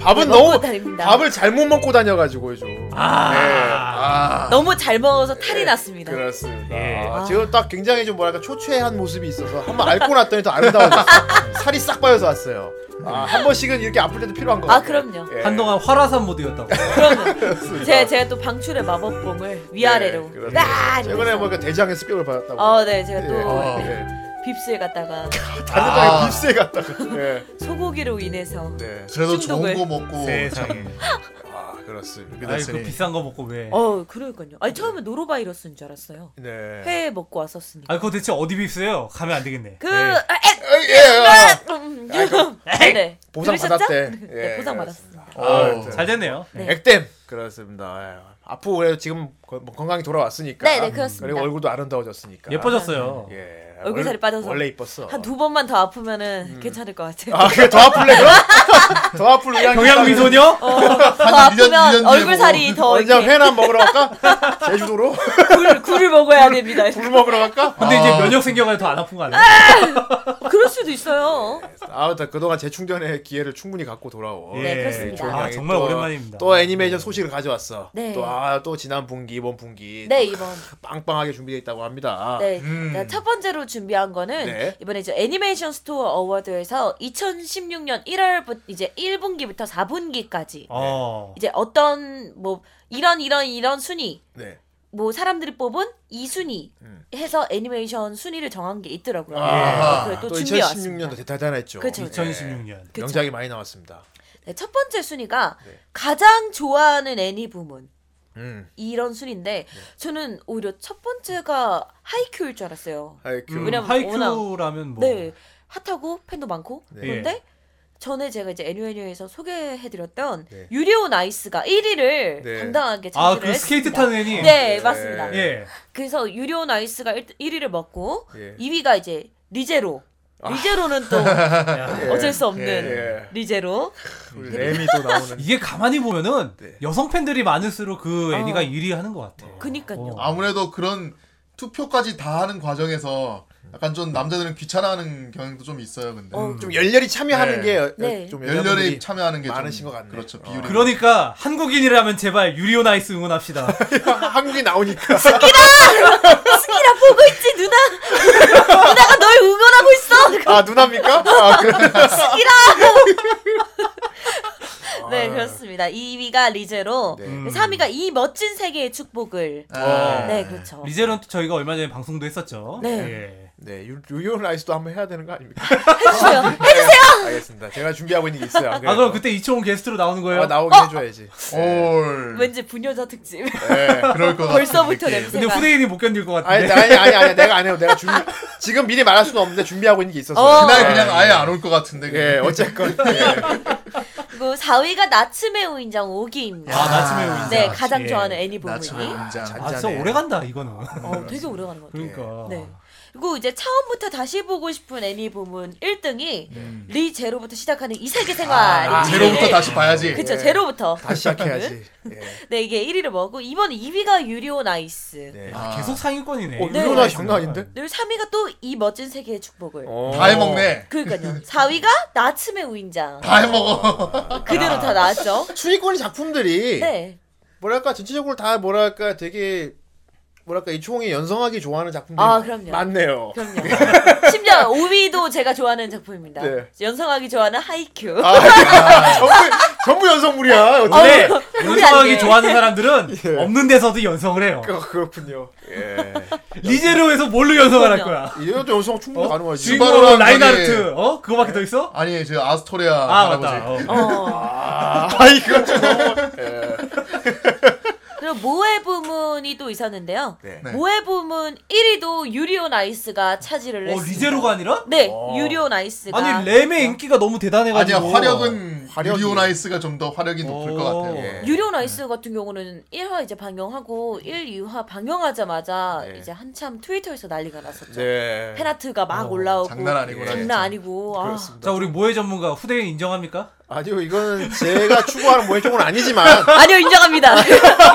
밥은 그 먹고 너무 다닙니다. 밥을 잘못 먹고 다녀가지고 요즘. 아. 너무 잘 먹어서 탈이 났습니다. 그렇습니다. 예. 아, 지금 딱 굉장히 좀 뭐랄까 초췌한 모습이 있어서 한번 앓고 났더니 더 아름다워졌어요. 살이 싹 빠져서 왔어요. 아, 한 번씩은 이렇게 아플 때도 필요한 거 아, 같아요. 그럼요. 예. 네. 한동안 활화산 모드였다고. 그러면 제 제가 또 방출의 마법봉을 예, 위아래로 그렇습니다. 딱 최근에 뭐 이렇게 보니까 대장에 습격을 받았다고. 어, 네, 제가 예, 또 아. 예. 빕스에 갔다가 아. 단호박에 빕스에 갔다가. 네. 소고기로 인해서 네. 그래도 좋은 충동을. 거 먹고 세상에. 아 네, 그렇습니다. 아이 그 비싼 거 먹고 왜? 어 그러니까요. 아니 처음에 노로바이러스인 줄 알았어요. 네. 회 먹고 왔었으니까. 아 그거 대체 어디 빕스요? 가면 안 되겠네. 그 네. 아, 에, 예. 아. 음, 아이고. 네. 보상 들으셨죠? 받았대. 네, 예, 그렇습니다. 보상 받았습니다. 어, 아, 잘 됐네요. 네. 액땜 그렇습니다. 예. 앞으로 그래도 지금 거- 뭐 건강이 돌아왔으니까. 네, 네, 그렇습니다. 리고 얼굴도 그러니까. 아름다워졌으니까. 예뻐졌어요. 예. 얼굴 살이 원- 빠져서. 원래 이뻤어. 한 두 번만 더 아프면은 괜찮을 것 같아요. 아, 그게 더 아플래 그럼? 더 아플 의향이 경양 있다면. 미소녀? 어, 더 아프면 뒤에 얼굴 살이 먹으면 더 언제 이렇게 회나 먹으러 갈까? 제주도로 굴, 굴을 먹어야 됩니다. 굴 먹으러 갈까? 근데 이제 면역 생겨가지고 더 안 아픈 거 아니야? 그럴 수도 있어요. 아무튼 그동안 재충전의 기회를 충분히 갖고 돌아오. 네, 그렇습니다. 좋은 아, 양이 정말 예. 또- 오랜만입니다. 또 애니메이션 소식을 가져왔어. 네. 또, 아, 또 지난 분기, 이번 분기 네 이번 빵빵하게 준비되어 있다고 합니다. 네, 자, 첫 번째로 준비한 거는 아, 음. 네. 이번에 이제 애니메이션 스토어 어워드에서 2016년 1월부터 이제 1분기부터 4분기까지 어. 예. 이제 어떤 뭐 이런 이런 이런 순위 네. 뭐 사람들이 뽑은 이 순위 해서 애니메이션 순위를 정한 게 있더라고요. 음. 아, 네, 그래서 또 또 준비해 왔습니다. 2016년도 대단했죠. 그쵸. 2016년. 그쵸. 명작이 많이 나왔습니다. 네, 첫 번째 순위가 네. 가장 좋아하는 애니 부문 음. 이런 순인데 저는 오히려 첫 번째가 하이큐일 줄 알았어요. 하이큐. 음, 왜냐면 하이큐라면 뭐. 네 핫하고 팬도 많고 네. 그런데 전에 제가 이제 애니메이션에서 소개해드렸던 네. 유리오 나이스가 1위를 네. 당당하게 차지를 아, 그 스케이트 타는 애니. 네, 맞습니다. 예. 그래서 유리오 나이스가 1, 1위를 먹고 예. 2위가 이제 리제로. 아. 리제로는 또 네. 어쩔 수 없는 음. 예. 리제로. 우리 램이 또 나오는. 이게 가만히 보면은 네. 여성 팬들이 많을수록 그 애니가 어. 1위 하는 것 같아. 그니까요. 어. 아무래도 그런 투표까지 다 하는 과정에서 약간 좀 남자들은 귀찮아하는 경향도 좀 있어요. 근데 음. 좀 열렬히 참여하는 네. 게 여- 네. 좀 열렬히 여자분들이 참여하는 게 많으신 좀- 것 같네요. 그렇죠. 어. 비율이 그러니까 한국인이라면 제발 유리오 나이스 응원합시다. 아, 한국이 나오니까 승기라 보고 있지 누나. 누나가 널 응원하고 있어. 아 누나입니까? 아, 그래. 네 그렇습니다. 2위가 리제로. 아. 네. 음. 3위가 이 멋진 세계의 축복을. 아. 네 그렇죠. 리제론 저희가 얼마 전에 방송도 했었죠. 예. 네. 네, 유- 유효 라이스도 한번 해야 되는 거 아닙니까? 해주세요. 해주세요. 알겠습니다. 제가 준비하고 있는 게 있어요. 예. 아 그럼 그때 이청훈 게스트로 나오는 거예요? 아, 나오게 해줘야지. 어? 올. 왠지 부녀자 특집. 네. 그럴 것 같아. 벌써부터 네. 근데 냄새가. 후대인이 못 견딜 것 아니, 같은데. 아니, 아니, 아니, 내가 안 해요. 내가 준비 지금 미리 말할 수는 없는데 준비하고 있는 게 있어서. 어. 그날 그냥 아예 안 올 것 같은데. 예, 어쨌건 예. 그리고 4위가 나츠메우 인장 5기입니다. 아 나침에 우리 네 인자. 가장 예. 어, 좋아하는 애니 부문이. 나처럼 인장. 아 진짜 잔잔해. 오래 간다 이거는. 어, 되게 오래 가는 것 같아요. 그러니까. 네. 그리고 이제 처음부터 다시 보고 싶은 애니 부문 1등이 리 제로부터 시작하는 이 세계 생활. 아, 제로부터 다시 봐야지. 아, 네. 그쵸 제로부터. 다시 시작해야지. 예. 네 이게 1위를 먹고 이번 2위가 유리오 나이스. 네. 아, 계속 상위권이네. 어, 네. 유효 라이스 장난 아닌데? 그리고 3위가 또 이 멋진 세계의 축복을. 어. 어. 다 어. 해먹네. 그러니까요. 4위가 나츠메 우인장. 다 해먹어. 그대로 다 나왔죠. 수익권이 작품들이 네. 뭐랄까 전체적으로 다 뭐랄까 되게 뭐랄까 이초홍이 연성하기 좋아하는 작품들이 아, 그럼요. 많네요. 그럼요. 심지어 5위도 제가 좋아하는 작품입니다. 네. 연상하기 좋아하는 하이큐. 아, 야, 전부 전부 연성물이야. 근데 어떻게? 연성하기 좋아하는 사람들은 없는 데서도 연성을 해요. 그- 그렇군요. 예. 리제로에서 뭘로 연성을 할 그럼요. 거야? 이것도 연성 충분히 뭐, 가능하지. 어? 주인공으로 수바로랑 라인하르트. 어? 그거밖에 더 있어? 아니 저 아스토리아 아 할아버지. 맞다. 어. 어. 아 이거 좀 예. 그리고 모해 부문이 또 있었는데요. 네. 네. 모해 부문 1위도 유리오 나이스가 차지를 어, 했습니다. 리제로가 아니라? 네, 유리오 나이스가. 아니 램의 인기가 너무 대단해가지고. 어. 아니야 화력은 화력이. 리오나이스가 좀 더 화력이 높을 것 오. 같아요. 예. 유리오 나이스 같은 경우는 1화 이제 방영하고 1, 2화 방영하자마자 네. 이제 한참 트위터에서 난리가 났었죠. 네. 페나트가 어. 막 올라오고 장난 아니구나, 장난 진짜. 아니고. 아, 자 우리 모의 전문가 후대인 인정합니까? 아니요 이거는 제가 추구하는 모의 쪽은 아니지만 아니요 인정합니다.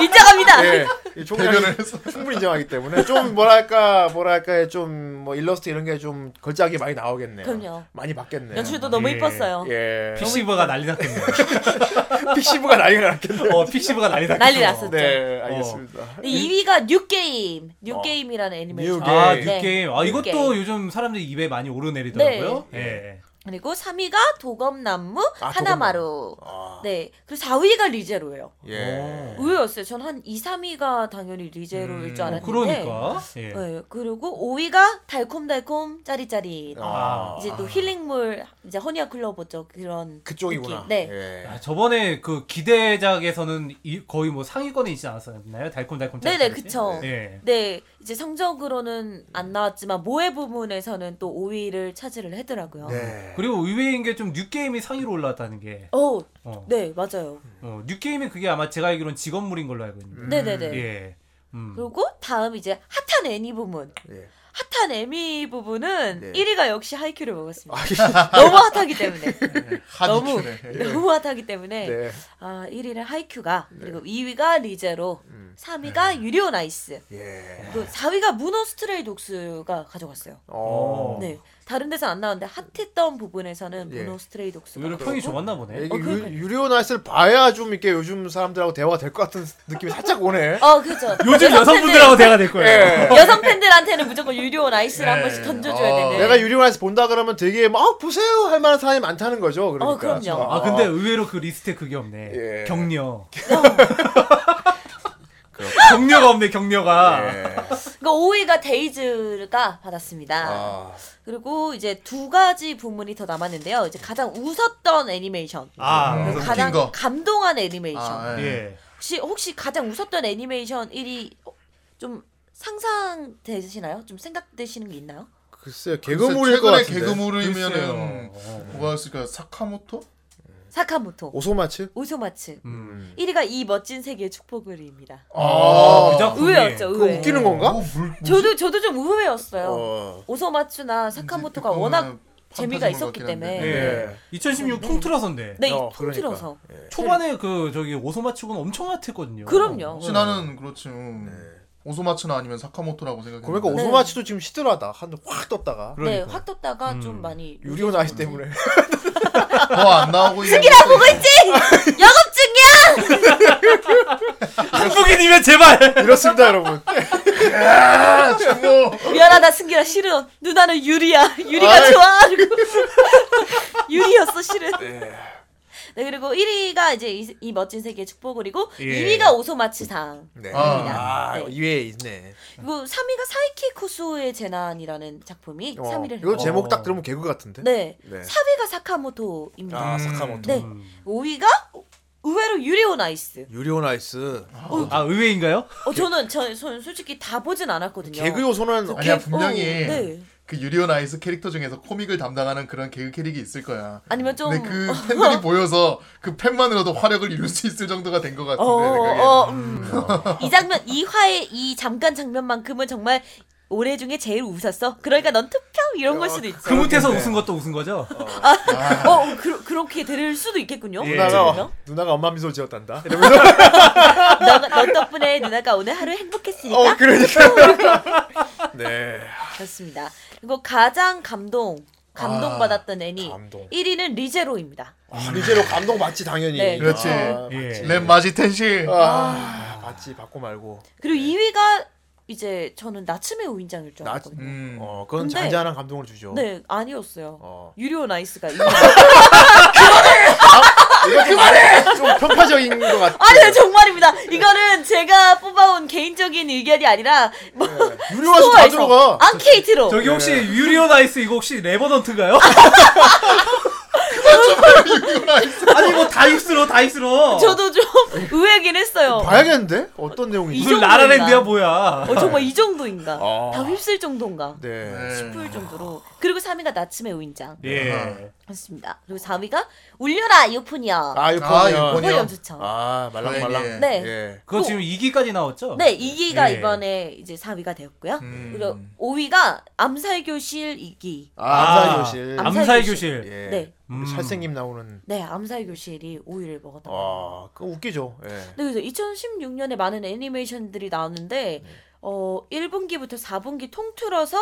인정합니다. 예. 이 총량이 대변을 해서. 충분히 인정하기 때문에 좀 뭐랄까 뭐랄까 좀 뭐 일러스트 이런 게 좀 걸작이 많이 나오겠네요. 그럼요. 많이 바뀌었네요. 연출도 너무 예. 이뻤어요. 예. 픽시브가 난리 났겠네. 픽시브가 나이가 났겠네요. 어 픽시브가 난리 났겠어. 난리 났었죠. 네, 알겠습니다. 2위가 뉴게임. 뉴게임이라는 애니메이션. 뉴게임. 아 네. 뉴게임. 아 이것도 뉴게임. 네. 요즘 사람들이 입에 많이 오르내리더라고요. 예. 그리고 3위가 도검나무 아, 하나마루. 아, 네. 그리고 4위가 리제로예요. 예. 의외였어요. 전 한 2, 3위가 당연히 리제로일 줄 알았는데. 그러니까. 예. 네, 그리고 5위가 달콤달콤 짜릿짜릿. 아, 이제 또 힐링물 이제 허니아 클로버죠 그런 그쪽이구나. 느낌. 네. 예. 아, 저번에 그 기대작에서는 이- 거의 뭐 상위권에 있지 않았었나요? 달콤달콤. 네네 짭짤하지? 그쵸. 네. 예. 이제 성적으로는 안 나왔지만 모의 부문에서는 또 5위를 차지를 했더라고요. 네. 그리고 의외인 게 좀 뉴게임이 상위로 올라왔다는 게. 어, 어. 네 맞아요. 어, 뉴게임이 그게 아마 제가 알기로는 직업물인 걸로 알고 있는데. 네네네. 예. 음. 그리고 다음 이제 핫한 애니 부문. 예. 핫한 애니 부분은 네. 1위가 역시 하이큐를 아, 먹었습니다. 너무 핫하기 때문에 너무 하디큐네. 너무 핫하기 때문에 예. 네. 아 1위는 하이큐가 그리고 2위가 리제로, 음. 네. 3위가 유리오 나이스, 예. 그 4위가 문어 스트레이 독스가 가져갔어요. 어. 네. 다른 데서 안 나왔는데 핫했던 부분에서는 예. 문어 스트레이 독스가 의외로 그렇고. 평이 좋았나 보네. 이게 어, 유, 그러니까요. 유리오 나이스를 봐야 좀 이렇게 요즘 사람들하고 대화가 될 것 같은 느낌이 살짝 오네. 어, 그죠. 요즘 여성분들하고 대화가 될 거예요. 예. 여성 팬들한테는 무조건 유리오 나이스를 한 번씩 던져줘야 어, 되는. 내가 유리오 나이스 본다 그러면 되게 막 어, 보세요 할 만한 사람이 많다는 거죠. 그러니까. 어, 그럼요. 아 근데 의외로 그 리스트에 그게 없네. 예. 어. 격려. 격려가 없네 격려가. 예. 그러니까 5위가 데이즈가 받았습니다. 아. 그리고 이제 두 가지 부문이 더 남았는데요. 이제 가장 웃었던 애니메이션, 아 그리고 웃긴 가장 거. 감동한 애니메이션. 아, 음. 예. 예. 혹시 혹시 가장 웃었던 애니메이션 1위 좀 상상되시나요? 좀 생각되시는 게 있나요? 글쎄요 개그물일 개그물일 것 같은데. 개그물이면은 글쎄요. 뭐가 있을까? 사카모토? 사카모토, 오소마츠. 오소마츠. 음. 1위가 이 멋진 세계의 축복을입니다. 어. 아, 어, 그 작품이. 의외였죠, 그거 의외. 웃기는 건가? 뭐 물, 무슨- 저도 저도 좀 네. 의외였어요. 어. 오소마츠나 사카모토가 그거는 워낙 판타지 재미가 그런 있었기 것 같긴 한데. 예. 때문에. 예. 2016 음. 통틀어서인데. 네, 어, 통틀어서. 초반에 그 저기 오소마치고는 엄청 핫했거든요. 그럼요. 혹시 나는 그렇지 음. 오소마츠나 아니면 사카모토라고 네. 생각해. 그러니까 오소마츠도 지금 시들하다. 한 확 떴다가. 네, 그러니까. 확 떴다가 좀 많이 유리오 나이스 때문에. 더안 나오고 있는. 승기라 보고 있지. 영업증이야. 한국인이면 네. 제발. 이렇습니다 여러분. 미안하다 승기라 실은 누나는 유리야. 유리가 좋아. 그리고 유리였어 실은. 네. 그리고 1위가 이제 이, 이 멋진 세계의 축복 그리고 예. 2위가 오소마치상 네. 아. 아, 이외에 있네. 그리고 3위가 사이키 쿠소의 재난이라는 작품이 어, 3위를 이거 했고 제목 딱 들으면 개그 같은데. 네. 네. 4위가 사카모토입니다. 아, 사카모토. 네. 음. 5위가 의외로 유리오 나이스. 유리오 나이스. 아 의외인가요? 어 저는 저, 저는 솔직히 다 보진 않았거든요. 개그 요소는 아니야 개- 분명히 어, 네. 그 유리온 아이스 캐릭터 중에서 코믹을 담당하는 그런 개그 캐릭이 있을 거야. 아니면 좀 근데 그 팬들이 모여서 그 팬만으로도 화력을 이룰 수 있을 정도가 된 것 같은데. 생각에. 어어어 음. 이 장면 이 화의 이 잠깐 장면만큼은 정말 올해 중에 제일 웃었어. 그러니까 넌 투표 이런 걸 수도 있죠. 그 못해서 네. 웃은 것도 웃은 거죠? 어 그, 그렇게 될 수도 있겠군요. 그렇죠? 예. 누나가 그러면. 누나가 엄마 미소 지었단다. 너, 너 덕분에 누나가 오늘 하루 행복했으니까 어 그러니까. 네. 그렇습니다. 그리고 가장 감동 감동 받았던 애니 감동. 1위는 리제로입니다. 아, 리제로 감동 받지 당연히. 네. 그렇지. 네. 아, 예. 랩 마지 텐시. 아, 받지 받고 말고. 그리고 2위가 이제 저는 나츠메 우인장일 줄 나- 알았거든요. 음. 어 그건 근데- 잔잔한 감동을 주죠. 네 아니었어요. 어. 유리오 나이스가 2위. 이거 그만해. 좀 평가적인 것 같아. 아니 정말입니다. 이거는 제가 뽑아온 개인적인 의견이 아니라 뭐 유리와서 다 들어가. 앙케이트로 예. 저기 혹시 유리온 아이스 이거 혹시 레버넌트인가요? 아니 뭐 다입스러 다입스러. 저도 좀 의외긴 했어요. 봐야겠는데? 어떤 내용인지. 이정- 무슨 라라랜드야 뭐야? 어, 정말 이 정도인가? 아. 다 휩쓸 정도인가? 네. 싶을 정도로. 그리고 3위가 나침의 우인장. 예. 맞습니다. 그리고 4위가 울려라 유포니아. 아 이거 아, 보면- 이거 유포니아 좋죠. 아 말랑말랑. 어. 네. 예. 그거 지금 2기까지 나왔죠? 네, 2위가 예. 이번에 이제 4위가 되었고요. 음. 그리고 5위가 암살교실 2기. 아, 암살 교실. 암- 암살 교실. 예. 네. 우리 살생님 나오는. 네, 암살교실이 5위를 먹었던 것 같아요. 아, 그거 웃기죠. 예. 네, 그래서 2016년에 많은 애니메이션들이 네. 나왔는데 어 1분기부터 4분기 통틀어서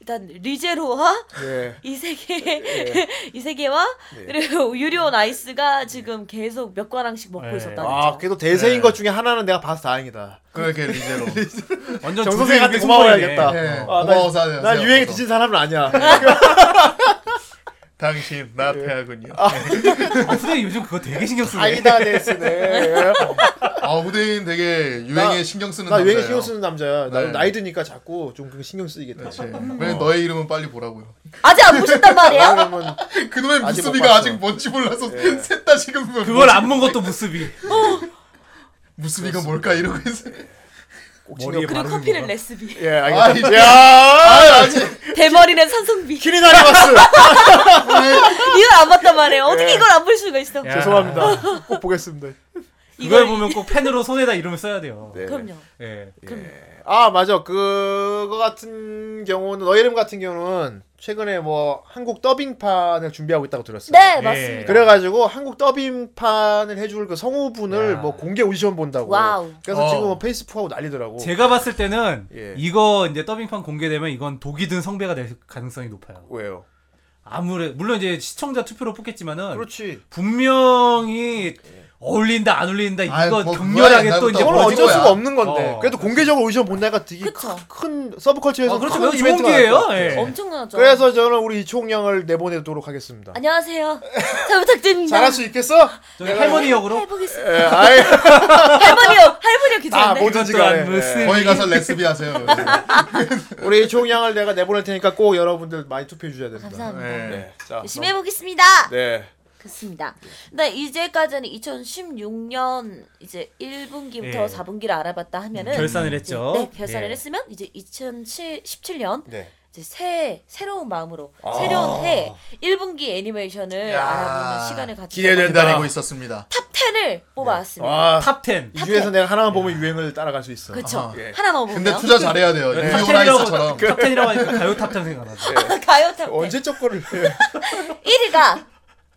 일단 리제로와 예. 이 세계 이 세계와 네. 그리고 유리온 아이스가 지금 계속 몇 관왕씩 먹고 네. 있었다는 아, 점. 그래도 대세인 네. 것 중에 하나는 내가 봐서 다행이다. 그렇게 리제로. 네. 완전 정 두 선생한테 개의 고마워야겠다. 예. 아, 고마워서 난, 하세요. 난 유행에 뒤진 사람은 아니야. 당신 네. 나태하군요. 아, 후대 요즘 그거 되게 신경 쓰네. 아니다 데스네. 아 후대인 되게 유행에 나- 신경 쓰는 나 유행에 남자예요. 신경 쓰는 남자야. 나 네. 나이 드니까 자꾸 좀 그거 신경 쓰이겠다. 그렇지. 네. 어. 왜 너의 이름은 빨리 보라고요. 그 아직 안 보셨단 말이에요? 그러면 그놈의 아직 못 무스비가 봤어. 아직 뭔지 몰라서 셋 다 지금 뭐 그걸 아- 안 본 것도 무습이. 무스비가 뭘까 이러고 있어요. 머리에 그리고 바르는 커피는 거야. 레스비. 예, 알겠습니다. 아이, 야! 대머리는 산성비. 길이 다녀왔어. 이건 안 봤단 말이에요. 네. 어떻게 이걸 안 볼 수가 있어? 아. 야. 죄송합니다. 꼭 보겠습니다. 이걸 보면 꼭 펜으로 손에다 이름을 써야 돼요. 네. 그럼요. 예. 아, 맞아. 그거 같은 경우는 너 이름 같은 경우는 최근에 뭐 한국 더빙판을 준비하고 있다고 들었어요. 네, 맞습니다. 그래 가지고 한국 더빙판을 해줄 그 성우분을 뭐 공개 오디션 본다고. 와우. 그래서 어. 지금 뭐 페이스북하고 난리더라고. 제가 봤을 때는 예. 이거 이제 더빙판 공개되면 이건 독이든 성배가 될 가능성이 높아요. 왜요? 아무래 물론 이제 시청자 투표로 뽑겠지만은 그렇지. 분명히 어울린다 안 어울린다 아이, 이거 뭐, 격렬하게 그거야, 또 이제 예. 옛날부터. 그건 벌어질 어쩔 거야. 거야. 수가 없는 건데. 어. 그래도 공개적으로 오디션 본다가 되게 그쵸. 큰 서브컬처에서 아, 그렇죠. 큰 그거 좋은 이벤트가 날 기회예요. 것 같아요. 예. 엄청나죠. 네. 그래서 저는 우리 이총 형을 내보내도록 하겠습니다. 안녕하세요. 잘 부탁드립니다. 잘할 수 있겠어? 저기 할머니 역으로 해보겠습니다. 예, 아이, 할머니요. 할머니요 아, 기자인데. 뭐든지 간에. 또한 무슨 거기 가서 레스비 하세요. 예. 우리 이총 형을 내가 내보낼 테니까 꼭 여러분들 많이 투표해 주셔야 됩니다. 감사합니다. 네. 자, 열심히 해보겠습니다. 네. 그렇습니다. 근데 이제까지는 2016년 이제 1분기부터 예. 4분기를 알아봤다 하면은 음, 결산을 했죠. 네, 결산을 예. 했으면 이제 2017년 네. 이제 새 새로운 마음으로 새로운 해 1분기 애니메이션을 야. 알아보는 시간을 같이 기다리고 있었습니다. 탑 10을 뽑아왔습니다. 와, 탑 10. 이 중에서 내가 하나만 보면 유행을 따라갈 수 있어. 그렇죠. 아, 예. 하나 넣어보면 근데 투자 잘해야 돼요. 네. 탑 네. 유오나이스처럼 10이라고 탑 10이라고 하니까 가요 탑 10 생각나죠. 가요 탑 10. 언제적 거를. 1위가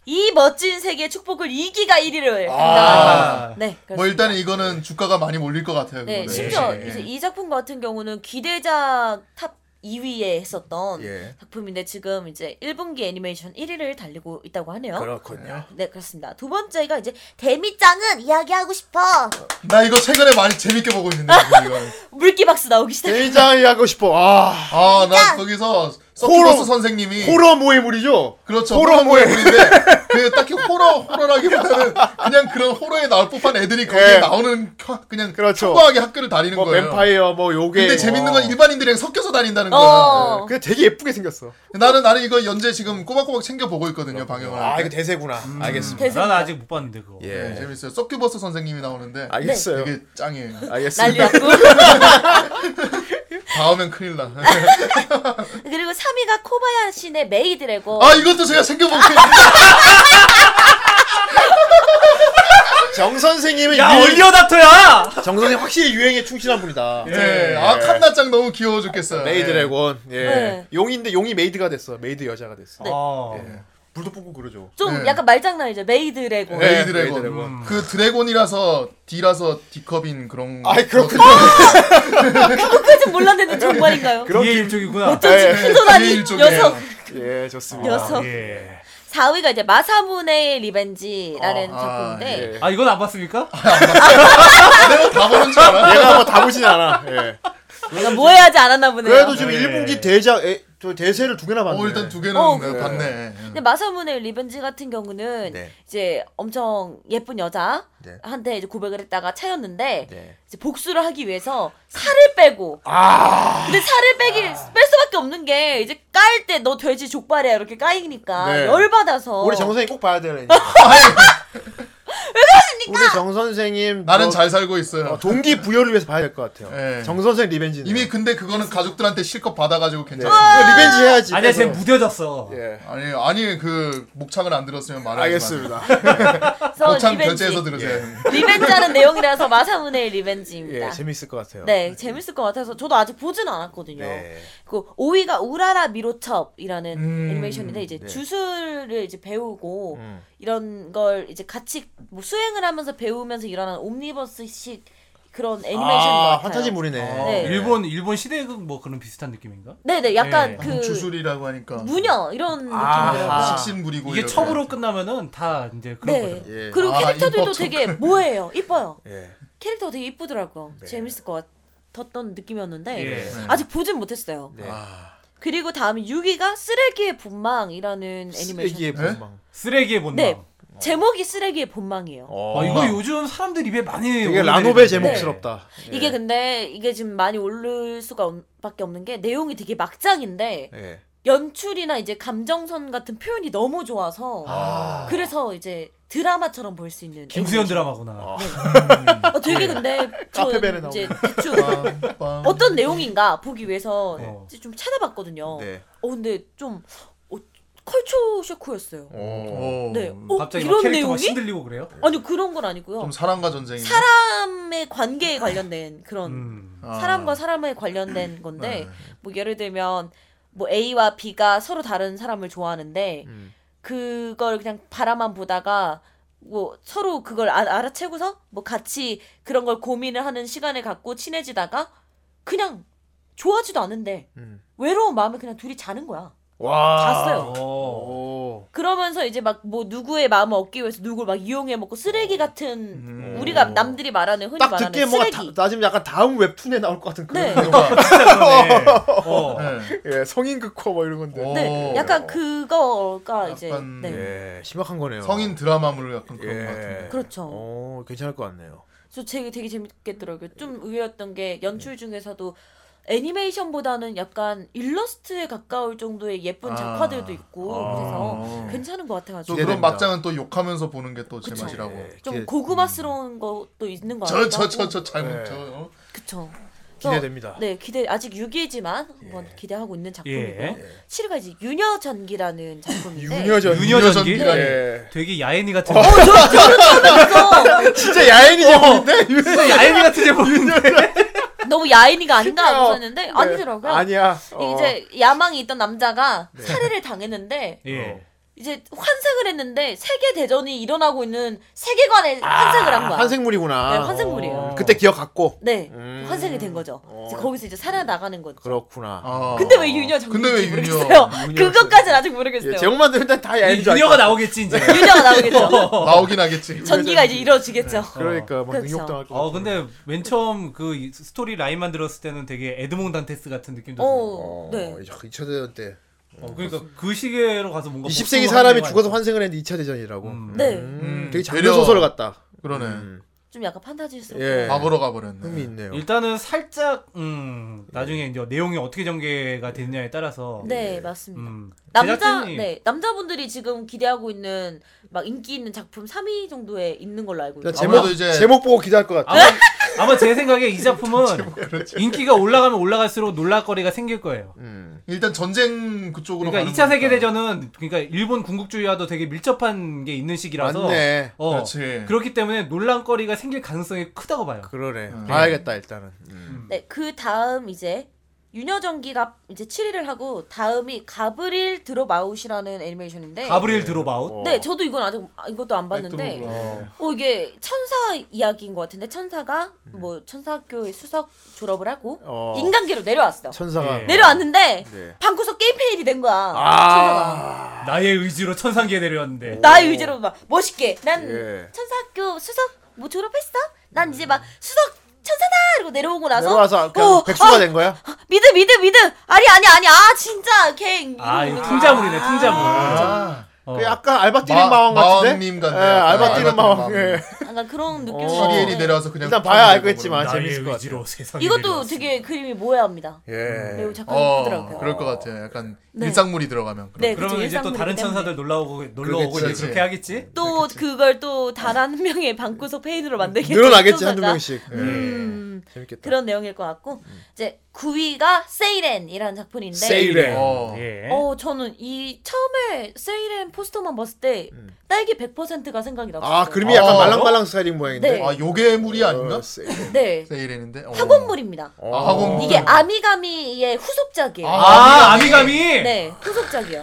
이 멋진 세계 축복을 2기가 1위를 아. 네. 뭐 일단은 이거는 주가가 많이 몰릴 것 같아요. 네, 그거는. 심지어 예. 이제 이 작품 같은 경우는 기대작 탑 2위에 했었던 예. 작품인데 지금 이제 1분기 애니메이션 1위를 달리고 있다고 하네요. 그렇군요. 네, 그렇습니다. 두 번째가 이제 데미짱은 이야기하고 싶어. 네. 나 이거 최근에 많이 재밌게 보고 있는데 이거. 물기박스 나오기 시작. 굉장히 하고 싶어. 아, 아나 거기서 서큐버스 선생님이 호러 모해물이죠? 그렇죠 호러 모해. 모임인데 그 딱히 호러 호러라기보다는 그냥 그런 호러에 나올 법한 애들이 거기에 예. 나오는 켜- 그냥 그렇죠. 평범하게 학교를 다니는 뭐 거예요. 뱀파이어, 뭐 요괴. 근데 재밌는 건 어. 일반인들이랑 섞여서 다닌다는 거야. 어. 근데 되게 예쁘게 생겼어. 나는 나는 이거 연재 지금 꼬박꼬박 챙겨 보고 있거든요 방영을. 아, 할 이거 때. 대세구나. 알겠습니다. 예. 대세. 난 아직 못 봤는데 그거. 네, 재밌어요. 서큐버스 선생님이 나오는데 아, 알겠어요. 되게 짱이에요. 난리 알겠습니다. 났고. 다음엔 큰일 나. 그리고 3위가 코바야신의 메이드래고. 아 이것도 제가 챙겨 보고 정 선생님은 아, 야 유행- 얼리어답터야. 정 선생 확실히 유행에 충실한 분이다. 네. 아 칸나짱 너무 귀여워 죽겠어요. 예. 메이드래곤. 예. 네. 용인데 용이 메이드가 됐어. 메이드 여자가 됐어. 네. 어. 불도 뿜고 그러죠. 좀 네. 약간 말장난이죠. 메이드래고. 네, 네, 메이드래곤. 메이드래곤. 음. 그 드래곤이라서 D라서 D컵인 그런. 아이, 그렇군요. 그까진 몰랐는데 정말인가요? 아, 그게 일종이구나. 어쩐지 예, 큰소나니 일종의- 녀석. 예, 좋습니다. 녀석. 예. 4위가 이제 마사무네의 리벤지라는 아, 작품인데 예. 아 이건 안 봤습니까? 내가 다 보는 줄 알아. 얘가 뭐 다 보진 않아. 예. 내가 뭐 해야지 알았나 보네요. 그래도 지금 네. 1분기 대작 에, 저 대세를 두 개나 봤네. 어 일단 두 개는 어, 네, 그래. 봤네. 근데 마사무네 리벤지 같은 경우는 네. 이제 엄청 예쁜 여자한테 이제 고백을 했다가 차였는데 네. 이제 복수를 하기 위해서 살을 빼고 아. 근데 살을 빼기 뺄 수밖에 없는 게 이제 깔 때 너 돼지 족발이야 이렇게 까이니까 네. 열 받아서 우리 정 선생님 꼭 봐야 되는. 우리 정 선생님 나는 뭐, 잘 살고 있어요. 어, 동기 부여를 위해서 봐야 될 것 같아요. 네. 정 선생 리벤지는 이미 근데 그거는 가족들한테 실컷 받아가지고 네. 괜찮아. 이거 리벤지 해야지. 네, 아니야 쟤 그래서. 무뎌졌어. 예. 아니 아니 그 목창을 안 들었으면 말하지 알겠습니다. 그래서 마. 목창 리벤지 결제해서 들으세요. 리벤지라는 내용이라서 마사무네의 리벤지입니다. 예, 재밌을 것 같아요. 네, 재밌을 것 같아서 저도 아직 보진 않았거든요. 네. 그 5위가 우라라 미로첩이라는 음, 애니메이션인데 이제 네. 주술을 이제 배우고 음. 이런 걸 이제 같이 뭐 수행을 하면서 배우면서 일어나는 옴니버스식 그런 애니메이션인 것 아, 같아요. 환타지물이네. 어, 네. 일본 일본 시대극 뭐 그런 비슷한 느낌인가? 네네, 네. 약간 그 음, 주술이라고 하니까. 무녀 이런 아하. 느낌이에요. 식신 부리고 이게 이렇게. 첩으로 끝나면은 다 이제 그런 네. 거죠. 예. 그리고 아, 캐릭터들도 입법 되게 뭐예요? 이뻐요. 예. 캐릭터 되게 네. 이쁘더라고요. 재밌을 것 같았던 느낌이었는데 예. 아직 보진 못했어요. 네. 아, 그리고 다음 6위가 쓰레기의 분망이라는 애니메이션. 쓰레기의 분망. 쓰레기의 본망 네. 제목이 쓰레기의 본망이에요. 어, 아, 이거 요즘 사람들 입에 많이 되게 오르내리는데. 라노베 제목스럽다. 네. 네. 이게 근데 이게 지금 많이 오를 수가 없- 밖에 없는 게 내용이 되게 막장인데 예. 연출이나 이제 감정선 같은 표현이 너무 좋아서 그래서 이제 드라마처럼 볼 수 있는 네. 김수현 애니메이션. 드라마구나. 어, 되게 근데 저 카페베르 나오는. 이제 아. 대충 어떤 내용인가 보기 위해서 네. 이제 좀 찾아봤거든요. 네. 어 근데 좀 어, 컬처 쇼크였어요. 음. 네. 어, 갑자기 막 이런 캐릭터가 내용이? 신들리고 그래요? 아니 그런 건 아니고요. 좀 사랑과 전쟁이 사람의 관계에 관련된 그런 음. 아. 아. 사람과 사람에 관련된 네. 건데 뭐 예를 들면 뭐 A와 B가 서로 다른 사람을 좋아하는데 음. 그걸 그냥 바라만 보다가 뭐 서로 그걸 아- 알아채고서 뭐 같이 그런 걸 고민을 하는 시간을 갖고 친해지다가 그냥 좋아하지도 않은데 외로운 마음에 그냥 둘이 자는 거야. 잤어요. 어. 그러면서 이제 막 뭐 누구의 마음을 얻기 위해서 누굴 막 이용해 먹고 쓰레기 같은 우리가 남들이 말하는 흔히 어. 음. 딱 듣기에 말하는 뭔가 쓰레기. 다, 나중에 약간 다음 웹툰에 나올 것 같은 그런 네. 어. 예, 성인 극화 뭐 이런 건데. 네, 약간 그거가 이제 약간 네. 예, 심각한 거네요. 성인 드라마물 약간 그런 예. 것 같은데. 그렇죠. 어, 괜찮을 것 같네요. 그래서 되게 되게 재밌겠더라고요. 네. 좀 의외였던 게 연출 중에서도 애니메이션보다는 약간 일러스트에 가까울 정도의 예쁜 아. 네. 작화들도 있고 그래서 괜찮은 것 또 같아가지고 그런 기대됩니다. 막장은 또 욕하면서 보는 게 또 제 그쵸. 맛이라고. 예, 좀 기대- 고구마스러운 것도 있는 것 같아요. 저 저 저 저 잘못 저. 어? 그쵸. 기대됩니다. 네 기대 아직 6위지만 예. 한번 기대하고 있는 작품이고요. 예. 7위가 이제 유녀전기라는 작품인데 유녀전. 유녀 전기? 유녀 전기라니. 예. 되게 야애니 같은. 어, 진짜 야인이 제목인데. 네. 야애니 같은 제목인데. 너무 야인이가 아닌가 진짜요. 하셨는데 네. 아니더라고요. 예. 아니야. 어. 이제 야망이 있던 남자가 살해를 당했는데 예. 이제 환생을 했는데 세계 대전이 일어나고 있는 세계관에 환생을 한 거야. 아, 환생물이구나. 네, 환생물이에요. 어. 그때 기억 갖고. 네, 음. 환생이 된 거죠. 이제 거기서 이제 살아 나가는 거죠. 그렇구나. 아. 근데 왜 유녀 장군인지 근데 왜 유녀? 모르겠어요. 그것까지는 아직 모르겠어요. 예, 제목만 들으면 일단 다 야인인 줄 유녀가 알고. 나오겠지 이제. 유녀가 나오겠죠. 나오긴 하겠지. 전기가 이제 이루어지겠죠. 그러니까 막 그렇죠. 능욕당할 것 어 같아. 근데 맨 처음 그 이- 스토리 라인만 들었을 때는 되게 에드몽 단테스 같은 느낌도 들고 어, 네. 2차 대전 때 어, 그러니까 그 시기로 가서 뭔가 20세기 복수하는 사람이 영화 죽어서 아닐까? 환생을 했는데 2차 대전이라고. 음. 네. 음, 되게 장르 되려- 소설 같다. 그러네. 뭐 좀 약간 판타지스럽고. 음. 예. 음. 과거로 가버렸네. 흥미 있네요. 네. 일단은 살짝 음 나중에 이제 내용이 어떻게 전개가 되느냐에 따라서 네, 맞습니다. 음, 남자 제작진이- 네, 남자분들이 지금 기대하고 있는 막 인기 있는 작품 3위 정도에 있는 걸로 알고 일단 있어요. 제목 아무래도 이제- 제목 보고 기대할 것 같아. 아마, 아마 제 생각에 이 작품은 인기가 올라가면 올라갈수록 놀랄거리가 생길 거예요. 음. 일단 전쟁 그쪽으로 그러니까 가는 2차 세계 거니까. 대전은 그러니까 일본 군국주의와도 되게 밀접한 게 있는 시기라서 맞네. 어, 그렇지. 그렇기 때문에 논란거리가 생길 가능성이 크다고 봐요. 그러네. 봐야겠다 일단은. 음. 네, 그 다음 이제 윤여정기가 이제 7위를 하고 다음이 가브릴 드로마웃이라는 애니메이션인데 가브리엘 어. 드로바웃. 네, 저도 이건 아직 아, 이것도 안 봤는데 어 이게 천사 이야기인 것 같은데 천사가 뭐 천사 학교의 수석 졸업을 하고 음. 어. 인간계로 내려왔어. 천사가 예. 내려왔는데 네. 아. 방구석 게임 페인이 된 거야. 천사가. 나의 의지로 천상계 내려왔는데. 나의 의지로 막 멋있게 난 예. 천사 학교 수석 뭐 졸업했어? 난 이제 막 수석 천사다 이러고 내려오고 나서 내려와서 그냥 어, 백수가 아, 된 거야? 미드 미드 미드 아니 아니 아니 아 진짜 걔 이러고 아, 있는 이거 거야. 풍자물이네, 풍자물. 아, 어. 그 약간 알바 뛰는 마왕 같은데? 마왕님 같네. 예, 알바 뛰는 알바 마왕. 뛰는 예. 마왕. 약간 그런 어, 느낌. 시리엘이 내려와서 그냥 일단 봐야 탕 알겠지만 나의 먹어버리는. 재밌을 것 같아요. 의지로 세상에 네. 이것도 내려왔어. 되게 그림이 모해합니다. 예. 매우 작가이 어, 예쁘더라고요. 그럴 것 같아요. 약간 네. 일상물이 들어가면. 그런 네, 그러면 그쵸, 이제 또 다른 일상물이기 때문에. 천사들 놀러 오고 놀러 오고 이제 그렇지. 그렇게 하겠지. 또 그걸 또 단 한 명의 방구석 페인으로 만들겠죠. 늘어나겠지 천사가. 한두 명씩. 예. 음, 재밌겠다. 그런 내용일 것 같고 이제 9위가 세이렌이라는 작품인데 세일에. 어. 예. 어 저는 이 처음에 세이렌 포스터만 봤을 때 딸기 100%가 생각이 났어요. 음. 아 그림이 어. 약간 말랑말랑 스타일인 모양인데. 네. 아, 요괴 물이 아닌가? 어, 세일에. 네. 세일인데. 어. 학원물입니다. 아, 뭐 학원물. 이게 아미가미의 후속작이에요. 아, 아미가미. 네, 후속작이요.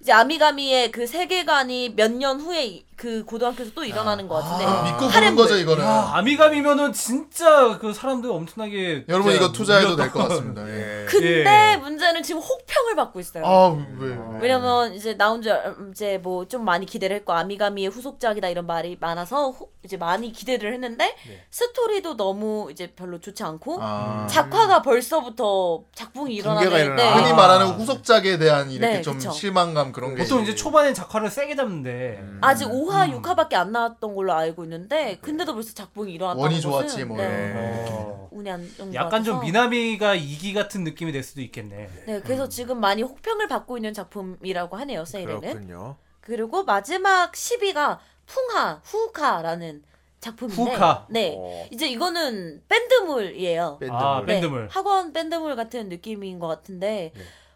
이제 아미가미의 그 세계관이 몇 년 후에 이- 그 고등학교에서 또 일어나는 것 같은데 아, 믿고 보는 거죠 이거는. 아, 아미감이면은 진짜 그 사람들 엄청나게 여러분 진짜 이거 투자해도 물렸다. 될 것 같습니다. 예. 근데 문제는 지금 혹평을 받고 있어요. 네. 아 왜? 왜냐면 이제 나온 지 얼- 이제 뭐 좀 많이 기대를 했고 아미가미의 후속작이다 이런 말이 많아서 호- 이제 많이 기대를 했는데 스토리도 너무 이제 별로 좋지 않고 아. 작화가 벌써부터 작품이 붕괴가 일어나는데 일어나. 흔히 아. 말하는 후속작에 대한 이렇게 네, 좀 그쵸. 실망감 그런 게 보통 있지. 이제 초반에 작화를 세게 잡는데 음. 아직 5화, 6화밖에 안 나왔던 걸로 알고 있는데 근데도 벌써 작품이 일어났다는 원이 것은 좋았지, 뭐. 네. 어, 운이 안 네. 좋은 것 약간 좀 같아서. 미나미가 이기 같은 느낌이 될 수도 있겠네. 아, 네, 그래서 지금 많이 혹평을 받고 있는 작품이라고 하네요, 세일에는. 그렇군요. 그리고 마지막 10위가 풍하, 후카라는 작품인데 후카. 네. 어. 이제 이거는 밴드물이에요. 아 밴드물. 네, 학원 밴드물 같은 느낌인 것 같은데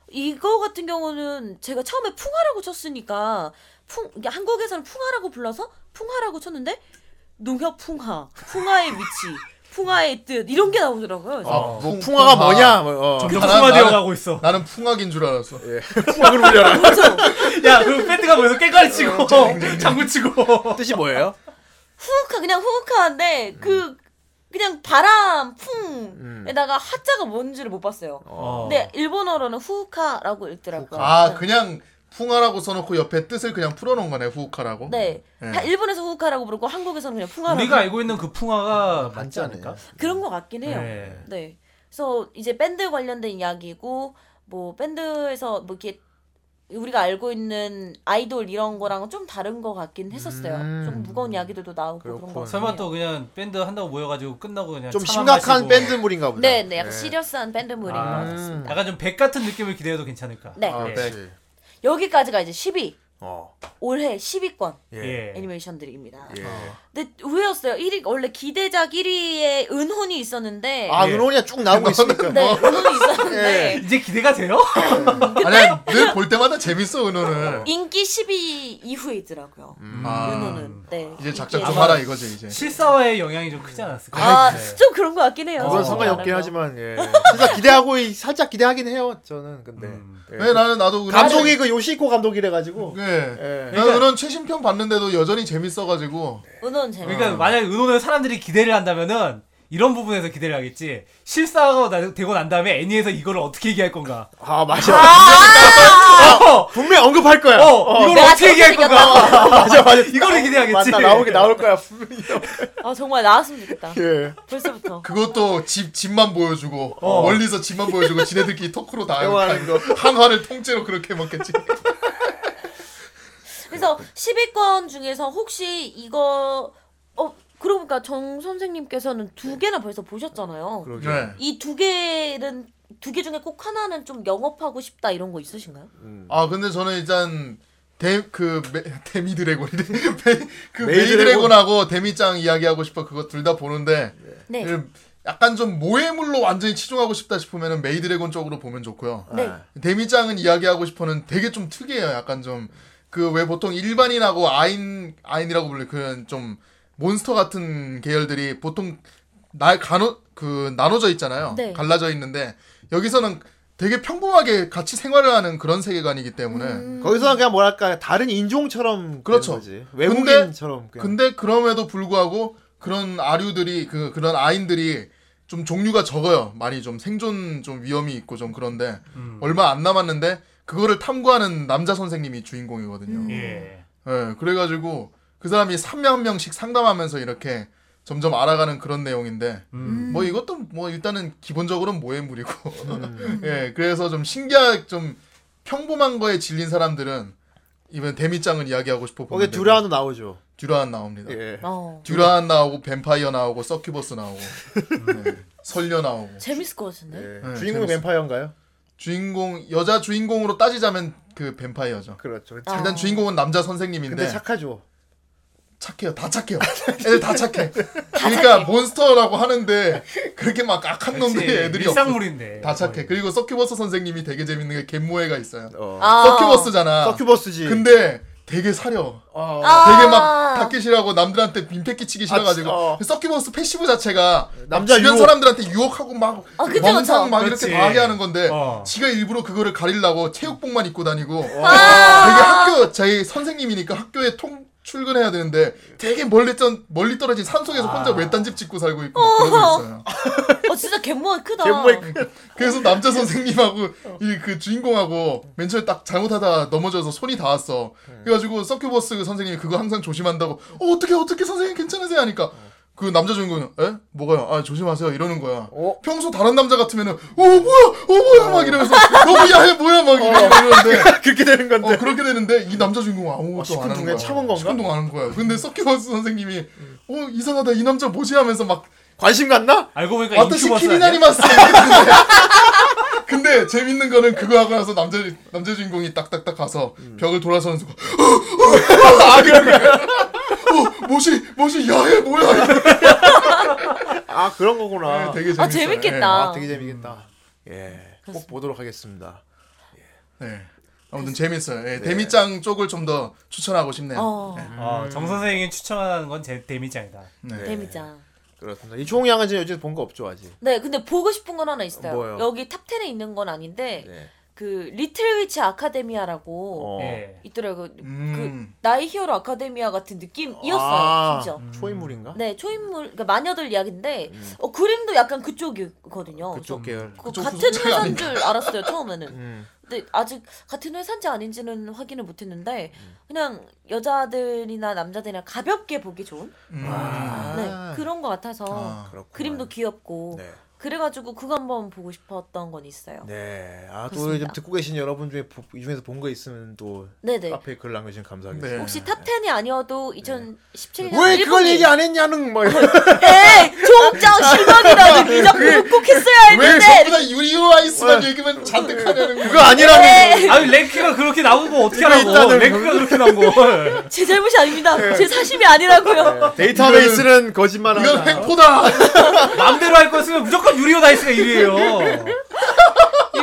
이거 같은 경우는 제가 처음에 풍화라고 쳤으니까 풍 이게 한국에서는 풍화라고 불러서 풍화라고 쳤는데 농협 풍화, 풍화의 위치, 풍화의 뜻 이런 게 나오더라고요. 그래서 아, 어, 뭐 풍화가 뭐냐? 뭐, 어. 점점 나는- 풍화되어 나는- 가고 예. 있어. 나는 풍악인 줄 알았어. 풍악을 울려라. 그렇죠. 야, 그 밴드가 거기서 깨까리 어, 치고 장구 치고. 뜻이 뭐예요? 후우카 그냥 후우카인데 그 그냥 바람 풍에다가 하자가 뭔지를 못 봤어요. 어. 근데 일본어로는 후우카라고 읽더라고요. 아 그냥 풍아라고 써놓고 옆에 뜻을 그냥 풀어놓은 거네 후카라고. 네. 네. 다 일본에서 후우카라고 부르고 한국에서는 그냥 풍화라고 우리가 알고 있는 그 풍화가 맞지 맞잖아요. 않을까? 그런 것 같긴 해요. 네. 네. 그래서 이제 밴드 관련된 이야기고 뭐 밴드에서 뭐 이렇게 우리가 알고 있는 아이돌 이런 거랑은 좀 다른 것 같긴 했었어요. 좀 무거운 이야기들도 나오고 그런것 그렇군. 같아요. 설마 또 그냥 밴드 한다고 모여가지고 끝나고 그냥 좀 차만 심각한 아, 마시고. 밴드물인가 보다. 예. 음. 네, 네, 약간 시리어스한 밴드물인 뭐 것 아. 같습니다. 약간 좀 백 같은 느낌을 기대해도 괜찮을까? 네. 아, 예. 네. 여기까지가 이제 10위 어. 올해 10위권 예. 애니메이션들입니다. 예. 근데 의외였어요. 1위 원래 기대작 1위에 은혼이 있었는데 아, 은혼이야 쭉 나오고 있으니까. 네, 은혼이 있었는데 이제 기대가 돼요? 아니야 늘 볼 때마다 재밌어 은호는. 인기 10위 이후이더라고요. 아, 음, 은혼은 네. 이제 작작 인기에서. 좀 하라 이거지 이제. 실사화의 영향이 좀 크지 않았을까? 아, 좀 그런 것 같긴 해요. 그건 어. 상관이 없긴 말하면. 하지만 예. 진짜 기대하고 이- 살짝 기대하긴 해요. 저는 근데 음. 예. 왜 네, 나는 나도 은호- 감독이 그 요시코 감독이래 가지고 예. 예. 나는 그런 최신편 봤는데도 여전히 재밌어가지고 은혼 재밌. 그러니까 만약에 은호는 사람들이 기대를 한다면은 이런 부분에서 기대를 하겠지. 실사화가 나- 되고 난 다음에 애니에서 이걸 어떻게 얘기할 건가? 아 맞아 어! 분명 언급할 거야 어, 이걸 내가 어떻게 얘기할 잘못 건가? 맞아 맞아 이거를 기대하겠지. 맞다 나오게 나올 거야 분명히 아 정말 나왔으면 좋겠다. 예. 벌써부터. 그것도 집 집만 보여주고 어. 멀리서 집만 보여주고 지네들끼리 토크로 다 대화하는 거. 한화를 통째로 그렇게 먹겠지. 그래서 10위권 중에서 혹시 이거 어 그러고 보니까 정 선생님께서는 두 개나 벌써 보셨잖아요. 네. 이 두 개는 두 개 중에 꼭 하나는 좀 영업하고 싶다 이런 거 있으신가요? 아 근데 저는 일단 데그 데미 드래곤이 그 메이 메이 드래곤하고 데미짱 이야기하고 싶어 그거 둘 다 보는데 네. 그 약간 좀 모해물로 완전히 치중하고 싶다 싶으면은 메이 드래곤 쪽으로 보면 좋고요. 네. 데미짱은 이야기하고 싶어는 되게 좀 특이해요. 약간 좀 그 왜 보통 일반인하고 아인 아인이라고 불리 그런 좀 몬스터 같은 계열들이 보통 날 간호 그 나눠져 있잖아요. 네. 갈라져 있는데 여기서는 되게 평범하게 같이 생활을 하는 그런 세계관이기 때문에 음. 거기서는 그냥 뭐랄까 다른 인종처럼 그렇죠. 되는 거지. 외국인처럼 그냥. 근데 그럼에도 불구하고 그런 아류들이 그 그런 아인들이 좀 종류가 적어요. 많이 좀 생존 좀 위험이 있고 좀 그런데 음. 얼마 안 남았는데 그거를 탐구하는 남자 선생님이 주인공이거든요. 음. 예. 예, 그래가지고 그 사람이 3명 한 명씩 상담하면서 이렇게 점점 알아가는 그런 내용인데 음. 뭐 이것도 뭐 일단은 기본적으로는 모해물이고 음. 예 그래서 좀 신기하 좀 평범한 거에 질린 사람들은 이번 데미짱을 이야기하고 싶어 거기 보는데 듀라노 나오죠 듀란 나옵니다 예. 어. 듀란 나오고 뱀파이어 나오고 서큐버스 나오고 예, 설녀 나오고 재밌을 것 같은데. 네, 예. 주인공이 재밌어요. 뱀파이어인가요? 주인공 여자 주인공으로 따지자면 그 뱀파이어죠 그렇죠 아. 일단 주인공은 남자 근데 선생님인데 착하죠 착해요. 다 착해요. 애들 다 착해. 그러니까 몬스터라고 하는데 그렇게 막 악한 놈들 그치. 애들이 없어. 일상물인데. 다 착해. 그리고 서큐버스 선생님이 되게 재밌는 게 갯모애가 있어요. 아. 서큐버스잖아. 서큐버스지 근데 되게 사려. 어. 아. 되게 막 닦기싫하고 남들한테 빈패 끼치기 싫어가지고 아, 어. 서큐버스 패시브 자체가 남자 주변 유혹. 사람들한테 유혹하고 막 아, 그쵸, 멍상 그쵸. 막 그렇지. 이렇게 과하게 하는 건데 어. 지가 일부러 그거를 가리려고 어, 체육복만 입고 다니고 아. 되게 학교 자기 선생님이니까 학교에 통 출근해야 되는데 되게 멀리 떤 멀리 떨어진 산속에서 혼자 외딴집 짓고 살고 있고 막 그러고 있어요. 어 진짜 갯모가 크다. 그래서 남자 선생님하고 이 그 주인공하고 맨 처음에 딱 잘못하다 넘어져서 손이 닿았어. 그래가지고 서큐버스 선생님이 그거 항상 조심한다고 어, 어떻게 어떻게 선생님 괜찮으세요 하니까 그 남자 주인공이 에 뭐가요? 아 조심하세요 이러는 거야. 어? 평소 다른 남자 같으면은 어 뭐야 어 뭐야 막 이러면서 어 야해 뭐야 막 이러는데 그렇게 되는 건데. 어 그렇게 되는데 이 남자 주인공은 어, 아무것도 안 시큰둥해. 하는 거야. 참은 건가? 시큰둥 안 하는 거야. 근데 서큐버스 선생님이 어 이상하다 이 남자 뭐지 하면서 막 관심 갔나? 알고 보니까 왔다시 그러니까 인큐버스 아니야? 키리나리마스. 근데 재밌는 거는 그거 하고 나서 남자 남자 주인공이 딱딱딱 가서 벽을 돌아서는 어, 순간 아 그런 거야. 어 뭐지 뭐지 야해 뭐야. 이러고. 아 그런 거구나. 네, 되게 음. 재밌어요. 아 재밌겠다. 아, 되게 재밌겠다. 예. 꼭 보도록 하겠습니다. 네. 네. 아무튼 재밌어요. 예, 데미짱 쪽을 좀 더 추천하고 싶네요. 어 어, 정 선생님이 추천하는 건 제, 데미짱이다. 데미짱. 네. 그렇습니다. 이종우 양은 지금 요즘 본 거 없죠 아직. 네 근데 보고 싶은 건 하나 있어요. 뭐요? 여기 탑 10에 있는 건 아닌데 네. 그 리틀 위치 아카데미아라고 어. 예. 있더라고. 요 음. 그 나의 히어로 아카데미아 같은 느낌이었어요. 아, 진짜. 음. 초인물인가? 네 초인물 그러니까 마녀들 이야기인데 어, 그림도 약간 그쪽이거든요. 그쪽 계열. 그 그쪽 같은 소속사가 회사인 아닌가? 줄 알았어요 처음에는. 음. 근데 아직 같은 회사인지 아닌지는 확인을 못했는데 그냥 여자들이나 남자들이나 가볍게 보기 좋은 음. 네, 그런 것 같아서 아, 그렇구나. 그림도 귀엽고 아. 네. 그래가지고 그거 한번 보고 싶었던 건 있어요. 네. 아, 또 그렇습니다. 요즘 듣고 계신 여러분 중에 보- 이 중에서 본 거 있으면 또 네. 네 카페에 글 남겨주시면 감사하겠습니다. 네. 혹시 탑 10이 아니어도 2017년 왜 그걸 얘기 안 안 했냐는 뭐. 해? 네, 종장 아, 실망이라는 이 작품을 꼭 했어야 왜 했는데 네. 전부 다 유리오 아이스만 얘기만 잔뜩 하냐는 거야. 그거 아니라는. 아니 랭크가 그렇게 나온 거 어떻게 하라고? 일단은 랭크가 그렇게 나온 걸. 제 잘못이 아닙니다. 네. 제 사심이 아니라고요. 데이터베이스는 거짓말 이건 하나. 횡포다. 맘대로 할 거였으면 무조건 유리오 다이스가 1위에요. 네.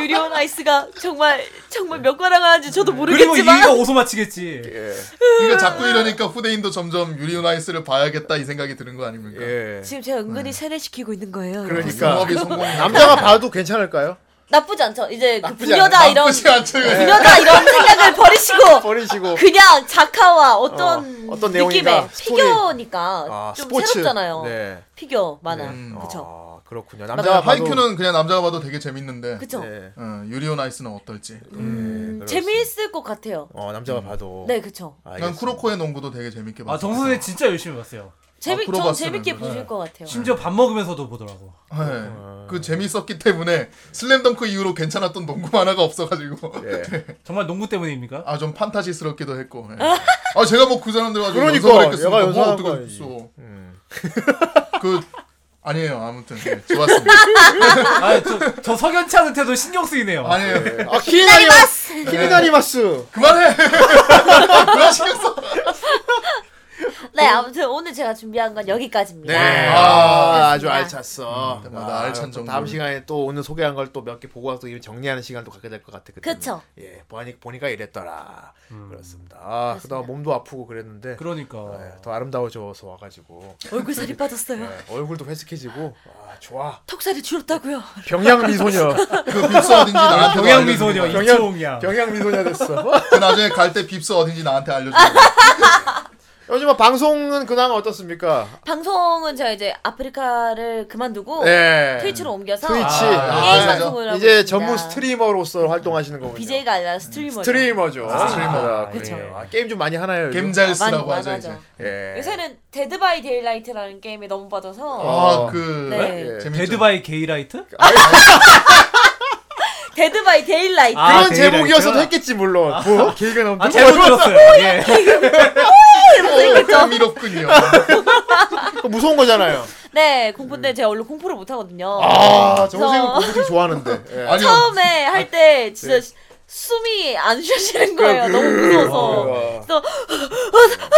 유리온 아이스가 정말 정말 몇 가락 하는지 저도 그리고 모르겠지만 2위가 오소 마치겠지. 예, 그러니까 자꾸 이러니까 후대인도 점점 유리오 아이스를 봐야겠다 이 생각이 드는 거 아닙니까? 예. 지금 제가 은근히 세뇌시키고 있는 거예요. 여러분. 그러니까 영업이 성공. 남자가 봐도 괜찮을까요? 나쁘지 않죠. 이제 그 나쁘지 부녀다 않아. 이런 나쁘지 않죠. 부녀다 이런 생각을 버리시고 버리시고. 그냥 작화와 어떤 어, 어떤 내용인가, 느낌의 스토리. 피규어니까 아, 좀 스포츠. 새롭잖아요. 네. 피규어 만화 그쵸 아, 그렇군요. 자, 남자가 봐도. 네. 하이큐는 그냥 남자가 봐도 되게 재밌는데 그쵸 네. 어, 유리오 나이스는 어떨지. 음, 재미있을 것 같아요. 어, 남자가 봐도. 네 그쵸 난 쿠로코의 농구도 되게 재밌게 봤어. 아, 정 선생 진짜 열심히 봤어요. 아, 재미 전 프로바스는 재밌게 그거네. 보실 것 같아요. 심지어 밥 먹으면서도 보더라고. 네. 그 재밌었기 때문에 슬램덩크 이후로 괜찮았던 농구 만화가 없어가지고 예. 정말 농구 때문입니까? 아 좀 판타지스럽기도 했고. 예. 아 제가 뭐 그 사람들 가지고 그러니까, 연상을 했겠습니까? 얘가 뭐 연상한 어떻게 거 아니지. 음. 했어. 그 아니에요 아무튼 예, 좋았습니다. 아, 저, 저 석연치한테도 신경 쓰이네요. 아니에요. 아, 키미나리마스! 키미나리마스! 그만해. 그만 신경 써. 네 아무튼 오늘 제가 준비한 건 여기까지입니다. 네. 아, 아, 아주 그렇습니다. 알찼어. 때마다 아, 알찬 또 정보. 다음 시간에 또 오늘 소개한 걸 또 몇 개 보고 와서 이 정리하는 시간도 갖게 될 것 같아. 그때. 그쵸. 예, 보니 보니까 이랬더라. 그렇습니다. 아, 그다음 몸도 아프고 그랬는데 그러니까. 예, 더 아름다워져서 와가지고 얼굴 살이 빠졌어요. 예, 얼굴도 회색해지고 와, 좋아. 턱살이 줄었다고요. 병양 미소녀. 그 빕스 어딘지 나한테 아, 경향미소녀 이초홍이야. 병양 미소녀 됐어. 그 나중에 갈 때 빕스 어딘지 나한테 알려줘. 요즘 뭐 방송은 그나마 어떻습니까? 방송은 제가 이제 아프리카를 그만두고 예. 어, 트위치로 네. 옮겨서 트위치. 네. 아, 게임 아, 방송을 하고 이제 있습니다. 전문 스트리머로서 활동하시는 거군요. BJ가 아니라 스트리머. 스트리머죠. 스트리머. 그쵸. 아, 게임 좀 많이 하나요? 요즘? 겜잘스라고 많이 하죠 이제. 많아져. 예. 요새는 데드 바이 데일라이트라는 게임에 너무 빠져서 어. 아그 네. 재밌죠. 데드 바이 게이라이트? 데드 바이 데일라이트. 아, 그런 제목이었어도 데일라이트구나. 했겠지 물론. 뭐? 기회가 넘는 아, 잘못 들었어요. 예. 어, 흥미롭군요. 무서운 거잖아요. 네, 공부인데 제가 원래 공부를 못 하거든요. 아, 정우생은 그래서- 공부 되게 좋아하는데. 예. 아니요. 처음에 할 때 진짜 숨이 안 쉬어지는 거예요. 너무 무서워서. 와. 그래서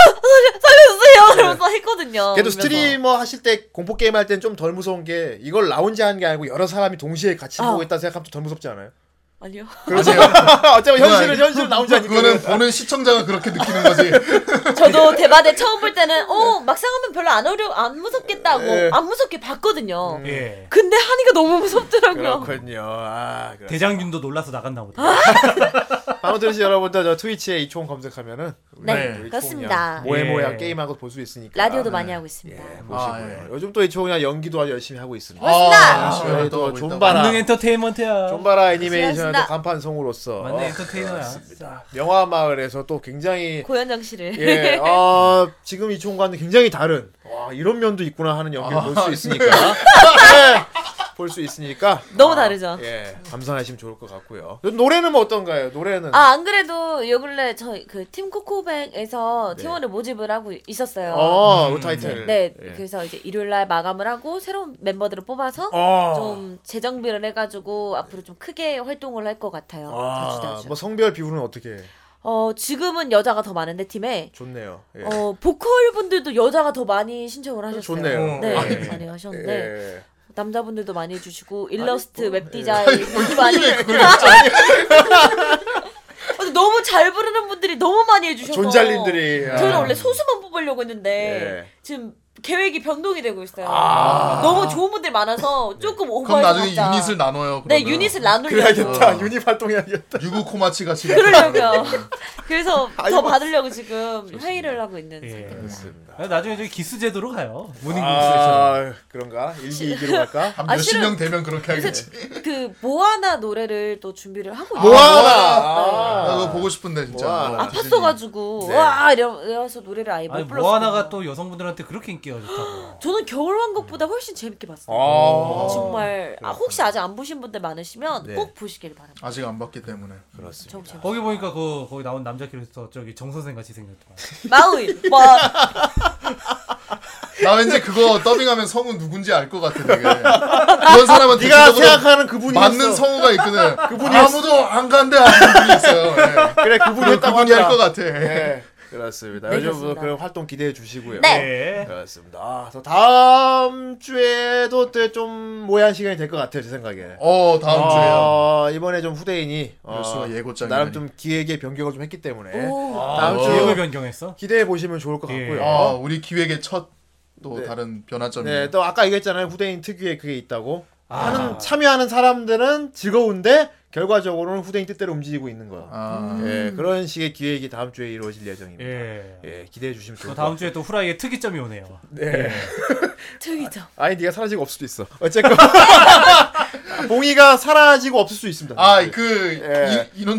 살려주세요. 이러면서 했거든요. 그래도 울면서. 스트리머 하실 때 공포 게임 할 때는 좀 덜 무서운 게 이걸 라운지 하는 게 아니고 여러 사람이 동시에 같이 아. 보고 있다 생각하면 또 덜 무섭지 않아요? 아니요. 그렇죠. 어차피 현실은 그건 현실은 라운지 하니까. 그거는 보는 시청자가 그렇게 느끼는 거지. 저도 대바대 처음 볼 때는 어 막상 하면 별로 안 어려 안 무섭겠다고 예. 안 무섭게 봤거든요. 예. 근데 하니까 너무 무섭더라고요. 그렇군요. 아, 그렇- 대장균도 놀라서 나갔나 보다. 방금 들으신 여러분들 저 트위치에 이총 검색하면은 네, 네. 그렇습니다. 모에모야 예. 게임하고 볼 수 있으니까 라디오도 네. 많이 하고 있습니다. 예, 보시고요. 아, 예. 요즘 또 이총이랑 연기도 아주 열심히 하고 있습니다. 어, 아, 열심히 저희 활동하고 또 있다고. 만능 존바라 엔터테인먼트야. 존바라 애니메이션의 또 고생하셨습니다. 간판송으로서 만능 엔터테이너야. 진짜. 명화 마을에서 또 굉장히 고현정 씨를 예, 아, 지금 이총과는 굉장히 다른 와, 이런 면도 있구나 하는 연기를 볼 수 있으니까 네. 볼 수 있으니까 너무 다르죠. 예, 감상하시면 좋을 것 같고요. 노래는 뭐 어떤가요? 노래는 아 안 그래도 요 근래 저희 그팀 코코뱅에서 팀원을 모집을 하고 있었어요. 어, 그 타이틀. 네, 예. 그래서 이제 일요일 날 마감을 하고 새로운 멤버들을 뽑아서 어. 좀 재정비를 해가지고 앞으로 좀 크게 활동을 할 것 같아요. 자주 아, 자주. 뭐 성별 비율은 어떻게? 해? 어 지금은 여자가 더 많은데 팀에 좋네요. 예. 어 보컬 분들도 여자가 더 많이 신청을 하셨어요. 좋네요. 네, 예. 많이 하셨는데 예. 뭐, 남자분들도 많이 해주시고 일러스트 웹 디자인 분도 많이. 근데 너무 잘 부르는 분들이 너무 많이 해주셔서 존잘님들이 저희는 아. 원래 소수만 뽑으려고 예. 했는데 아. 지금 계획이 변동이 되고 있어요. 너무 좋은 분들 예. 많아서 조금 그럼 오버할 것 나중에 같다. 유닛을 나눠요. 네 그러면. 유닛을 나누려고 그래야겠다. 어. 유닛 활동해야겠다. 유구 코마치 같이. 그러려고요. 그래서 더뭐 받으려고 지금 회의를 하고 예. 있는 예. 상태입니다. 나중에 저기 기스 제도로 가요. 모닝 기스처럼. 아, 그런가? 일기 이기로 갈까? 한 아, 몇십 실은- 명 되면 그렇게 하겠지. 그 모아나 노래를 또 준비를 하고 있어요. 아, 모아나. 그거 보고 싶은데 진짜. 모아나. 어, 아팠어가지고 네. 와 이러- 이래서 노래를 아예 못 아니 불렀어요. 뭐 하나가 또 여성분들한테 그렇게 인기가 좋다고. 저는 겨울왕국보다 훨씬 재밌게 봤어요. 아. 정말 아, 혹시 아직 안 보신 분들 많으시면 꼭 보시길 바랍니다. 아직 안 봤기 때문에. 정말 재밌어요. 거기 보니까 그 거기 나온 남자 캐릭터 저기 정 선생 같이 생겼더만. 마우이 뭐 나 왠지 그거 더빙하면 성우 누군지 알 것 같아. 되게. 그런 네가 사람은 대체적으로 생각하는 그분이 맞는 있어. 성우가 있거든. 아무도 안 간대 하는 분이 있어요. 예. 그래 그분이 했다고 그분이 할 하더라. 것 같아. 예. 그렇습니다. 네, 요즘 뭐 그렇습니다. 그런 활동 기대해 주시고요. 네. 예. 그렇습니다. 아, 그래서 다음 주에도 또좀 모양 시간이 될 것 같아요, 제 생각에. 어 다음 주에요. 어, 이번에 좀 후대인이 어, 열수가 예고장이라니. 나름 좀 기획의 변경을 좀 했기 때문에 오. 다음 어. 기억을 주에 아. 변경했어? 기대해 보시면 좋을 것 예. 같고요. 아 우리 기획의 첫 또 다른 변화점이. 네, 네. 또 아까 얘기했잖아요. 후대인 특유의 그게 있다고. 하는 참여하는 사람들은 즐거운데 결과적으로는 후대인 뜻대로 움직이고 있는 거야. 아 예, 그런 식의 기획이 다음 주에 이루어질 예정입니다. 예, 예. 기대해 주시면 그 좋을 또 것 다음 같아요. 주에 또 후라이의 특이점이 오네요. 특이죠. 아니 네가 사라지고 없을 수도 있어. 어쨌건 봉이가 사라지고 없을 수 있습니다. 아그 예. 인원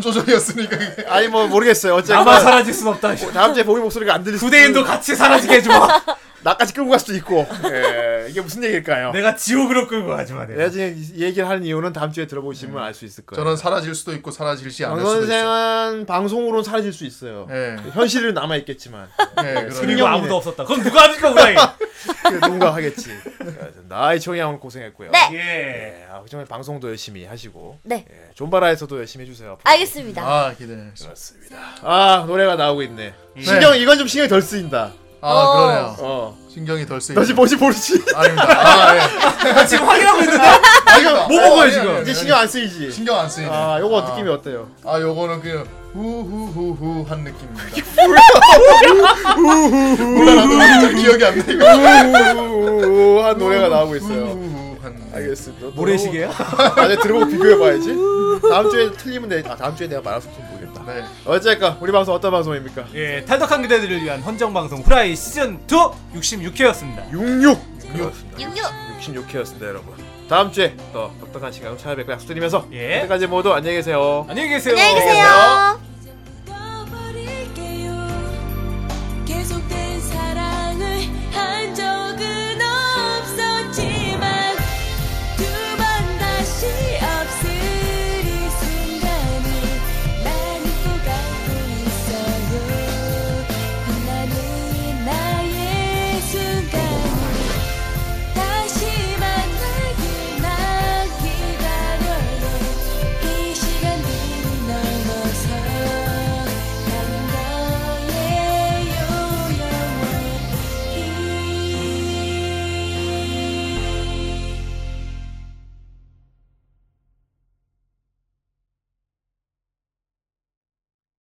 조절이었으니까 그게. 아니 뭐 모르겠어요. 어쨌건 나만 그 사라질 순 없다. 다음 주에 봉이 목소리가 안 들릴 수도 후대인도 있고, 같이 사라지게 해주마. 나까지 끌고 갈 수도 있고. 예, 이게 무슨 얘기일까요? 내가 지옥으로 끌고 가지마. 내가. 내가 지금 이 얘기를 하는 이유는 다음 주에 들어보시면 알 수 있을 거예요. 저는 사라질 수도 있고 사라질지 정 않을 수도 있어. 선생은 방송으로는 사라질 수 있어요. 예. 현실은 남아 있겠지만 예. 그러네. 그리고 아무도 없었다. 그럼 누가 합니까 후라이? 누군가 하겠지. 나이 총이 형 고생했고요. 네. 예. 예, 아, 정말 방송도 열심히 하시고 네. 예, 존바라에서도 열심히 해주세요. 앞으로. 알겠습니다. 아 기대. 아 노래가 나오고 있네. 신경 이건 좀 신경 이덜 쓰인다. 아 그러네요. 어. 신경이 덜 쓰이네. 너 지금 뭔지 모르지? 아닙니다. 아, 예. 지금 확인하고 있는데 아닙니다. 뭐 먹어요, 아, 예, 지금? 예, 예. 이제 신경 안 쓰이지. 신경 안 쓰이네. 아 요거 느낌이 어때요? 아 요거는 그냥 후후후후 한 느낌입니다. 뭐야? 후후후후. 진짜 기억이 안 나. 이거. 우한 노래가 나오고 있어요. 아, 후후후한. 알겠습니다. 모래시계야? 아니 들어보고 비교해봐야지. 다음 주에 틀리면 내, 아 다음 주에 내가 말할 수 없으면 모르겠다. 네. 어쨌건 우리 방송 어떤 방송입니까? 예, 탈덕한 그대들을 위한 헌정 방송 후라이 시즌 2 66회였습니다. 66. 66. 66회였습니다, 여러분. 다음 주에 더 똑똑한 시간으로 찾아뵙고 약속드리면서 예. 그때까지 모두 안녕히 계세요. 안녕히 계세요. 안녕히 계세요.